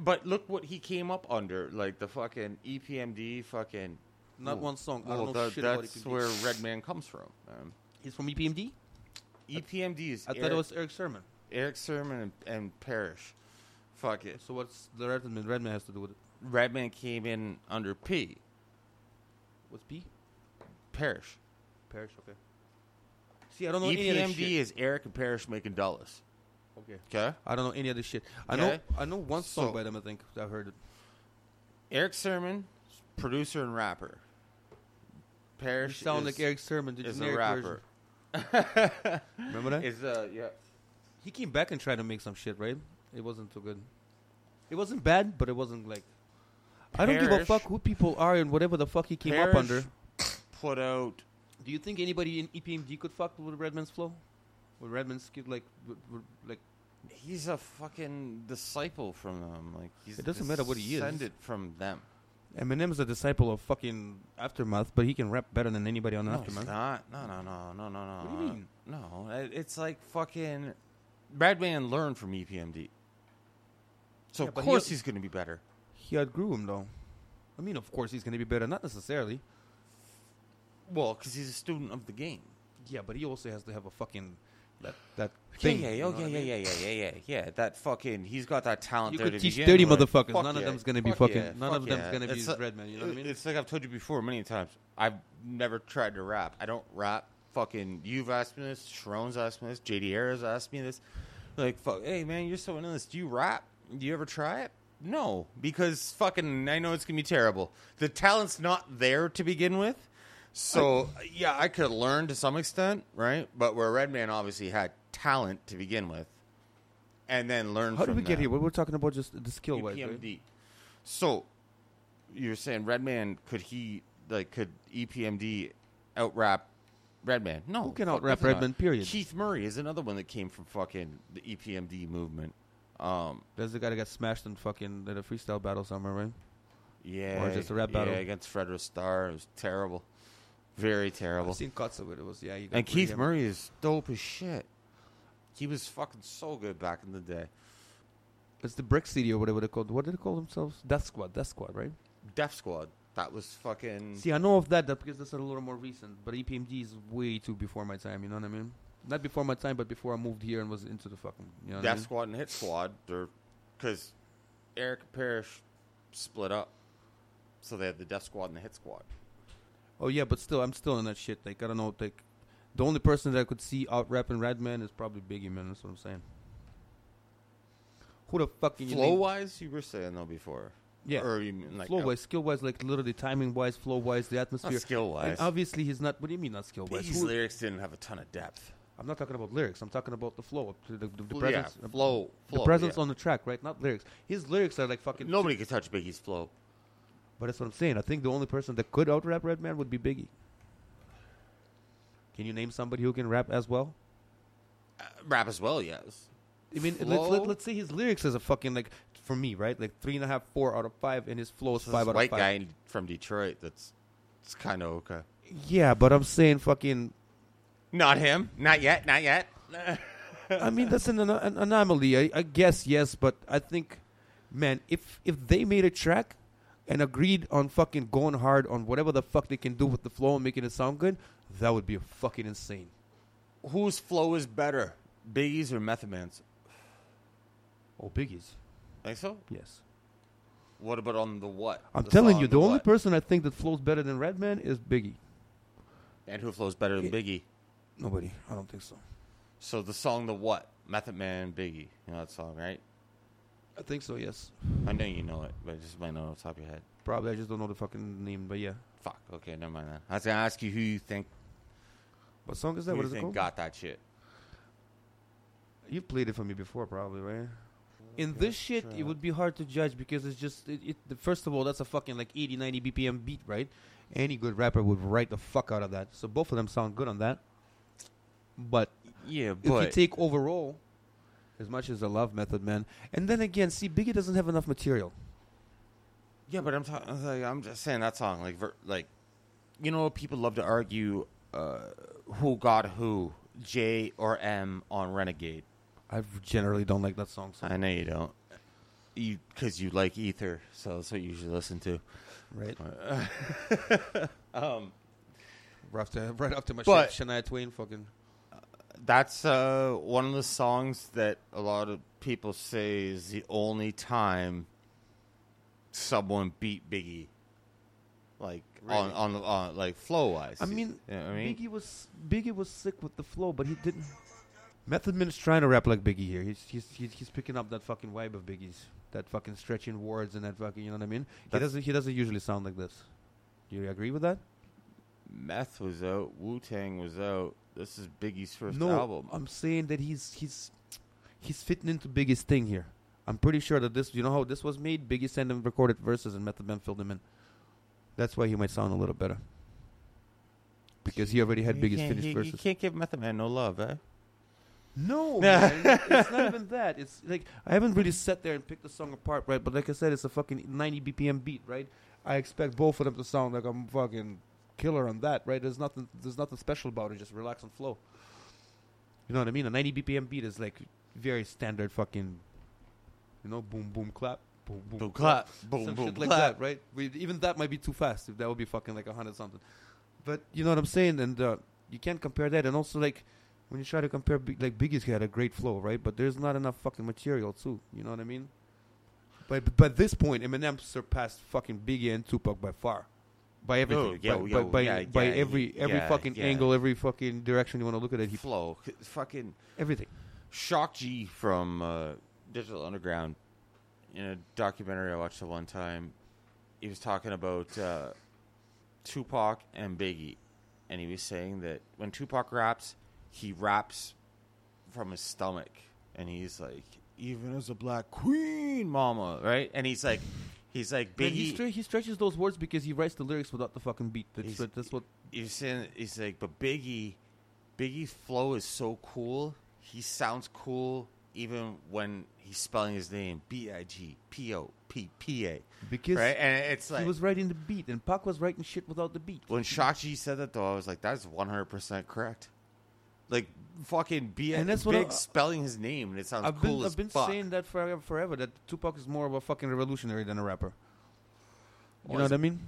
[SPEAKER 5] But look what he came up under, like the fucking E EPMD, fucking
[SPEAKER 4] Not
[SPEAKER 5] Ooh.
[SPEAKER 4] one song. I don't
[SPEAKER 5] Well,
[SPEAKER 4] know
[SPEAKER 5] that-
[SPEAKER 4] shit about E
[SPEAKER 5] that's
[SPEAKER 4] EPMD.
[SPEAKER 5] where Redman comes from. E Um,
[SPEAKER 4] He's from E EPMD.
[SPEAKER 5] EPMD is
[SPEAKER 4] I
[SPEAKER 5] Eric,
[SPEAKER 4] thought it was Eric Sermon.
[SPEAKER 5] Eric Sermon and, and Parrish. Fuck it.
[SPEAKER 4] So what's the Redman? Redman has to do with it.
[SPEAKER 5] Redman came in under P.
[SPEAKER 4] What's P?
[SPEAKER 5] Parrish.
[SPEAKER 4] Parish. Okay. See, I don't know
[SPEAKER 5] E
[SPEAKER 4] any of this
[SPEAKER 5] EPMD
[SPEAKER 4] shit.
[SPEAKER 5] is Eric and Parrish making dollars.
[SPEAKER 4] Okay.
[SPEAKER 5] Okay.
[SPEAKER 4] I don't know any of this shit. I
[SPEAKER 5] Okay.
[SPEAKER 4] know. I know one song
[SPEAKER 5] So-
[SPEAKER 4] by them. I think I've heard it.
[SPEAKER 5] Eric Sermon, producer and rapper.
[SPEAKER 4] You
[SPEAKER 5] Parrish
[SPEAKER 4] sound
[SPEAKER 5] is,
[SPEAKER 4] like Eric Sermon. The
[SPEAKER 5] is a
[SPEAKER 4] generic
[SPEAKER 5] rapper.
[SPEAKER 4] Version. Remember that?
[SPEAKER 5] Is uh yeah.
[SPEAKER 4] he came back and tried to make some shit, right? It wasn't too good. It wasn't bad, but it wasn't like. I don't give a
[SPEAKER 5] Parrish-
[SPEAKER 4] fuck who people are and whatever the fuck he came
[SPEAKER 5] Parrish
[SPEAKER 4] up under.
[SPEAKER 5] put out
[SPEAKER 4] Do you think anybody in E EPMD could fuck with Redman's flow? With Redman's kid, like, w- w- like
[SPEAKER 5] he's a fucking disciple from them. Like he's
[SPEAKER 4] It doesn't matter what he is.
[SPEAKER 5] descended from them.
[SPEAKER 4] Eminem is a disciple of fucking Aftermath, but he can rap better than anybody on
[SPEAKER 5] No, it's
[SPEAKER 4] Aftermath.
[SPEAKER 5] not. No, no, no, no, no, no.
[SPEAKER 4] What do you
[SPEAKER 5] no.
[SPEAKER 4] mean?
[SPEAKER 5] No, it- it's like fucking. Redman learned from E EPMD, so
[SPEAKER 4] Yeah,
[SPEAKER 5] of
[SPEAKER 4] but he-
[SPEAKER 5] course he's going to be better.
[SPEAKER 4] He outgrew him though. I mean, of course he's gonna be better, not necessarily.
[SPEAKER 5] Well, because he's a student of the game.
[SPEAKER 4] Yeah, but he also has to have a fucking that that
[SPEAKER 5] Yeah,
[SPEAKER 4] thing.
[SPEAKER 5] yeah,
[SPEAKER 4] you
[SPEAKER 5] oh,
[SPEAKER 4] know
[SPEAKER 5] yeah,
[SPEAKER 4] what I
[SPEAKER 5] yeah,
[SPEAKER 4] mean?
[SPEAKER 5] yeah, yeah, yeah, yeah, yeah. That fucking, he's got that talent
[SPEAKER 4] You
[SPEAKER 5] there
[SPEAKER 4] could
[SPEAKER 5] to
[SPEAKER 4] teach
[SPEAKER 5] begin
[SPEAKER 4] dirty
[SPEAKER 5] with.
[SPEAKER 4] motherfuckers.
[SPEAKER 5] Fuck
[SPEAKER 4] None of
[SPEAKER 5] yeah.
[SPEAKER 4] them's gonna be
[SPEAKER 5] Fuck
[SPEAKER 4] fucking-
[SPEAKER 5] yeah.
[SPEAKER 4] none of
[SPEAKER 5] Fuck
[SPEAKER 4] them's
[SPEAKER 5] yeah.
[SPEAKER 4] gonna be
[SPEAKER 5] It's like-
[SPEAKER 4] Redman, you know what I mean?
[SPEAKER 5] It's like I've told you before many times. I've never tried to rap. I don't rap. Fucking, you've asked me this. Sharon's asked me this. JD Harris asked me this. Like, fuck, hey man, you're so into this. Do you rap? Do you ever try it? No, because fucking, I know it's gonna be terrible. The talent's not there to begin with. So yeah, I could learn to some extent, right? But where Redman obviously had talent to begin with, and then learn.
[SPEAKER 4] How
[SPEAKER 5] from
[SPEAKER 4] did we get
[SPEAKER 5] that.
[SPEAKER 4] here? What we're talking about just the skill wise.
[SPEAKER 5] EPMD. So you're saying Redman could he like could E EPMD out rap Redman? No,
[SPEAKER 4] Who can
[SPEAKER 5] fuck,
[SPEAKER 4] out-rap
[SPEAKER 5] definitely
[SPEAKER 4] Redman,
[SPEAKER 5] not.
[SPEAKER 4] period?
[SPEAKER 5] Keith Murray is another one that came from fucking the E EPMD movement. Um,
[SPEAKER 4] There's the guy that got smashed in fucking at a freestyle battle somewhere, right?
[SPEAKER 5] yeah,
[SPEAKER 4] Or just a rap battle.
[SPEAKER 5] Yeah, against Fredro Starr, it was terrible, very terrible.
[SPEAKER 4] I've seen cuts of it. It was yeah. You got
[SPEAKER 5] And Keith
[SPEAKER 4] really-
[SPEAKER 5] Murray is dope as shit. He was fucking so good back in the day.
[SPEAKER 4] It's the Brick City or whatever they called. What did they call themselves? Death Squad. Death Squad, right?
[SPEAKER 5] Death Squad, that was fucking.
[SPEAKER 4] See, I know of that, that because that's a little more recent. But E EPMD is way too before my time. You know what I mean? Not before my time, but before I moved here and was into the fucking. You know what I
[SPEAKER 5] Death
[SPEAKER 4] mean?
[SPEAKER 5] Squad and Hit Squad, they're because Eric and Parrish split up, so they had the Death Squad and the Hit Squad.
[SPEAKER 4] Oh yeah, but still, I'm still in that shit. Like I don't know. Like the only person that I could see out rapping Redman is probably Biggie Man. That's what I'm saying. Who the fuck can you
[SPEAKER 5] Flow
[SPEAKER 4] name?
[SPEAKER 5] wise, you were saying though before,
[SPEAKER 4] Yeah.
[SPEAKER 5] or you mean like uh,
[SPEAKER 4] flow wise, skill wise, like literally timing wise, flow wise, the atmosphere.
[SPEAKER 5] skill-wise.
[SPEAKER 4] And obviously, he's not. What do you mean not skill
[SPEAKER 5] uh,
[SPEAKER 4] wise?
[SPEAKER 5] these lyrics didn't have a ton of depth.
[SPEAKER 4] I'm not talking about lyrics. I'm talking about the flow, the, the, the
[SPEAKER 5] Well,
[SPEAKER 4] presence,
[SPEAKER 5] yeah, flow,
[SPEAKER 4] the
[SPEAKER 5] flow,
[SPEAKER 4] presence
[SPEAKER 5] yeah.
[SPEAKER 4] on the track, right? Not lyrics. His lyrics are like fucking.
[SPEAKER 5] Nobody could touch Biggie's flow.
[SPEAKER 4] But that's what I'm saying. I think the only person that could out rap Redman would be Biggie. Can you name somebody who can rap as well?
[SPEAKER 5] Uh, rap as well, yes.
[SPEAKER 4] I mean, let's,
[SPEAKER 5] Flow?
[SPEAKER 4] let, let's say his lyrics is a fucking like for me, right? Like three and a half, four out of five, and his flow is
[SPEAKER 5] So
[SPEAKER 4] five
[SPEAKER 5] this
[SPEAKER 4] out
[SPEAKER 5] white
[SPEAKER 4] of five.
[SPEAKER 5] guy in- from Detroit. That's it's kind of okay.
[SPEAKER 4] Yeah, but I'm saying fucking
[SPEAKER 5] Not him. Not yet. Not yet. <laughs>
[SPEAKER 4] I mean, that's an, an, an anomaly. I, I guess yes, but I think, man, if if they made a track and agreed on fucking going hard on whatever the fuck they can do with the flow and making it sound good, that would be fucking insane.
[SPEAKER 5] Whose flow is better, Biggie's or Method Man's?
[SPEAKER 4] Oh, biggies.
[SPEAKER 5] Think so?
[SPEAKER 4] Yes.
[SPEAKER 5] What about on the what?
[SPEAKER 4] I'm
[SPEAKER 5] The
[SPEAKER 4] telling
[SPEAKER 5] song,
[SPEAKER 4] you, the only
[SPEAKER 5] what?
[SPEAKER 4] person I think that flows better than Redman is Biggie.
[SPEAKER 5] And who flows better than Biggie?
[SPEAKER 4] Nobody. I don't think so.
[SPEAKER 5] So the song, the what? Method Man, Biggie. You know that song, right?
[SPEAKER 4] I think so. Yes.
[SPEAKER 5] I know you know it, but I just might know it off the top of your head.
[SPEAKER 4] Probably. I just don't know the fucking name, but yeah.
[SPEAKER 5] Fuck. Okay, never mind that. I was gonna ask you who you think.
[SPEAKER 4] What song is that?
[SPEAKER 5] Who
[SPEAKER 4] What
[SPEAKER 5] you
[SPEAKER 4] is it
[SPEAKER 5] think
[SPEAKER 4] called?
[SPEAKER 5] got that shit?
[SPEAKER 4] You've played it for me before, probably, right? In this shit, it would be hard to judge because it's just it, it. the- First of all, that's a fucking like 80, 90 BPM beat, right? Any good rapper would write the fuck out of that. So both of them sound good on that. But
[SPEAKER 5] Yeah,
[SPEAKER 4] if you take overall, as much as I love Method Man, and then again, see, Biggie doesn't have enough material.
[SPEAKER 5] yeah, but I'm talking. Like, I'm just saying that song, like, ver- like, you know, people love to argue uh, who got who, J or M on Renegade.
[SPEAKER 4] I generally don't like that song. So
[SPEAKER 5] I know you don't, you because you like Ether, so that's what you usually listen to. <laughs>
[SPEAKER 4] right? right after, right after my
[SPEAKER 5] Um, But-
[SPEAKER 4] shit, Shania Twain fucking.
[SPEAKER 5] That's uh, one of the songs that a lot of people say is the only time someone beat Biggie, like on on, the- on uh, like flow wise.
[SPEAKER 4] I mean,
[SPEAKER 5] you know what I mean,
[SPEAKER 4] Biggie was Biggie was sick with the flow, but he didn't. Method Man is trying to rap like Biggie here. He's he's he's, he's picking up that fucking vibe of Biggie's, that fucking stretching words and that fucking you know what I mean. He
[SPEAKER 5] That's-
[SPEAKER 4] doesn't he doesn't usually sound like this. Do you agree with that?
[SPEAKER 5] Meth was out, Wu Tang was out. This is Biggie's first
[SPEAKER 4] no,
[SPEAKER 5] album.
[SPEAKER 4] I'm saying that he's he's he's fitting into Biggie's thing here. I'm pretty sure that this you know how this was made. Biggie sent him recorded verses and Method Man filled them in. That's why he might sound a little better. Because he already had
[SPEAKER 5] You
[SPEAKER 4] Biggie's
[SPEAKER 5] can't-
[SPEAKER 4] finished
[SPEAKER 5] you- You
[SPEAKER 4] verses.
[SPEAKER 5] can't give Method Man no love, eh?
[SPEAKER 4] No, man. it's not even that. It's like I haven't really sat there and picked the song apart, right? But like I said, it's a fucking 90 BPM beat, right? I expect both of them to sound like I'm fucking killer on that, right? There's nothing. There's nothing special about it. Just relax and flow. You know what I mean? A 90 BPM beat is like very standard fucking, you know, boom boom clap, boom boom,
[SPEAKER 5] Boom clap,
[SPEAKER 4] some
[SPEAKER 5] boom boom
[SPEAKER 4] shit like
[SPEAKER 5] clap.
[SPEAKER 4] that, right? We, even that might be too fast. If that would be fucking like a hundred something. But you know what I'm saying, and uh, you can't compare that. And also, like when you try to compare, Big, like Biggie's had a great flow, right? But there's not enough fucking material too. You know what I mean? But by this point, Eminem surpassed fucking Biggie and Tupac by far, by everything,
[SPEAKER 5] Oh, yeah,
[SPEAKER 4] by,
[SPEAKER 5] yeah,
[SPEAKER 4] by, by,
[SPEAKER 5] yeah,
[SPEAKER 4] by
[SPEAKER 5] yeah,
[SPEAKER 4] every every
[SPEAKER 5] yeah,
[SPEAKER 4] fucking
[SPEAKER 5] yeah.
[SPEAKER 4] angle, every fucking direction you want to look at it. He,
[SPEAKER 5] Flow, fucking.
[SPEAKER 4] everything.
[SPEAKER 5] Shock G from uh, Digital Underground, in a documentary I watched the one time, he was talking about uh, Tupac and Biggie, and he was saying that when Tupac raps, he raps from his stomach, and he's like, "Even as a black queen, mama," right? And he's like, he's like
[SPEAKER 4] Man, he,
[SPEAKER 5] Biggie.
[SPEAKER 4] stre- he stretches those words because he writes the lyrics without the fucking beat. That's,
[SPEAKER 5] He's-
[SPEAKER 4] what, that's what
[SPEAKER 5] he's saying he's like, but Biggie, Biggie's flow is so cool. He sounds cool even when he's spelling his name B I G P O P P A.
[SPEAKER 4] Because
[SPEAKER 5] right, and it's
[SPEAKER 4] he
[SPEAKER 5] like
[SPEAKER 4] was writing the beat, and Pac was writing shit without the beat.
[SPEAKER 5] when Shakji said that though, I was like, that's one hundred percent correct. Like fucking B I
[SPEAKER 4] And that's
[SPEAKER 5] Big
[SPEAKER 4] what I-
[SPEAKER 5] spelling his name, and it sounds
[SPEAKER 4] I've
[SPEAKER 5] cool
[SPEAKER 4] been
[SPEAKER 5] as
[SPEAKER 4] I've been
[SPEAKER 5] fuck.
[SPEAKER 4] saying that forever, forever that Tupac is more of a fucking revolutionary than a rapper. You
[SPEAKER 5] Well,
[SPEAKER 4] know
[SPEAKER 5] is
[SPEAKER 4] what I
[SPEAKER 5] it-
[SPEAKER 4] mean?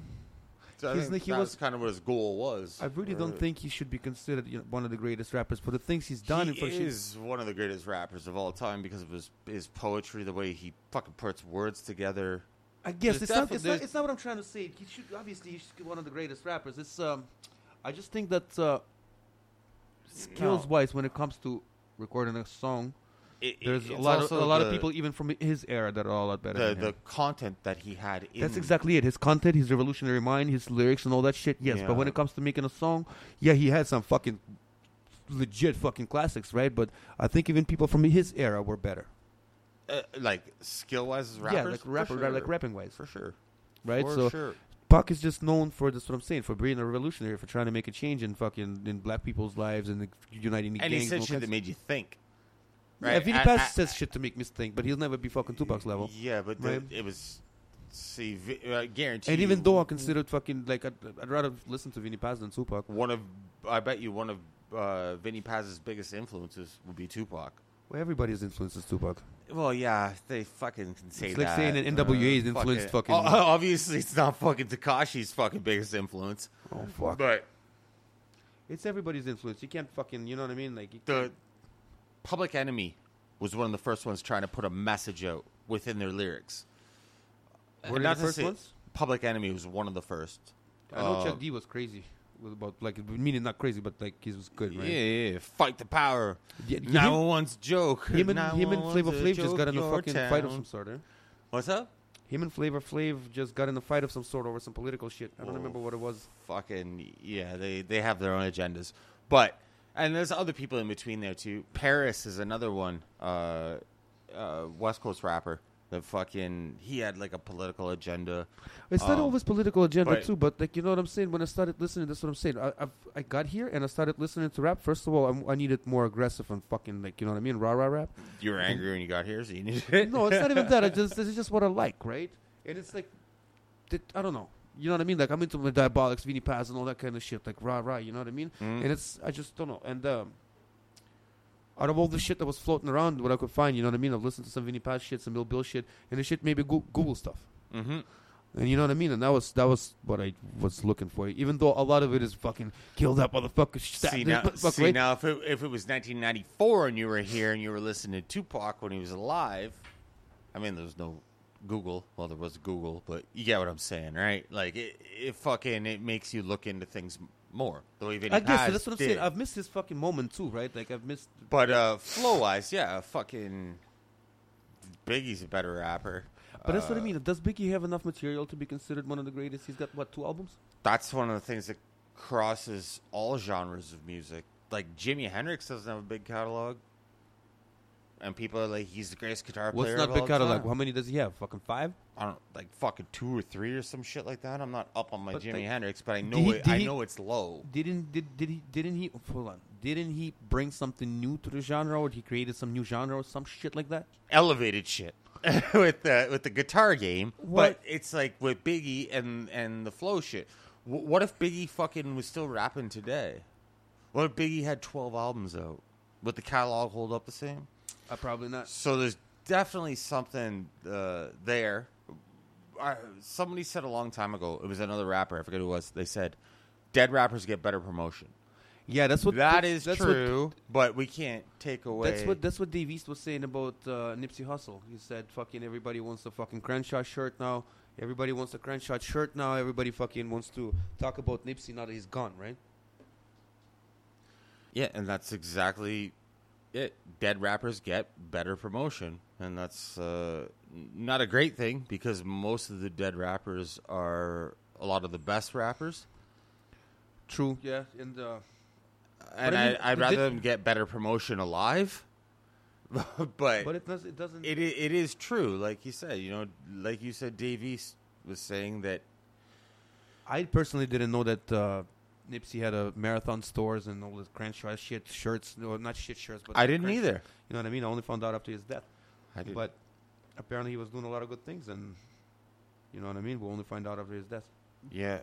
[SPEAKER 5] So I
[SPEAKER 4] he's
[SPEAKER 5] think
[SPEAKER 4] like- he
[SPEAKER 5] that
[SPEAKER 4] was-
[SPEAKER 5] was, kind of what his goal was. Uh,
[SPEAKER 4] I really
[SPEAKER 5] Or-
[SPEAKER 4] don't think he should be considered you know, one of the greatest rappers for the things he's done and for
[SPEAKER 5] he
[SPEAKER 4] shit-
[SPEAKER 5] is one of the greatest rappers of all time because of his his poetry, the way he fucking puts words together.
[SPEAKER 4] I guess
[SPEAKER 5] There's
[SPEAKER 4] it's not,
[SPEAKER 5] defi-
[SPEAKER 4] it's, not,
[SPEAKER 5] there's-
[SPEAKER 4] it's not what I'm trying to say. He should obviously he should be one of the greatest rappers. It's um, I just think that uh, skills wise, when it comes to recording a song,
[SPEAKER 5] It- it-
[SPEAKER 4] there's a
[SPEAKER 5] it's
[SPEAKER 4] lot of a
[SPEAKER 5] also
[SPEAKER 4] lot of
[SPEAKER 5] the-
[SPEAKER 4] people even from his era that are a lot better.
[SPEAKER 5] The
[SPEAKER 4] than him.
[SPEAKER 5] the content that he had. In,
[SPEAKER 4] That's exactly it. His content, his revolutionary mind, his lyrics, and all that shit. Yes, but when
[SPEAKER 5] Yeah.
[SPEAKER 4] it comes to making a song, yeah, he had some fucking legit fucking classics, right? But I think even people from his era were better.
[SPEAKER 5] uh, like skill wise, rappers.
[SPEAKER 4] yeah, like
[SPEAKER 5] for
[SPEAKER 4] rapper,
[SPEAKER 5] sure.
[SPEAKER 4] like rapping wise,
[SPEAKER 5] for sure.
[SPEAKER 4] right?
[SPEAKER 5] For
[SPEAKER 4] so
[SPEAKER 5] sure.
[SPEAKER 4] Pac is just known for that's what I'm saying for being a revolutionary, for trying to make a change in fucking in black people's lives and like, uniting the
[SPEAKER 5] And he
[SPEAKER 4] gangs.
[SPEAKER 5] said
[SPEAKER 4] all
[SPEAKER 5] shit
[SPEAKER 4] kinds-
[SPEAKER 5] that made you think.
[SPEAKER 4] yeah, Vinny
[SPEAKER 5] I-
[SPEAKER 4] Paz
[SPEAKER 5] I-
[SPEAKER 4] says shit to make me think, but he'll never be fucking Tupac's level.
[SPEAKER 5] Yeah, but
[SPEAKER 4] Right.
[SPEAKER 5] the, it was. See, vi- uh, guaranteed.
[SPEAKER 4] And even though I considered fucking like I'd, I'd rather listen to Vinny Paz than Tupac.
[SPEAKER 5] one of, I bet you one of uh, Vinny Paz's biggest influences would be Tupac.
[SPEAKER 4] Well, everybody's influenced is Tupac.
[SPEAKER 5] Well, yeah, they fucking can say
[SPEAKER 4] It's
[SPEAKER 5] that.
[SPEAKER 4] like saying an NWA is influenced fucking- <laughs>
[SPEAKER 5] o- Obviously, it's not fucking Takashi's fucking biggest influence.
[SPEAKER 4] Oh fuck!
[SPEAKER 5] But
[SPEAKER 4] It's everybody's influence. You can't fucking, you know what I mean? Like, you
[SPEAKER 5] the Public Enemy was one of the first ones trying to put a message out within their lyrics. And
[SPEAKER 4] Were they
[SPEAKER 5] not
[SPEAKER 4] Uh, the
[SPEAKER 5] to
[SPEAKER 4] first
[SPEAKER 5] say-
[SPEAKER 4] ones?
[SPEAKER 5] Public Enemy was one of the first.
[SPEAKER 4] I know
[SPEAKER 5] Uh,
[SPEAKER 4] Chuck D was crazy with about like meaning not crazy, but like he was good,
[SPEAKER 5] Yeah,
[SPEAKER 4] right?
[SPEAKER 5] yeah, yeah, fight the power.
[SPEAKER 4] Yeah, him-
[SPEAKER 5] Now one's joke.
[SPEAKER 4] Him and him and
[SPEAKER 5] 911's
[SPEAKER 4] Flavor
[SPEAKER 5] a
[SPEAKER 4] Flav just
[SPEAKER 5] joke,
[SPEAKER 4] got in a
[SPEAKER 5] your
[SPEAKER 4] fucking fight
[SPEAKER 5] town.
[SPEAKER 4] of some sort. Eh?
[SPEAKER 5] What's up?
[SPEAKER 4] Him and Flavor Flav just got in a fight of some sort over some political shit. I don't
[SPEAKER 5] Oh,
[SPEAKER 4] remember what it was.
[SPEAKER 5] Fucking yeah, they they have their own agendas, but and there's other people in between there too. Paris is another one, uh, uh, West Coast rapper. The fucking he had like a political agenda.
[SPEAKER 4] It's not
[SPEAKER 5] Um,
[SPEAKER 4] always political agenda
[SPEAKER 5] but-
[SPEAKER 4] too, but like you know what I'm saying. When I started listening, that's what I'm saying. I I've, I got here and I started listening to rap. First of all, I'm, I needed more aggressive and fucking like you know what I mean, rah rah rap.
[SPEAKER 5] You were angry when you got here, so you
[SPEAKER 4] <laughs>
[SPEAKER 5] needed it.
[SPEAKER 4] no, it's not even that. I just this is just what I like, right? And it's like, that, I don't know. You know what I mean? Like I'm into the diabolics, Vinnie Paz, and all that kind of shit. Like rah rah. You know what I mean?
[SPEAKER 5] Mm.
[SPEAKER 4] And it's I just don't know. And um, out of all the shit that was floating around, what I could find, you know what I mean? I've listened to some Vinnie Paz shit, some Bill Bill shit, and the shit maybe Goo- Google stuff.
[SPEAKER 5] Mm-hmm.
[SPEAKER 4] And you know what I mean? And that was that was what I was looking for. Even though a lot of it is fucking kill that motherfucker. stab
[SPEAKER 5] See
[SPEAKER 4] this
[SPEAKER 5] now,
[SPEAKER 4] motherfucker,
[SPEAKER 5] see
[SPEAKER 4] right?
[SPEAKER 5] now, if it, if it was 1994 and you were here and you were listening to Tupac when he was alive, I mean, there was no Google. Well, there was Google, but you get what I'm saying, right? Like it, it fucking it makes you look into things m- more. The way Vinny
[SPEAKER 4] I guess
[SPEAKER 5] Paz
[SPEAKER 4] that's what I'm
[SPEAKER 5] did.
[SPEAKER 4] saying. I've missed his fucking moment too, right? Like I've missed
[SPEAKER 5] but uh, flow wise, yeah, fucking Biggie's a better rapper.
[SPEAKER 4] But that's what I mean. Does Biggie have enough material to be considered one of the greatest? He's got what two albums?
[SPEAKER 5] That's one of the things that crosses all genres of music. Like Jimi Hendrix doesn't have a big catalog. And people are like, he's the greatest guitar
[SPEAKER 4] What's
[SPEAKER 5] player.
[SPEAKER 4] not
[SPEAKER 5] of
[SPEAKER 4] big
[SPEAKER 5] all
[SPEAKER 4] catalog?
[SPEAKER 5] time.
[SPEAKER 4] How many does he have? Fucking five.
[SPEAKER 5] I don't like fucking two or three or some shit like that. I'm not up on my
[SPEAKER 4] But
[SPEAKER 5] Jimi
[SPEAKER 4] they-
[SPEAKER 5] Hendrix, but I know
[SPEAKER 4] he-
[SPEAKER 5] it,
[SPEAKER 4] did
[SPEAKER 5] I
[SPEAKER 4] he-
[SPEAKER 5] know it's low.
[SPEAKER 4] Didn't did did he didn't he hold on? Didn't he bring something new to the genre, or he created some new genre or some shit like that?
[SPEAKER 5] Elevated shit <laughs> with the with the guitar game, but
[SPEAKER 4] What-
[SPEAKER 5] it's like with Biggie and and the flow shit. W- what if Biggie fucking was still rapping today? What if Biggie had 12 albums out? Would the catalog hold up the same?
[SPEAKER 4] Uh, probably not.
[SPEAKER 5] So there's definitely something uh, there. I, somebody said a long time ago, it was another rapper, I forget who it was. They said, dead rappers get better promotion.
[SPEAKER 4] Yeah, that's what
[SPEAKER 5] That
[SPEAKER 4] that's-
[SPEAKER 5] is
[SPEAKER 4] that's what-
[SPEAKER 5] true, but we can't take away.
[SPEAKER 4] That's what that's what Dave East was saying about uh, Nipsey Hussle. He said, "Fucking everybody wants a fucking Crenshaw shirt now. Everybody wants a Crenshaw shirt now. Everybody fucking wants to talk about Nipsey now that he's gone, right?"
[SPEAKER 5] yeah, and that's exactly it. Dead rappers get better promotion, and that's uh, n- not a great thing because most of the dead rappers are a lot of the best rappers,
[SPEAKER 4] True. Yeah, and uh,
[SPEAKER 5] and
[SPEAKER 4] I
[SPEAKER 5] I
[SPEAKER 4] mean,
[SPEAKER 5] I, would
[SPEAKER 4] the
[SPEAKER 5] rather
[SPEAKER 4] di-
[SPEAKER 5] them get better promotion alive. <laughs> but
[SPEAKER 4] but it does it doesn't.
[SPEAKER 5] it i- it is true, like you said. You know, like you said, Dave East was saying that
[SPEAKER 4] I personally didn't know that uh, Nipsey had a marathon stores and all this Crenshaw shit shirts. No, not shit shirts, but
[SPEAKER 5] I didn't
[SPEAKER 4] Crenshaw-
[SPEAKER 5] either.
[SPEAKER 4] You know what I mean? I only found out after his death.
[SPEAKER 5] I did.
[SPEAKER 4] But apparently he was doing a lot of good things, and you know what I mean. We'll only find out after his death.
[SPEAKER 5] yeah,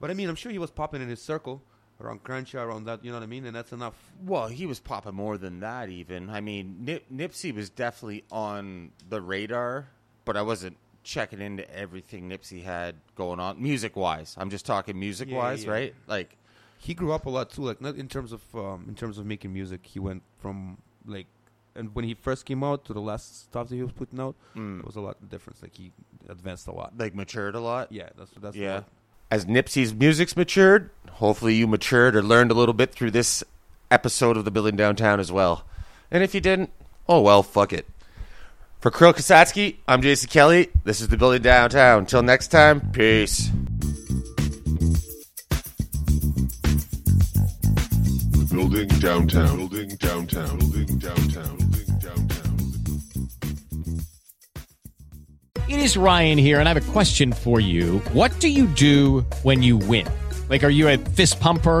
[SPEAKER 4] But I mean, I'm sure he was popping in his circle around Crenshaw, around that. You know what I mean? And that's enough.
[SPEAKER 5] Well, he was popping more than that. Even I mean, Nip- Nipsey was definitely on the radar, but I wasn't checking into everything Nipsey had going on music wise. I'm just talking music wise,
[SPEAKER 4] yeah.
[SPEAKER 5] right? Like,
[SPEAKER 4] He grew up a lot too. Like not in terms of um, in terms of making music, he went from like. And when he first came out to the last stuff that he was putting out,
[SPEAKER 5] Mm.
[SPEAKER 4] there was a lot of difference. Like he advanced a lot.
[SPEAKER 5] like matured a lot.
[SPEAKER 4] Yeah, that's that's the
[SPEAKER 5] Yeah.
[SPEAKER 4] word.
[SPEAKER 5] As Nipsey's music's matured, hopefully you matured or learned a little bit through this episode of The Building Downtown as well. And if you didn't, oh well, fuck it. For Krill Kasatsky, I'm Jason Kelly. This is The Building Downtown. Till next time, peace.
[SPEAKER 3] Building downtown. Building downtown. Building downtown. Building downtown.
[SPEAKER 1] It is Ryan here, and I have a question for you. What do you do when you win? Like, are you a fist pumper,